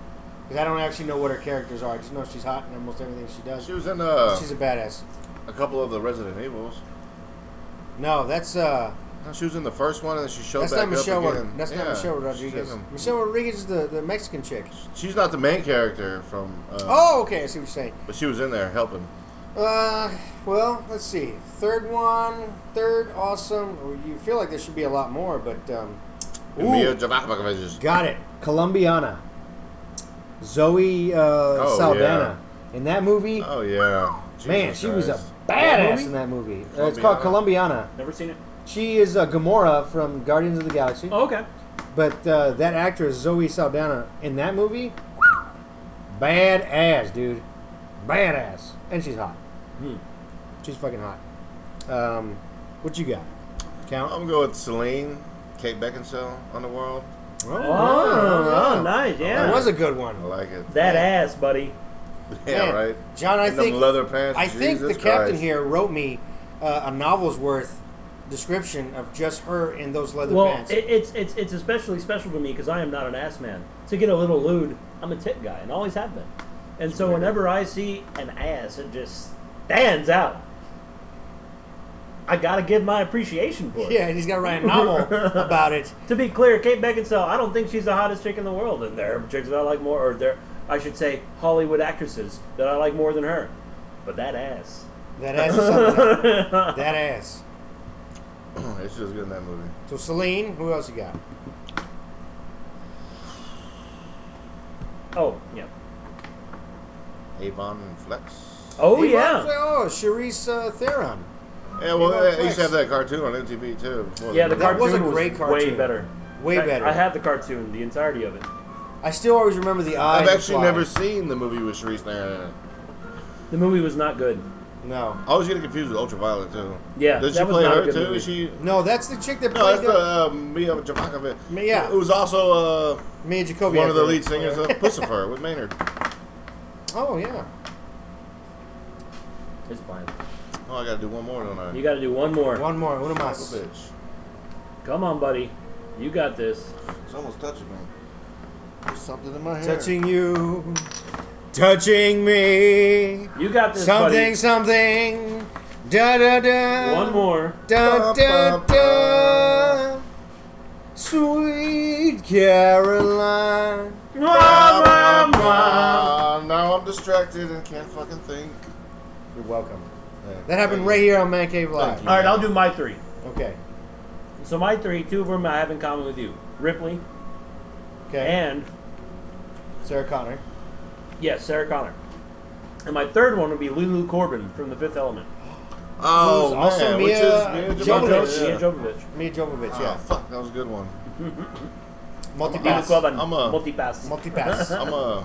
Speaker 1: because I don't actually know what her characters are. I just know she's hot in almost everything she does.
Speaker 2: She was in uh,
Speaker 1: She's a badass.
Speaker 2: a couple of the Resident Evils.
Speaker 1: No, that's uh,
Speaker 2: No, she was in the first one, and then she showed
Speaker 1: that's
Speaker 2: back
Speaker 1: not Michelle.
Speaker 2: up
Speaker 1: Rod-
Speaker 2: again.
Speaker 1: That's not
Speaker 2: Yeah,
Speaker 1: Michelle
Speaker 2: she's
Speaker 1: Rodriguez.
Speaker 2: in them.
Speaker 1: Michelle Rodriguez is the, the Mexican chick.
Speaker 2: She's not the main character from. Uh,
Speaker 1: Oh, okay, I see what you're saying.
Speaker 2: But she was in there helping.
Speaker 1: Uh, well, let's see. Third one, third awesome. Well, You feel like there should be a lot more, but um,
Speaker 2: And
Speaker 1: ooh,
Speaker 2: Mia Jovovich.
Speaker 1: Got it. Colombiana. Zoe uh, Saldana. In that movie,
Speaker 2: Oh yeah.
Speaker 1: man,
Speaker 2: Jesus
Speaker 1: she was a
Speaker 2: Christ. What
Speaker 1: badass
Speaker 2: movie?
Speaker 1: in that movie. Uh, it's called Colombiana.
Speaker 3: Never seen it.
Speaker 1: She is uh, Gamora from Guardians of the Galaxy.
Speaker 3: Oh, okay.
Speaker 1: But uh, that actress, Zoe Saldana, in that movie, badass, dude. Badass. And she's hot.
Speaker 3: Hmm.
Speaker 1: She's fucking hot. Um, what you got? Count?
Speaker 2: I'm going with Celine, Kate Beckinsale on the world.
Speaker 3: Oh, oh, nice. Yeah.
Speaker 1: Oh, That was a good one.
Speaker 2: I like it.
Speaker 3: that ass, buddy.
Speaker 2: Yeah,
Speaker 1: Man,
Speaker 2: right.
Speaker 1: John, I
Speaker 2: And them
Speaker 1: think
Speaker 2: leather pants.
Speaker 1: I think the
Speaker 2: Jesus
Speaker 1: captain
Speaker 2: Christ.
Speaker 1: here wrote me uh, a novel's worth description of just her in those leather
Speaker 3: Well,
Speaker 1: pants.
Speaker 3: it, it's it's it's especially special to me because I am not an ass man. To get a little lewd, I'm a tit guy and always have been. And so whenever I see an ass, it just stands out. I gotta give my appreciation for it.
Speaker 1: yeah, and he's got to write a
Speaker 2: [laughs]
Speaker 1: novel about it.
Speaker 3: To be clear, Kate Beckinsale, I don't think she's the hottest chick in the world, and there are chicks that I like more, or there, I should say, Hollywood actresses that I like more than her. But that ass.
Speaker 1: That ass. Is something else. that ass.
Speaker 2: [clears throat] It's just good in that movie.
Speaker 1: So Celine, who else you got?
Speaker 3: Oh yeah.
Speaker 2: Avon and Flex.
Speaker 3: Oh
Speaker 1: Hey,
Speaker 3: yeah.
Speaker 1: Ron- Oh, Charisse uh, Theron.
Speaker 2: Yeah, well,
Speaker 1: Avon
Speaker 2: they used to
Speaker 1: Flex.
Speaker 2: have that cartoon on MTV too. Before
Speaker 3: Yeah, the
Speaker 1: That
Speaker 3: cartoon
Speaker 1: was a great
Speaker 3: great way
Speaker 1: cartoon.
Speaker 3: better.
Speaker 1: Way
Speaker 3: I-
Speaker 1: better.
Speaker 3: I had the cartoon, the entirety of it.
Speaker 1: I still always remember the eye.
Speaker 2: I've
Speaker 1: and the
Speaker 2: actually
Speaker 1: fly.
Speaker 2: never seen the movie with Sharice Nair in it.
Speaker 3: The movie was not good.
Speaker 1: No.
Speaker 2: I was getting confused with Ultraviolet too.
Speaker 3: Yeah,
Speaker 2: did she
Speaker 3: that was
Speaker 2: play
Speaker 3: not a
Speaker 2: her
Speaker 3: good
Speaker 2: too?
Speaker 3: movie.
Speaker 2: Is she?
Speaker 1: No, that's the chick that
Speaker 2: No,
Speaker 1: played
Speaker 2: that's the
Speaker 1: the,
Speaker 2: uh, Mia Jovovich.
Speaker 1: Yeah. Oh,
Speaker 2: It was also uh,
Speaker 1: Mia Jacoby.
Speaker 2: one
Speaker 1: I
Speaker 2: of the
Speaker 1: think.
Speaker 2: lead singers of Pussifer with Maynard.
Speaker 1: Oh yeah.
Speaker 3: It's fine.
Speaker 2: Oh, I gotta do one more, don't I?
Speaker 3: You got to do one more.
Speaker 1: One more. One of my.
Speaker 2: Son of a bitch.
Speaker 3: Come on, buddy. You got this.
Speaker 2: It's almost touching me. There's something in my hair.
Speaker 1: Touching you, touching me.
Speaker 3: You got this,
Speaker 1: Something, something. Da da da.
Speaker 3: buddy. One more.
Speaker 1: Da da da. Sweet Caroline.
Speaker 2: Ah, ah, now I'm distracted and can't fucking think.
Speaker 1: You're welcome.
Speaker 2: Yeah.
Speaker 1: That happened right here on Man Cave
Speaker 2: Thank
Speaker 1: Live.
Speaker 2: you.
Speaker 3: All right, I'll do my three.
Speaker 1: Okay.
Speaker 3: So my three, two of them I have in common with you: Ripley
Speaker 1: Okay.
Speaker 3: and
Speaker 1: Sarah Connor.
Speaker 3: yes, Sarah Connor. And my third one would be Lulu Corbin from The Fifth Element.
Speaker 2: Oh,
Speaker 1: Who's
Speaker 2: man,
Speaker 1: also
Speaker 2: which
Speaker 1: Mia
Speaker 2: is Mia
Speaker 1: Jovovich.
Speaker 2: Jovovich.
Speaker 3: Mia Jovovich.
Speaker 1: Mia Jovovich.
Speaker 2: Yeah, Oh,
Speaker 1: Yeah.
Speaker 3: Oh.
Speaker 2: fuck, that was a good one.
Speaker 3: Lulu
Speaker 1: Multipass.
Speaker 3: Corbin.
Speaker 2: I'm a-
Speaker 3: multipass. [laughs]
Speaker 1: Multipass.
Speaker 2: I'm a,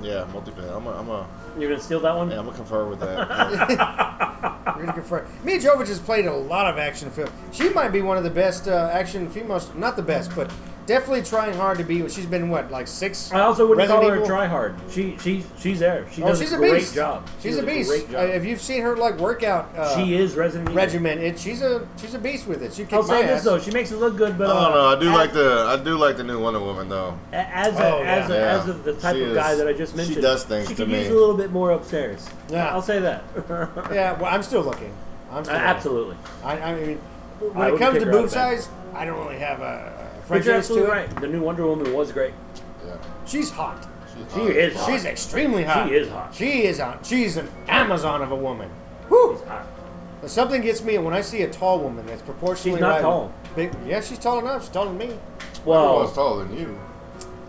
Speaker 2: yeah, multi-pad. I'm a, I'm a,
Speaker 3: You're gonna steal that
Speaker 1: [laughs]
Speaker 3: one?
Speaker 2: yeah, I'm a confer with that.
Speaker 1: Riddick Frey. Mia Jovovich has played a lot of action films. She might be one of the best uh, action females. Not the best, but definitely trying hard to be. She's been what, like six?
Speaker 3: I also wouldn't
Speaker 1: Resident
Speaker 3: call her
Speaker 1: Evil?
Speaker 3: a tryhard. She she she's there. She
Speaker 1: Oh,
Speaker 3: does
Speaker 1: she's
Speaker 3: a
Speaker 1: a
Speaker 3: great
Speaker 1: beast.
Speaker 3: job. She
Speaker 1: She's
Speaker 3: does
Speaker 1: a beast.
Speaker 3: Great
Speaker 1: Uh,
Speaker 3: job.
Speaker 1: if you've seen her like workout uh,
Speaker 3: she is Resident Evil.
Speaker 1: regimen, it, she's a she's a beast with it. She kicks my
Speaker 3: Outside Oh, this
Speaker 1: ass.
Speaker 3: though, she makes it look good, but
Speaker 2: I don't know. I do
Speaker 3: uh,
Speaker 2: like the I do like the new Wonder Woman though.
Speaker 3: as a,
Speaker 1: Oh,
Speaker 3: as a,
Speaker 2: yeah.
Speaker 3: as a, the type
Speaker 2: She
Speaker 3: of guy
Speaker 2: is-
Speaker 3: that I just
Speaker 2: she
Speaker 3: mentioned,
Speaker 2: does things
Speaker 3: She
Speaker 2: to
Speaker 3: could
Speaker 2: me.
Speaker 3: use a little bit more upstairs.
Speaker 1: Yeah.
Speaker 3: I'll
Speaker 1: [laughs]
Speaker 3: say that. Uh,
Speaker 1: Yeah, well, I'm still looking. I'm still looking.
Speaker 3: Absolutely,
Speaker 1: I, I mean,
Speaker 3: I
Speaker 1: when it
Speaker 3: would
Speaker 1: comes
Speaker 3: kick
Speaker 1: to
Speaker 3: her out
Speaker 1: boob
Speaker 3: of bed.
Speaker 1: size, I don't really have a a
Speaker 3: but you're
Speaker 1: prejudice to
Speaker 3: absolutely
Speaker 1: it.
Speaker 3: right. The new Wonder Woman was great.
Speaker 2: Yeah.
Speaker 1: She's hot.
Speaker 3: She is. Hot.
Speaker 1: She's extremely hot.
Speaker 3: She is hot.
Speaker 1: She is hot. She's an Amazon of a woman. Whew.
Speaker 3: She's hot.
Speaker 1: But Something gets me when I see a tall woman that's proportionally.
Speaker 3: She's not
Speaker 1: right-
Speaker 3: tall.
Speaker 1: Big, yeah, she's tall enough. She's taller than me.
Speaker 2: I was
Speaker 3: Well,
Speaker 2: taller than you.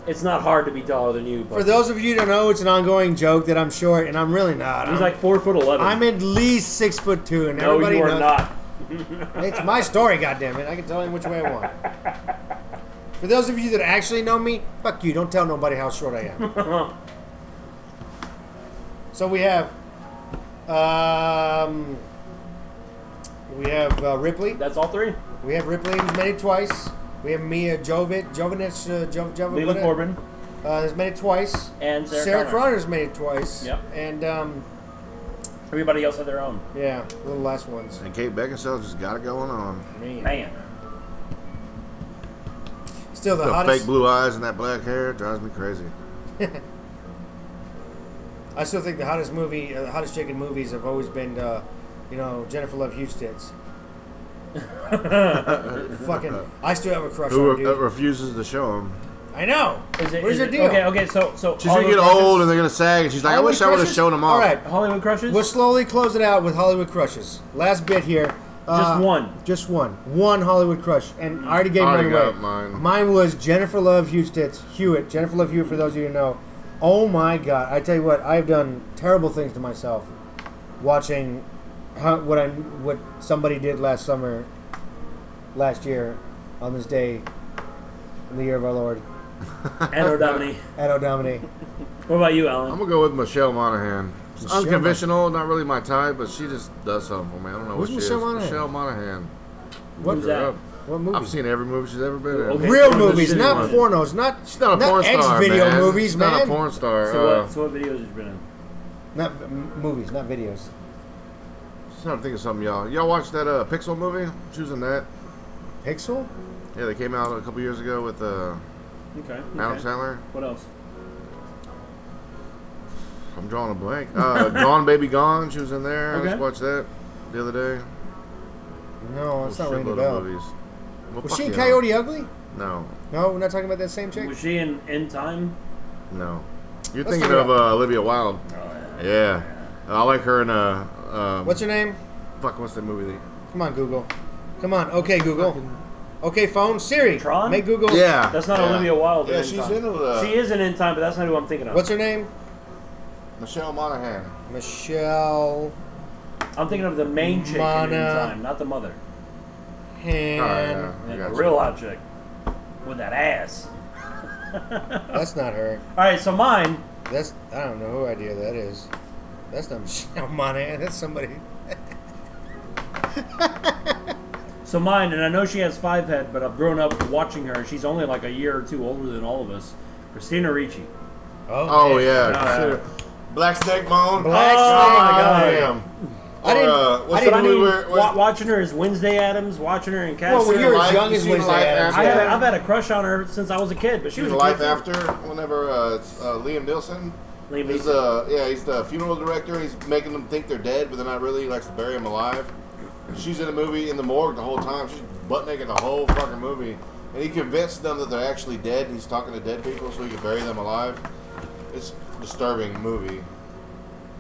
Speaker 3: it's not hard to be taller than you. But
Speaker 1: For those of you who don't know, it's an ongoing joke that I'm short, and I'm really not.
Speaker 3: he's
Speaker 1: I'm,
Speaker 3: like four foot 11
Speaker 1: I'm at least six foot two, and
Speaker 3: no,
Speaker 1: everybody
Speaker 3: you are
Speaker 1: knows.
Speaker 3: not.
Speaker 1: It's my story, goddammit. I can tell him which way I want. For those of you that actually know me, fuck you. Don't tell nobody how short I am. so we have, um, we have uh, Ripley.
Speaker 3: That's all three.
Speaker 1: We have Ripley who's made it twice. We have Mia Jovit, Jovanich, uh, jo- Jov-
Speaker 3: Leland
Speaker 1: whatever.
Speaker 3: Corbin.
Speaker 1: uh, has made it twice.
Speaker 3: And Sarah Connor.
Speaker 1: Connor's made it twice.
Speaker 3: Yep.
Speaker 1: And um,
Speaker 3: Everybody else had their own.
Speaker 1: yeah, little last ones.
Speaker 2: And Kate Beckinsale just got it going on.
Speaker 3: Man,
Speaker 1: Still the
Speaker 2: The
Speaker 1: hottest.
Speaker 2: fake blue eyes and that black hair drives me crazy.
Speaker 1: I still think the hottest movie, uh, the hottest chick in movies have always been, uh, you know, Jennifer Love Huge
Speaker 2: [laughs]
Speaker 1: tits. Fucking, I still have a crush
Speaker 2: Who
Speaker 1: on
Speaker 2: re-
Speaker 1: dude.
Speaker 2: uh, refuses to show him?
Speaker 1: I know.
Speaker 3: is it,
Speaker 1: what is,
Speaker 3: is
Speaker 1: your
Speaker 3: it-
Speaker 1: deal?
Speaker 3: Okay, okay. So so
Speaker 2: She's gonna
Speaker 3: Hollywood
Speaker 2: get
Speaker 3: crushes?
Speaker 2: old and they're gonna sag. And she's like, I
Speaker 1: Hollywood
Speaker 2: wish I would have
Speaker 1: crushes?
Speaker 2: shown them off.
Speaker 1: All right,
Speaker 3: Hollywood crushes.
Speaker 1: we'll slowly close it out with Hollywood crushes. Last bit here. Uh,
Speaker 3: Just one.
Speaker 1: Just one. One Hollywood crush, and I already gave
Speaker 2: I already
Speaker 1: mine away.
Speaker 2: got mine.
Speaker 1: Mine was Jennifer Love Hughes tits Hewitt. Jennifer Love Hewitt, for those of you who know. Oh my God! I tell you what, I've done terrible things to myself watching how, what I what somebody did last summer, last year, on this day, in the year of our Lord,
Speaker 3: And O'Domini.
Speaker 1: at O'Domini.
Speaker 3: What about you, Alan?
Speaker 2: I'm gonna go with Michelle Monaghan. It's
Speaker 1: Michelle
Speaker 2: unconventional, not really my type, but she just does something for me. I don't know
Speaker 1: Who's
Speaker 2: what she
Speaker 1: Michelle
Speaker 2: is.
Speaker 1: Monaghan?
Speaker 2: Michelle Monaghan.
Speaker 1: What
Speaker 3: Who's that?
Speaker 2: Yep.
Speaker 1: What
Speaker 2: I've
Speaker 1: movies?
Speaker 2: seen every movie she's ever been in.
Speaker 3: Okay.
Speaker 1: Real
Speaker 3: One of the
Speaker 1: movies,
Speaker 3: shitty
Speaker 1: not
Speaker 3: ones.
Speaker 1: pornos, not
Speaker 2: She's not a porn
Speaker 1: not X
Speaker 2: star,
Speaker 1: video
Speaker 2: man.
Speaker 1: movies,
Speaker 2: She's
Speaker 1: man.
Speaker 2: Not a porn star.
Speaker 3: So
Speaker 2: uh,
Speaker 3: what, so what videos has been in?
Speaker 1: Not m- movies, not videos.
Speaker 2: Just trying to think of something, y'all. Y'all watched that uh, Pixel movie? Choosing that.
Speaker 1: Pixel?
Speaker 2: Yeah, they came out a couple years ago with uh,
Speaker 3: Okay.
Speaker 2: Adam Sandler.
Speaker 3: What else?
Speaker 2: I'm drawing a blank. Uh, Gone Baby Gone. She was in there. I
Speaker 3: Okay.
Speaker 2: just watched that the other day.
Speaker 1: No, it's not
Speaker 2: Shitload
Speaker 1: ringing a
Speaker 2: of
Speaker 1: bell.
Speaker 2: movies. Well,
Speaker 1: Was
Speaker 2: fuck
Speaker 1: she in
Speaker 2: yeah.
Speaker 1: Coyote Ugly?
Speaker 2: No,
Speaker 1: No, we're not talking about that same chick.
Speaker 3: Was she in End Time?
Speaker 2: no. You're
Speaker 1: Let's
Speaker 2: thinking
Speaker 1: look it
Speaker 2: of uh, Olivia Wilde.
Speaker 3: Oh, yeah.
Speaker 2: Yeah, I like her in uh, um,
Speaker 1: What's her name?
Speaker 2: fuck? What's that movie?
Speaker 1: Come on, Google. Come on. Okay, Google. Okay, phone. Siri.
Speaker 3: Tron?
Speaker 1: Make Google.
Speaker 2: That? Yeah,
Speaker 3: That's not
Speaker 2: yeah.
Speaker 3: Olivia Wilde.
Speaker 2: Yeah,
Speaker 3: End
Speaker 2: she's
Speaker 3: Time.
Speaker 2: in uh,
Speaker 3: She is in End Time, but that's not who I'm thinking of.
Speaker 1: What's her name?
Speaker 2: Michelle Monaghan.
Speaker 1: Michelle
Speaker 3: I'm thinking of the main chick in
Speaker 1: Mana-
Speaker 3: End Time, not the mother.
Speaker 2: All right,
Speaker 1: Han.
Speaker 2: Oh, yeah, uh, I
Speaker 3: The
Speaker 2: gotcha.
Speaker 3: real hot chick with that ass.
Speaker 1: That's not her.
Speaker 3: All right, so mine.
Speaker 1: That's I don't know who idea that is. That's not [laughs] Michelle Monaghan. That's somebody.
Speaker 3: So mine, and I know she has five head, but I've grown up watching her. She's only like a year or two older than all of us. Christina Ricci. Uh,
Speaker 2: Oh
Speaker 1: man.
Speaker 2: yeah,
Speaker 3: Yeah.
Speaker 2: shit. Black Snake Moan.
Speaker 1: Black
Speaker 2: oh,
Speaker 1: Snake
Speaker 2: my god.
Speaker 1: Moan.
Speaker 2: Or,
Speaker 1: I didn't-
Speaker 2: uh,
Speaker 1: I
Speaker 2: what's
Speaker 1: didn't
Speaker 2: the
Speaker 3: I
Speaker 2: movie
Speaker 3: mean,
Speaker 2: where, where-
Speaker 3: wa- watching her as Wednesday Adams, watching her in Cats.
Speaker 1: Well, when
Speaker 2: Seen
Speaker 1: you're
Speaker 2: Life-
Speaker 1: as young as
Speaker 2: Seen
Speaker 1: Wednesday
Speaker 2: Life
Speaker 1: Addams,
Speaker 3: I
Speaker 2: After?
Speaker 1: yeah.
Speaker 3: have, I've had a crush on her since I was a kid, but she was a
Speaker 2: Life
Speaker 3: kid.
Speaker 2: After, whenever uh, it's, uh, Liam Neeson.
Speaker 3: Liam
Speaker 2: He's uh
Speaker 3: Neeson.
Speaker 2: yeah, he's the funeral director. He's making them think they're dead, but they're not really. He likes to bury them alive. She's in a movie in the morgue the whole time. She's butt naked the whole fucking movie, and he convinced them that they're actually dead. And he's talking to dead people so he can bury them alive. It's a disturbing movie.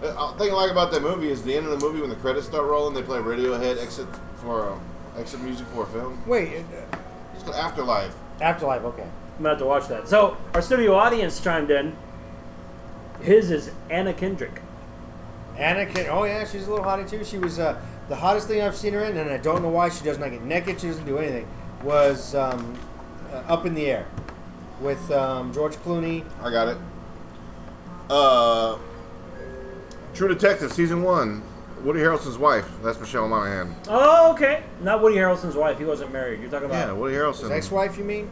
Speaker 2: Uh, The thing I like about that movie is the end of the movie when the credits start rolling. They play Radiohead exit for um, exit music for a film.
Speaker 1: Wait,
Speaker 2: It's called Afterlife.
Speaker 1: uh, Afterlife. Okay.
Speaker 3: I'm gonna have to watch that. So our studio audience chimed in. His is Anna Kendrick.
Speaker 1: Anakin. Oh yeah, she's a little hottie too. She was uh, the hottest thing I've seen her in, and I don't know why she does not get naked. She doesn't do anything. Was um, uh, up in the air with um, George Clooney.
Speaker 2: I got it. Uh, True Detective season one Woody Harrelson's wife. That's Michelle Monaghan.
Speaker 3: Oh, okay. Not Woody Harrelson's wife. He wasn't married. You're talking about.
Speaker 2: Yeah, Woody Harrelson.
Speaker 1: His ex-wife, you mean?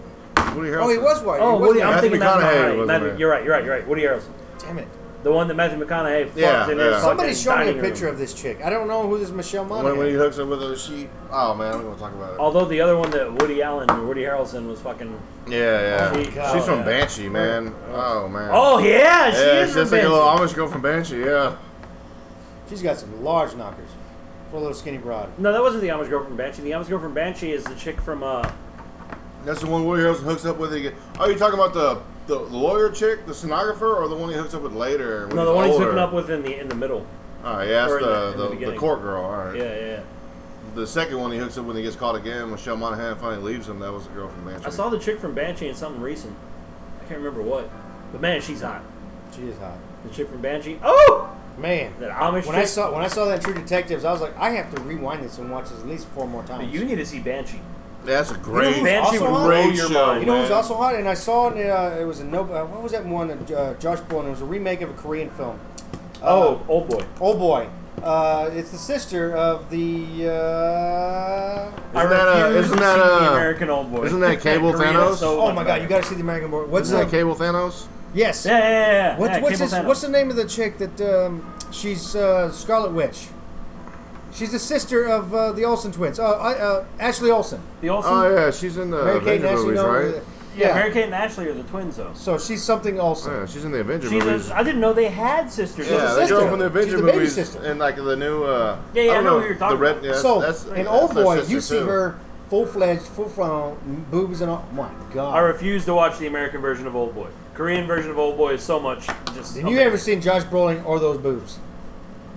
Speaker 2: Woody Harrelson.
Speaker 1: Oh, he was white.
Speaker 3: Oh,
Speaker 1: he was
Speaker 3: Woody.
Speaker 1: white.
Speaker 3: I'm
Speaker 2: Matthew
Speaker 3: thinking
Speaker 2: McConaughey
Speaker 3: Matthew McConaughey.
Speaker 2: wasn't
Speaker 3: Matthew,
Speaker 2: married.
Speaker 3: you're right. You're right. You're right. Woody Harrelson,
Speaker 1: Damn it.
Speaker 3: the one that Matthew McConaughey fucks
Speaker 2: Yeah,
Speaker 3: in his
Speaker 2: yeah.
Speaker 3: fucking
Speaker 1: Somebody show me a
Speaker 3: dining room.
Speaker 1: picture of this chick. I don't know who this Michelle
Speaker 2: When, when he
Speaker 1: Monaghan. is.
Speaker 2: hooks up with her, she. Oh man, we gonna talk about it.
Speaker 3: Although the other one that Woody Allen or Woody Harrelson was fucking.
Speaker 2: yeah,
Speaker 1: Oh,
Speaker 2: yeah.
Speaker 1: my God.
Speaker 2: She's from
Speaker 3: Yeah.
Speaker 2: Banshee, man. Oh man.
Speaker 3: Oh yeah, she
Speaker 2: yeah,
Speaker 3: is
Speaker 2: she's like a
Speaker 3: revenge.
Speaker 2: little Amish girl from Banshee. Yeah.
Speaker 1: She's got some large knockers for a little skinny broad.
Speaker 3: No, that wasn't the Amish girl from Banshee. The Amish girl from Banshee is the chick from uh.
Speaker 2: That's the one Woody Harrelson hooks up with. He get, are you talking about the, the lawyer chick, the stenographer, or the one he hooks up with later? when
Speaker 3: No, the one he's
Speaker 2: older?
Speaker 3: hooking up with in the in the middle.
Speaker 2: Oh, yeah,
Speaker 3: or
Speaker 2: that's the,
Speaker 3: in the- in the
Speaker 2: the, the,
Speaker 3: beginning.
Speaker 2: court girl. All right.
Speaker 3: Yeah, yeah. yeah.
Speaker 2: The second one he hooks up when he gets caught again, Michelle Monaghan finally leaves him. That was the girl from Banshee.
Speaker 3: I saw the chick from Banshee in something recent. I can't remember what, but man, she's hot.
Speaker 1: She is hot.
Speaker 3: The chick from Banshee. Oh,
Speaker 1: Man.
Speaker 3: that Amish
Speaker 1: When
Speaker 3: chick.
Speaker 1: I saw when I saw that True Detectives, I was like, I have to rewind this and watch this at least four more times.
Speaker 3: you need to see Banshee.
Speaker 2: That's a great,
Speaker 1: You know who's
Speaker 3: Banshee
Speaker 1: also
Speaker 3: would
Speaker 1: on?
Speaker 3: blow
Speaker 2: great
Speaker 3: your
Speaker 2: show.
Speaker 3: mind.
Speaker 1: You know who's
Speaker 2: man.
Speaker 1: also hot, and I saw it. Uh, it was a no. Uh, what was that one? That, uh, Josh Brolin. It was a remake of a Korean film.
Speaker 3: Oh, old boy.
Speaker 1: Oh boy, uh, it's the sister of the. Uh,
Speaker 2: Isn't that, uh,
Speaker 3: refuse
Speaker 2: isn't
Speaker 3: to
Speaker 2: that,
Speaker 3: see the
Speaker 2: uh,
Speaker 3: American old boy?
Speaker 2: isn't that Cable
Speaker 3: Korean
Speaker 2: Thanos?
Speaker 3: is so
Speaker 1: oh
Speaker 3: much
Speaker 1: my God,
Speaker 3: better.
Speaker 1: you got to see the American boy. What's
Speaker 2: Isn't that
Speaker 1: that?
Speaker 2: Cable Thanos?
Speaker 1: Yes.
Speaker 3: Yeah, yeah, yeah. yeah.
Speaker 1: What's
Speaker 3: yeah,
Speaker 1: what's
Speaker 3: Cable
Speaker 1: his,
Speaker 3: Thanos.
Speaker 1: what's the name of the chick that um, she's uh, Scarlet Witch? She's the sister of uh, the Olsen twins. Uh, I- uh, Ashley Olsen.
Speaker 3: the Olsen?
Speaker 2: Oh yeah, she's in the
Speaker 1: Mary Kate and
Speaker 2: Avenger
Speaker 1: Ashley.
Speaker 2: movies,
Speaker 1: no,
Speaker 2: right?
Speaker 3: yeah,
Speaker 1: yeah.
Speaker 3: Mary Kate and Ashley are the twins though.
Speaker 1: so she's something Olsen.
Speaker 2: Yeah, she's in the Avenger
Speaker 3: She's
Speaker 2: movies.
Speaker 3: a, I didn't know they had sisters.
Speaker 1: she's a
Speaker 2: yeah, the
Speaker 1: sister.
Speaker 2: girl from the
Speaker 1: She's
Speaker 2: Avenger
Speaker 1: the baby
Speaker 2: movies
Speaker 1: sister.
Speaker 2: and like the new. Uh,
Speaker 3: Yeah, yeah, I
Speaker 2: don't
Speaker 3: know who you're talking
Speaker 2: the red,
Speaker 3: about.
Speaker 2: Yeah,
Speaker 1: so
Speaker 2: that's, that's,
Speaker 1: in
Speaker 2: that's
Speaker 1: old
Speaker 2: my
Speaker 1: boy,
Speaker 2: sister,
Speaker 1: you see
Speaker 2: too.
Speaker 1: her full fledged, full frontal, boobs and all. My God.
Speaker 3: I refuse to watch the American version of Old Boy. Korean version of Old Boy is so much just.
Speaker 1: Did you ever seen Josh Brolin or those boobs?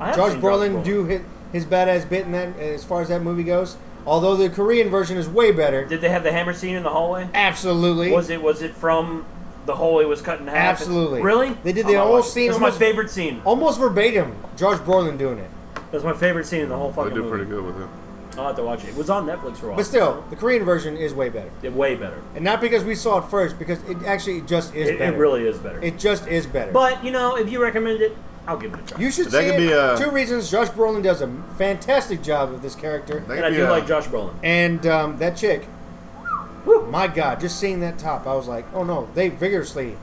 Speaker 3: I have
Speaker 1: Josh
Speaker 3: seen
Speaker 1: Brolin do his, his badass bit in that as far as that movie goes. Although the Korean version is way better.
Speaker 3: Did they have the hammer scene in the hallway?
Speaker 1: Absolutely.
Speaker 3: Was it was it from the hallway was cut in half?
Speaker 1: Absolutely.
Speaker 3: Really?
Speaker 1: They did
Speaker 3: I'm
Speaker 1: the
Speaker 3: not
Speaker 1: whole
Speaker 3: watching.
Speaker 1: scene
Speaker 3: That's my
Speaker 1: almost-
Speaker 3: favorite scene.
Speaker 1: almost verbatim Josh Brolin doing it.
Speaker 3: That's my favorite scene in the whole
Speaker 2: They
Speaker 3: fucking
Speaker 2: do
Speaker 3: movie.
Speaker 2: pretty good with it.
Speaker 3: I'll have to watch it. It was on Netflix for a while.
Speaker 1: But still, the Korean version is way better.
Speaker 3: Yeah, way better.
Speaker 1: And not because we saw it first, because it actually just is
Speaker 3: It,
Speaker 1: better.
Speaker 3: it really is better.
Speaker 1: It just is better.
Speaker 3: but you know, if you recommend it, I'll give it a try.
Speaker 1: you should
Speaker 2: That
Speaker 1: see
Speaker 2: could
Speaker 1: it.
Speaker 2: be a-
Speaker 1: Two reasons: Josh Brolin does a fantastic job of this character,
Speaker 2: They
Speaker 3: and I
Speaker 2: could
Speaker 3: do
Speaker 2: be, uh,
Speaker 3: like Josh Brolin.
Speaker 1: and um, that chick.
Speaker 3: Woo.
Speaker 1: My God, just seeing that top, I was like, oh no, they vigorously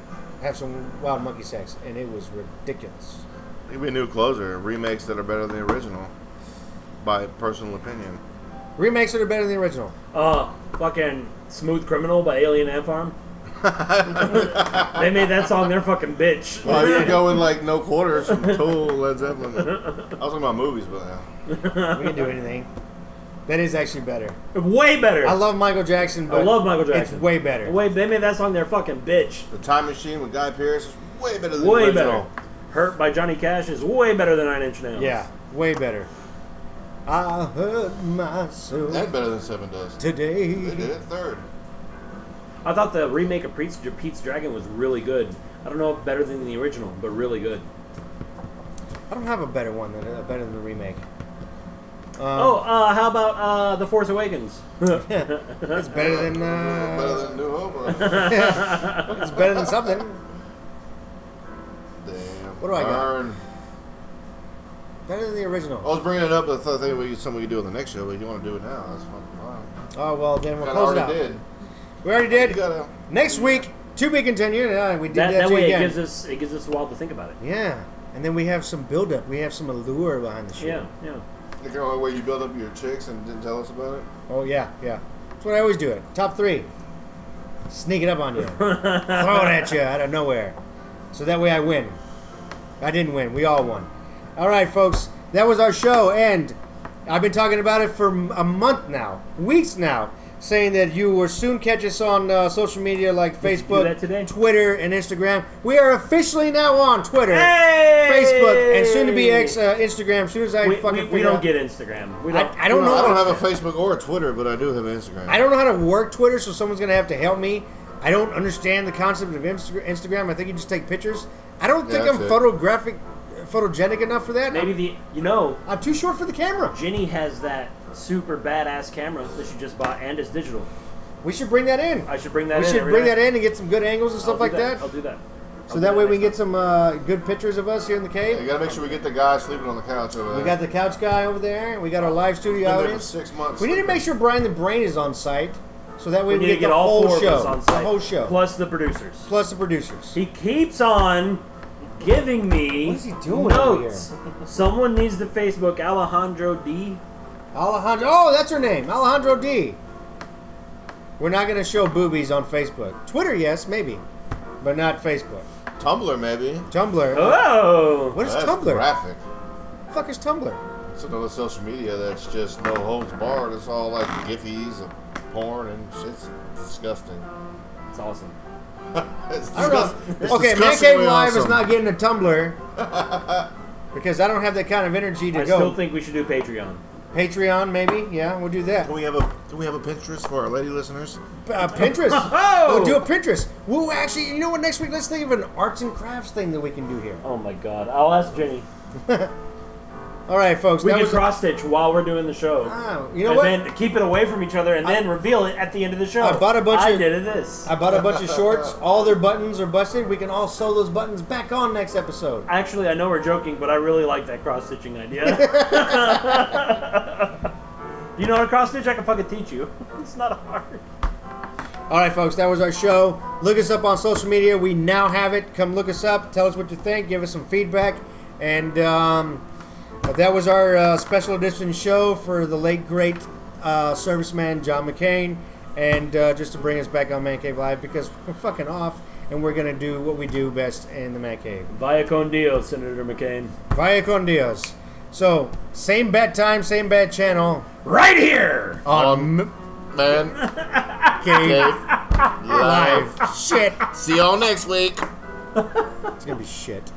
Speaker 1: have some wild monkey sex, and it was ridiculous.
Speaker 2: They could be a new closer. Remakes that are better than the original, by personal opinion.
Speaker 1: Remakes that are better than the original.
Speaker 3: Uh, fucking Smooth Criminal by Alien
Speaker 2: [laughs]
Speaker 3: Ant Farm. they made that song their fucking bitch.
Speaker 1: Oh,
Speaker 2: Well, you're going like no quarters from Tool, Led Zeppelin. I was talking about movies, but yeah.
Speaker 1: We
Speaker 3: [laughs]
Speaker 1: can do anything. That is actually better.
Speaker 3: Way better.
Speaker 1: I love Michael Jackson, but
Speaker 3: love Michael Jackson.
Speaker 1: It's way better.
Speaker 3: Way, they made that song their fucking bitch.
Speaker 2: The Time Machine with Guy Pearce is way better than the
Speaker 3: Way better.
Speaker 2: original.
Speaker 3: Hurt by Johnny Cash is way better than Nine Inch Nails.
Speaker 1: Yeah, way better. I hurt myself
Speaker 2: And better than Seven Dust. They did
Speaker 1: today.
Speaker 2: it third.
Speaker 3: I thought the remake of Pete's, Pete's Dragon was really good. I don't know if better than the original, but really good.
Speaker 1: I don't have a better one than uh, better than the remake. Um,
Speaker 3: oh, uh, how about uh, The Force Awakens?
Speaker 1: [laughs] It's better than
Speaker 2: better
Speaker 1: uh,
Speaker 2: than New
Speaker 1: [laughs]
Speaker 2: Hope. or-
Speaker 1: it's better than something.
Speaker 2: Damn.
Speaker 1: What do I got?
Speaker 2: Darn.
Speaker 1: Better than the
Speaker 2: I
Speaker 1: original.
Speaker 2: was bringing it up. I thought that we something we could do on the next show, but you want to do it now? That's fucking fine.
Speaker 1: Oh well, then we'll
Speaker 2: Kinda
Speaker 1: close it
Speaker 2: already
Speaker 1: out.
Speaker 2: did.
Speaker 1: We already
Speaker 2: You
Speaker 1: did.
Speaker 2: gotta.
Speaker 1: Next week, to be continued. Uh, we did that,
Speaker 3: that, that
Speaker 1: too
Speaker 3: way
Speaker 1: again.
Speaker 3: it gives us it gives us a while to think about it.
Speaker 1: yeah, and then we have some build up. We have some allure behind the show.
Speaker 3: Yeah, yeah.
Speaker 2: The only way you build up your chicks and didn't tell us about it.
Speaker 1: Oh yeah, yeah. That's what I always do. It top three. Sneak it up
Speaker 3: [laughs]
Speaker 1: on you. Throw it at you out of nowhere. So that way I win. I didn't win. We all won. All right, folks. That was our show, and I've been talking about it for m- a month now, weeks now, saying that you will soon catch us on uh, social media like
Speaker 3: you do
Speaker 1: Facebook,
Speaker 3: that today?
Speaker 1: Twitter, and Instagram. We are officially now on Twitter, Facebook, and soon to be X, uh, Instagram. As soon as I
Speaker 3: We,
Speaker 1: fucking
Speaker 3: we,
Speaker 1: figure
Speaker 3: we don't
Speaker 1: out-
Speaker 3: get Instagram. We
Speaker 1: I,
Speaker 3: don't.
Speaker 1: I don't know.
Speaker 2: I
Speaker 1: what-
Speaker 2: don't have a Facebook or a Twitter, but I do have Instagram.
Speaker 1: I don't know how to work Twitter, so someone's gonna have to help me. I don't understand the concept of Insta- Instagram. I think you just take pictures. I don't
Speaker 2: Yeah,
Speaker 1: think I'm
Speaker 2: that's it.
Speaker 1: photographic, photogenic enough for that.
Speaker 3: Maybe
Speaker 1: I'm,
Speaker 3: the you know
Speaker 1: I'm too short for the camera.
Speaker 3: Ginny has that super badass camera that she just bought and is digital.
Speaker 1: We should bring that in.
Speaker 3: I should bring that
Speaker 1: we
Speaker 3: in.
Speaker 1: should
Speaker 3: every
Speaker 1: bring
Speaker 3: night.
Speaker 1: that in and get some good angles and
Speaker 3: I'll
Speaker 1: stuff
Speaker 3: do
Speaker 1: like that.
Speaker 3: I'll do that.
Speaker 1: So that way we can get some uh, good pictures of us here in the
Speaker 2: You
Speaker 1: cave.
Speaker 2: gotta make sure we get the guy sleeping on the couch over there.
Speaker 1: We got the couch guy over there. We got our live studio
Speaker 2: Been there for
Speaker 1: audience.
Speaker 2: six months.
Speaker 1: We need to make sure Brian the Brain is on site, so that way
Speaker 3: We
Speaker 1: we,
Speaker 3: need to
Speaker 1: get
Speaker 3: get
Speaker 1: the
Speaker 3: all
Speaker 1: whole
Speaker 3: four
Speaker 1: show,
Speaker 3: of us on site.
Speaker 1: the whole show, plus,
Speaker 3: Plus the producers.
Speaker 1: the producers.
Speaker 3: He keeps on giving me
Speaker 1: What is he doing over
Speaker 3: notes. Someone needs to Facebook Alejandro D.
Speaker 1: Alejandro, oh, that's her name, Alejandro D. We're not gonna show boobies on Facebook, Twitter, yes, maybe, but not Facebook.
Speaker 2: Tumblr maybe.
Speaker 1: Tumblr,
Speaker 3: Oh,
Speaker 1: what is
Speaker 2: That's
Speaker 1: Tumblr?
Speaker 2: graphic.
Speaker 1: The fuck is Tumblr?
Speaker 2: It's another social media that's just no holds barred. It's all like giffies and porn and shit's disgusting. [laughs]
Speaker 3: it's awesome.
Speaker 2: It's disgust-
Speaker 1: I don't know.
Speaker 2: it's
Speaker 1: okay, Man
Speaker 2: disgustingly
Speaker 1: Cave Live is
Speaker 2: awesome.
Speaker 1: not getting a Tumblr
Speaker 2: [laughs]
Speaker 1: because I don't have that kind of energy to
Speaker 3: I
Speaker 1: go.
Speaker 3: still think we should do Patreon.
Speaker 1: Patreon, maybe, yeah, we'll do that.
Speaker 2: Can we have a Can we have a Pinterest for our lady listeners?
Speaker 1: Uh,
Speaker 3: [laughs]
Speaker 1: Pinterest.
Speaker 3: Oh!
Speaker 1: We'll do a Pinterest. We'll actually, you know what? Next week, let's think of an arts and crafts thing that we can do here.
Speaker 3: Oh my god, I'll ask Jenny.
Speaker 1: All right, folks.
Speaker 3: We
Speaker 1: that
Speaker 3: can
Speaker 1: was
Speaker 3: cross stitch while we're doing the show.
Speaker 1: Wow, you know
Speaker 3: and
Speaker 1: what?
Speaker 3: then keep it away from each other, and
Speaker 1: I-
Speaker 3: then reveal it at the end of the show.
Speaker 1: I bought a bunch
Speaker 3: I
Speaker 1: of-
Speaker 3: did this.
Speaker 1: I bought a bunch of shorts. All their buttons are busted. We can all sew those buttons back on next episode.
Speaker 3: Actually, I know we're joking, but I really like that cross stitching idea. [laughs] you know how to cross stitch? I can fucking teach you. [laughs] It's not hard.
Speaker 1: All right, folks. That was our show. Look us up on social media. We now have it. Come look us up. Tell us what you think. Give us some feedback. And um, that was our uh, special edition show for the late great uh, serviceman John McCain. And uh, just to bring us back on Man Cave Live because we're fucking off and we're gonna do what we do best in the Man Cave.
Speaker 3: Via con Dio, Senator McCain.
Speaker 1: Vaya con Dios. So same bad time, same bad channel
Speaker 3: Right here!
Speaker 1: on
Speaker 2: Um, Man,
Speaker 1: Man [laughs] Cave
Speaker 2: Live.
Speaker 1: Live. shit.
Speaker 2: See y'all next week.
Speaker 1: It's gonna be shit.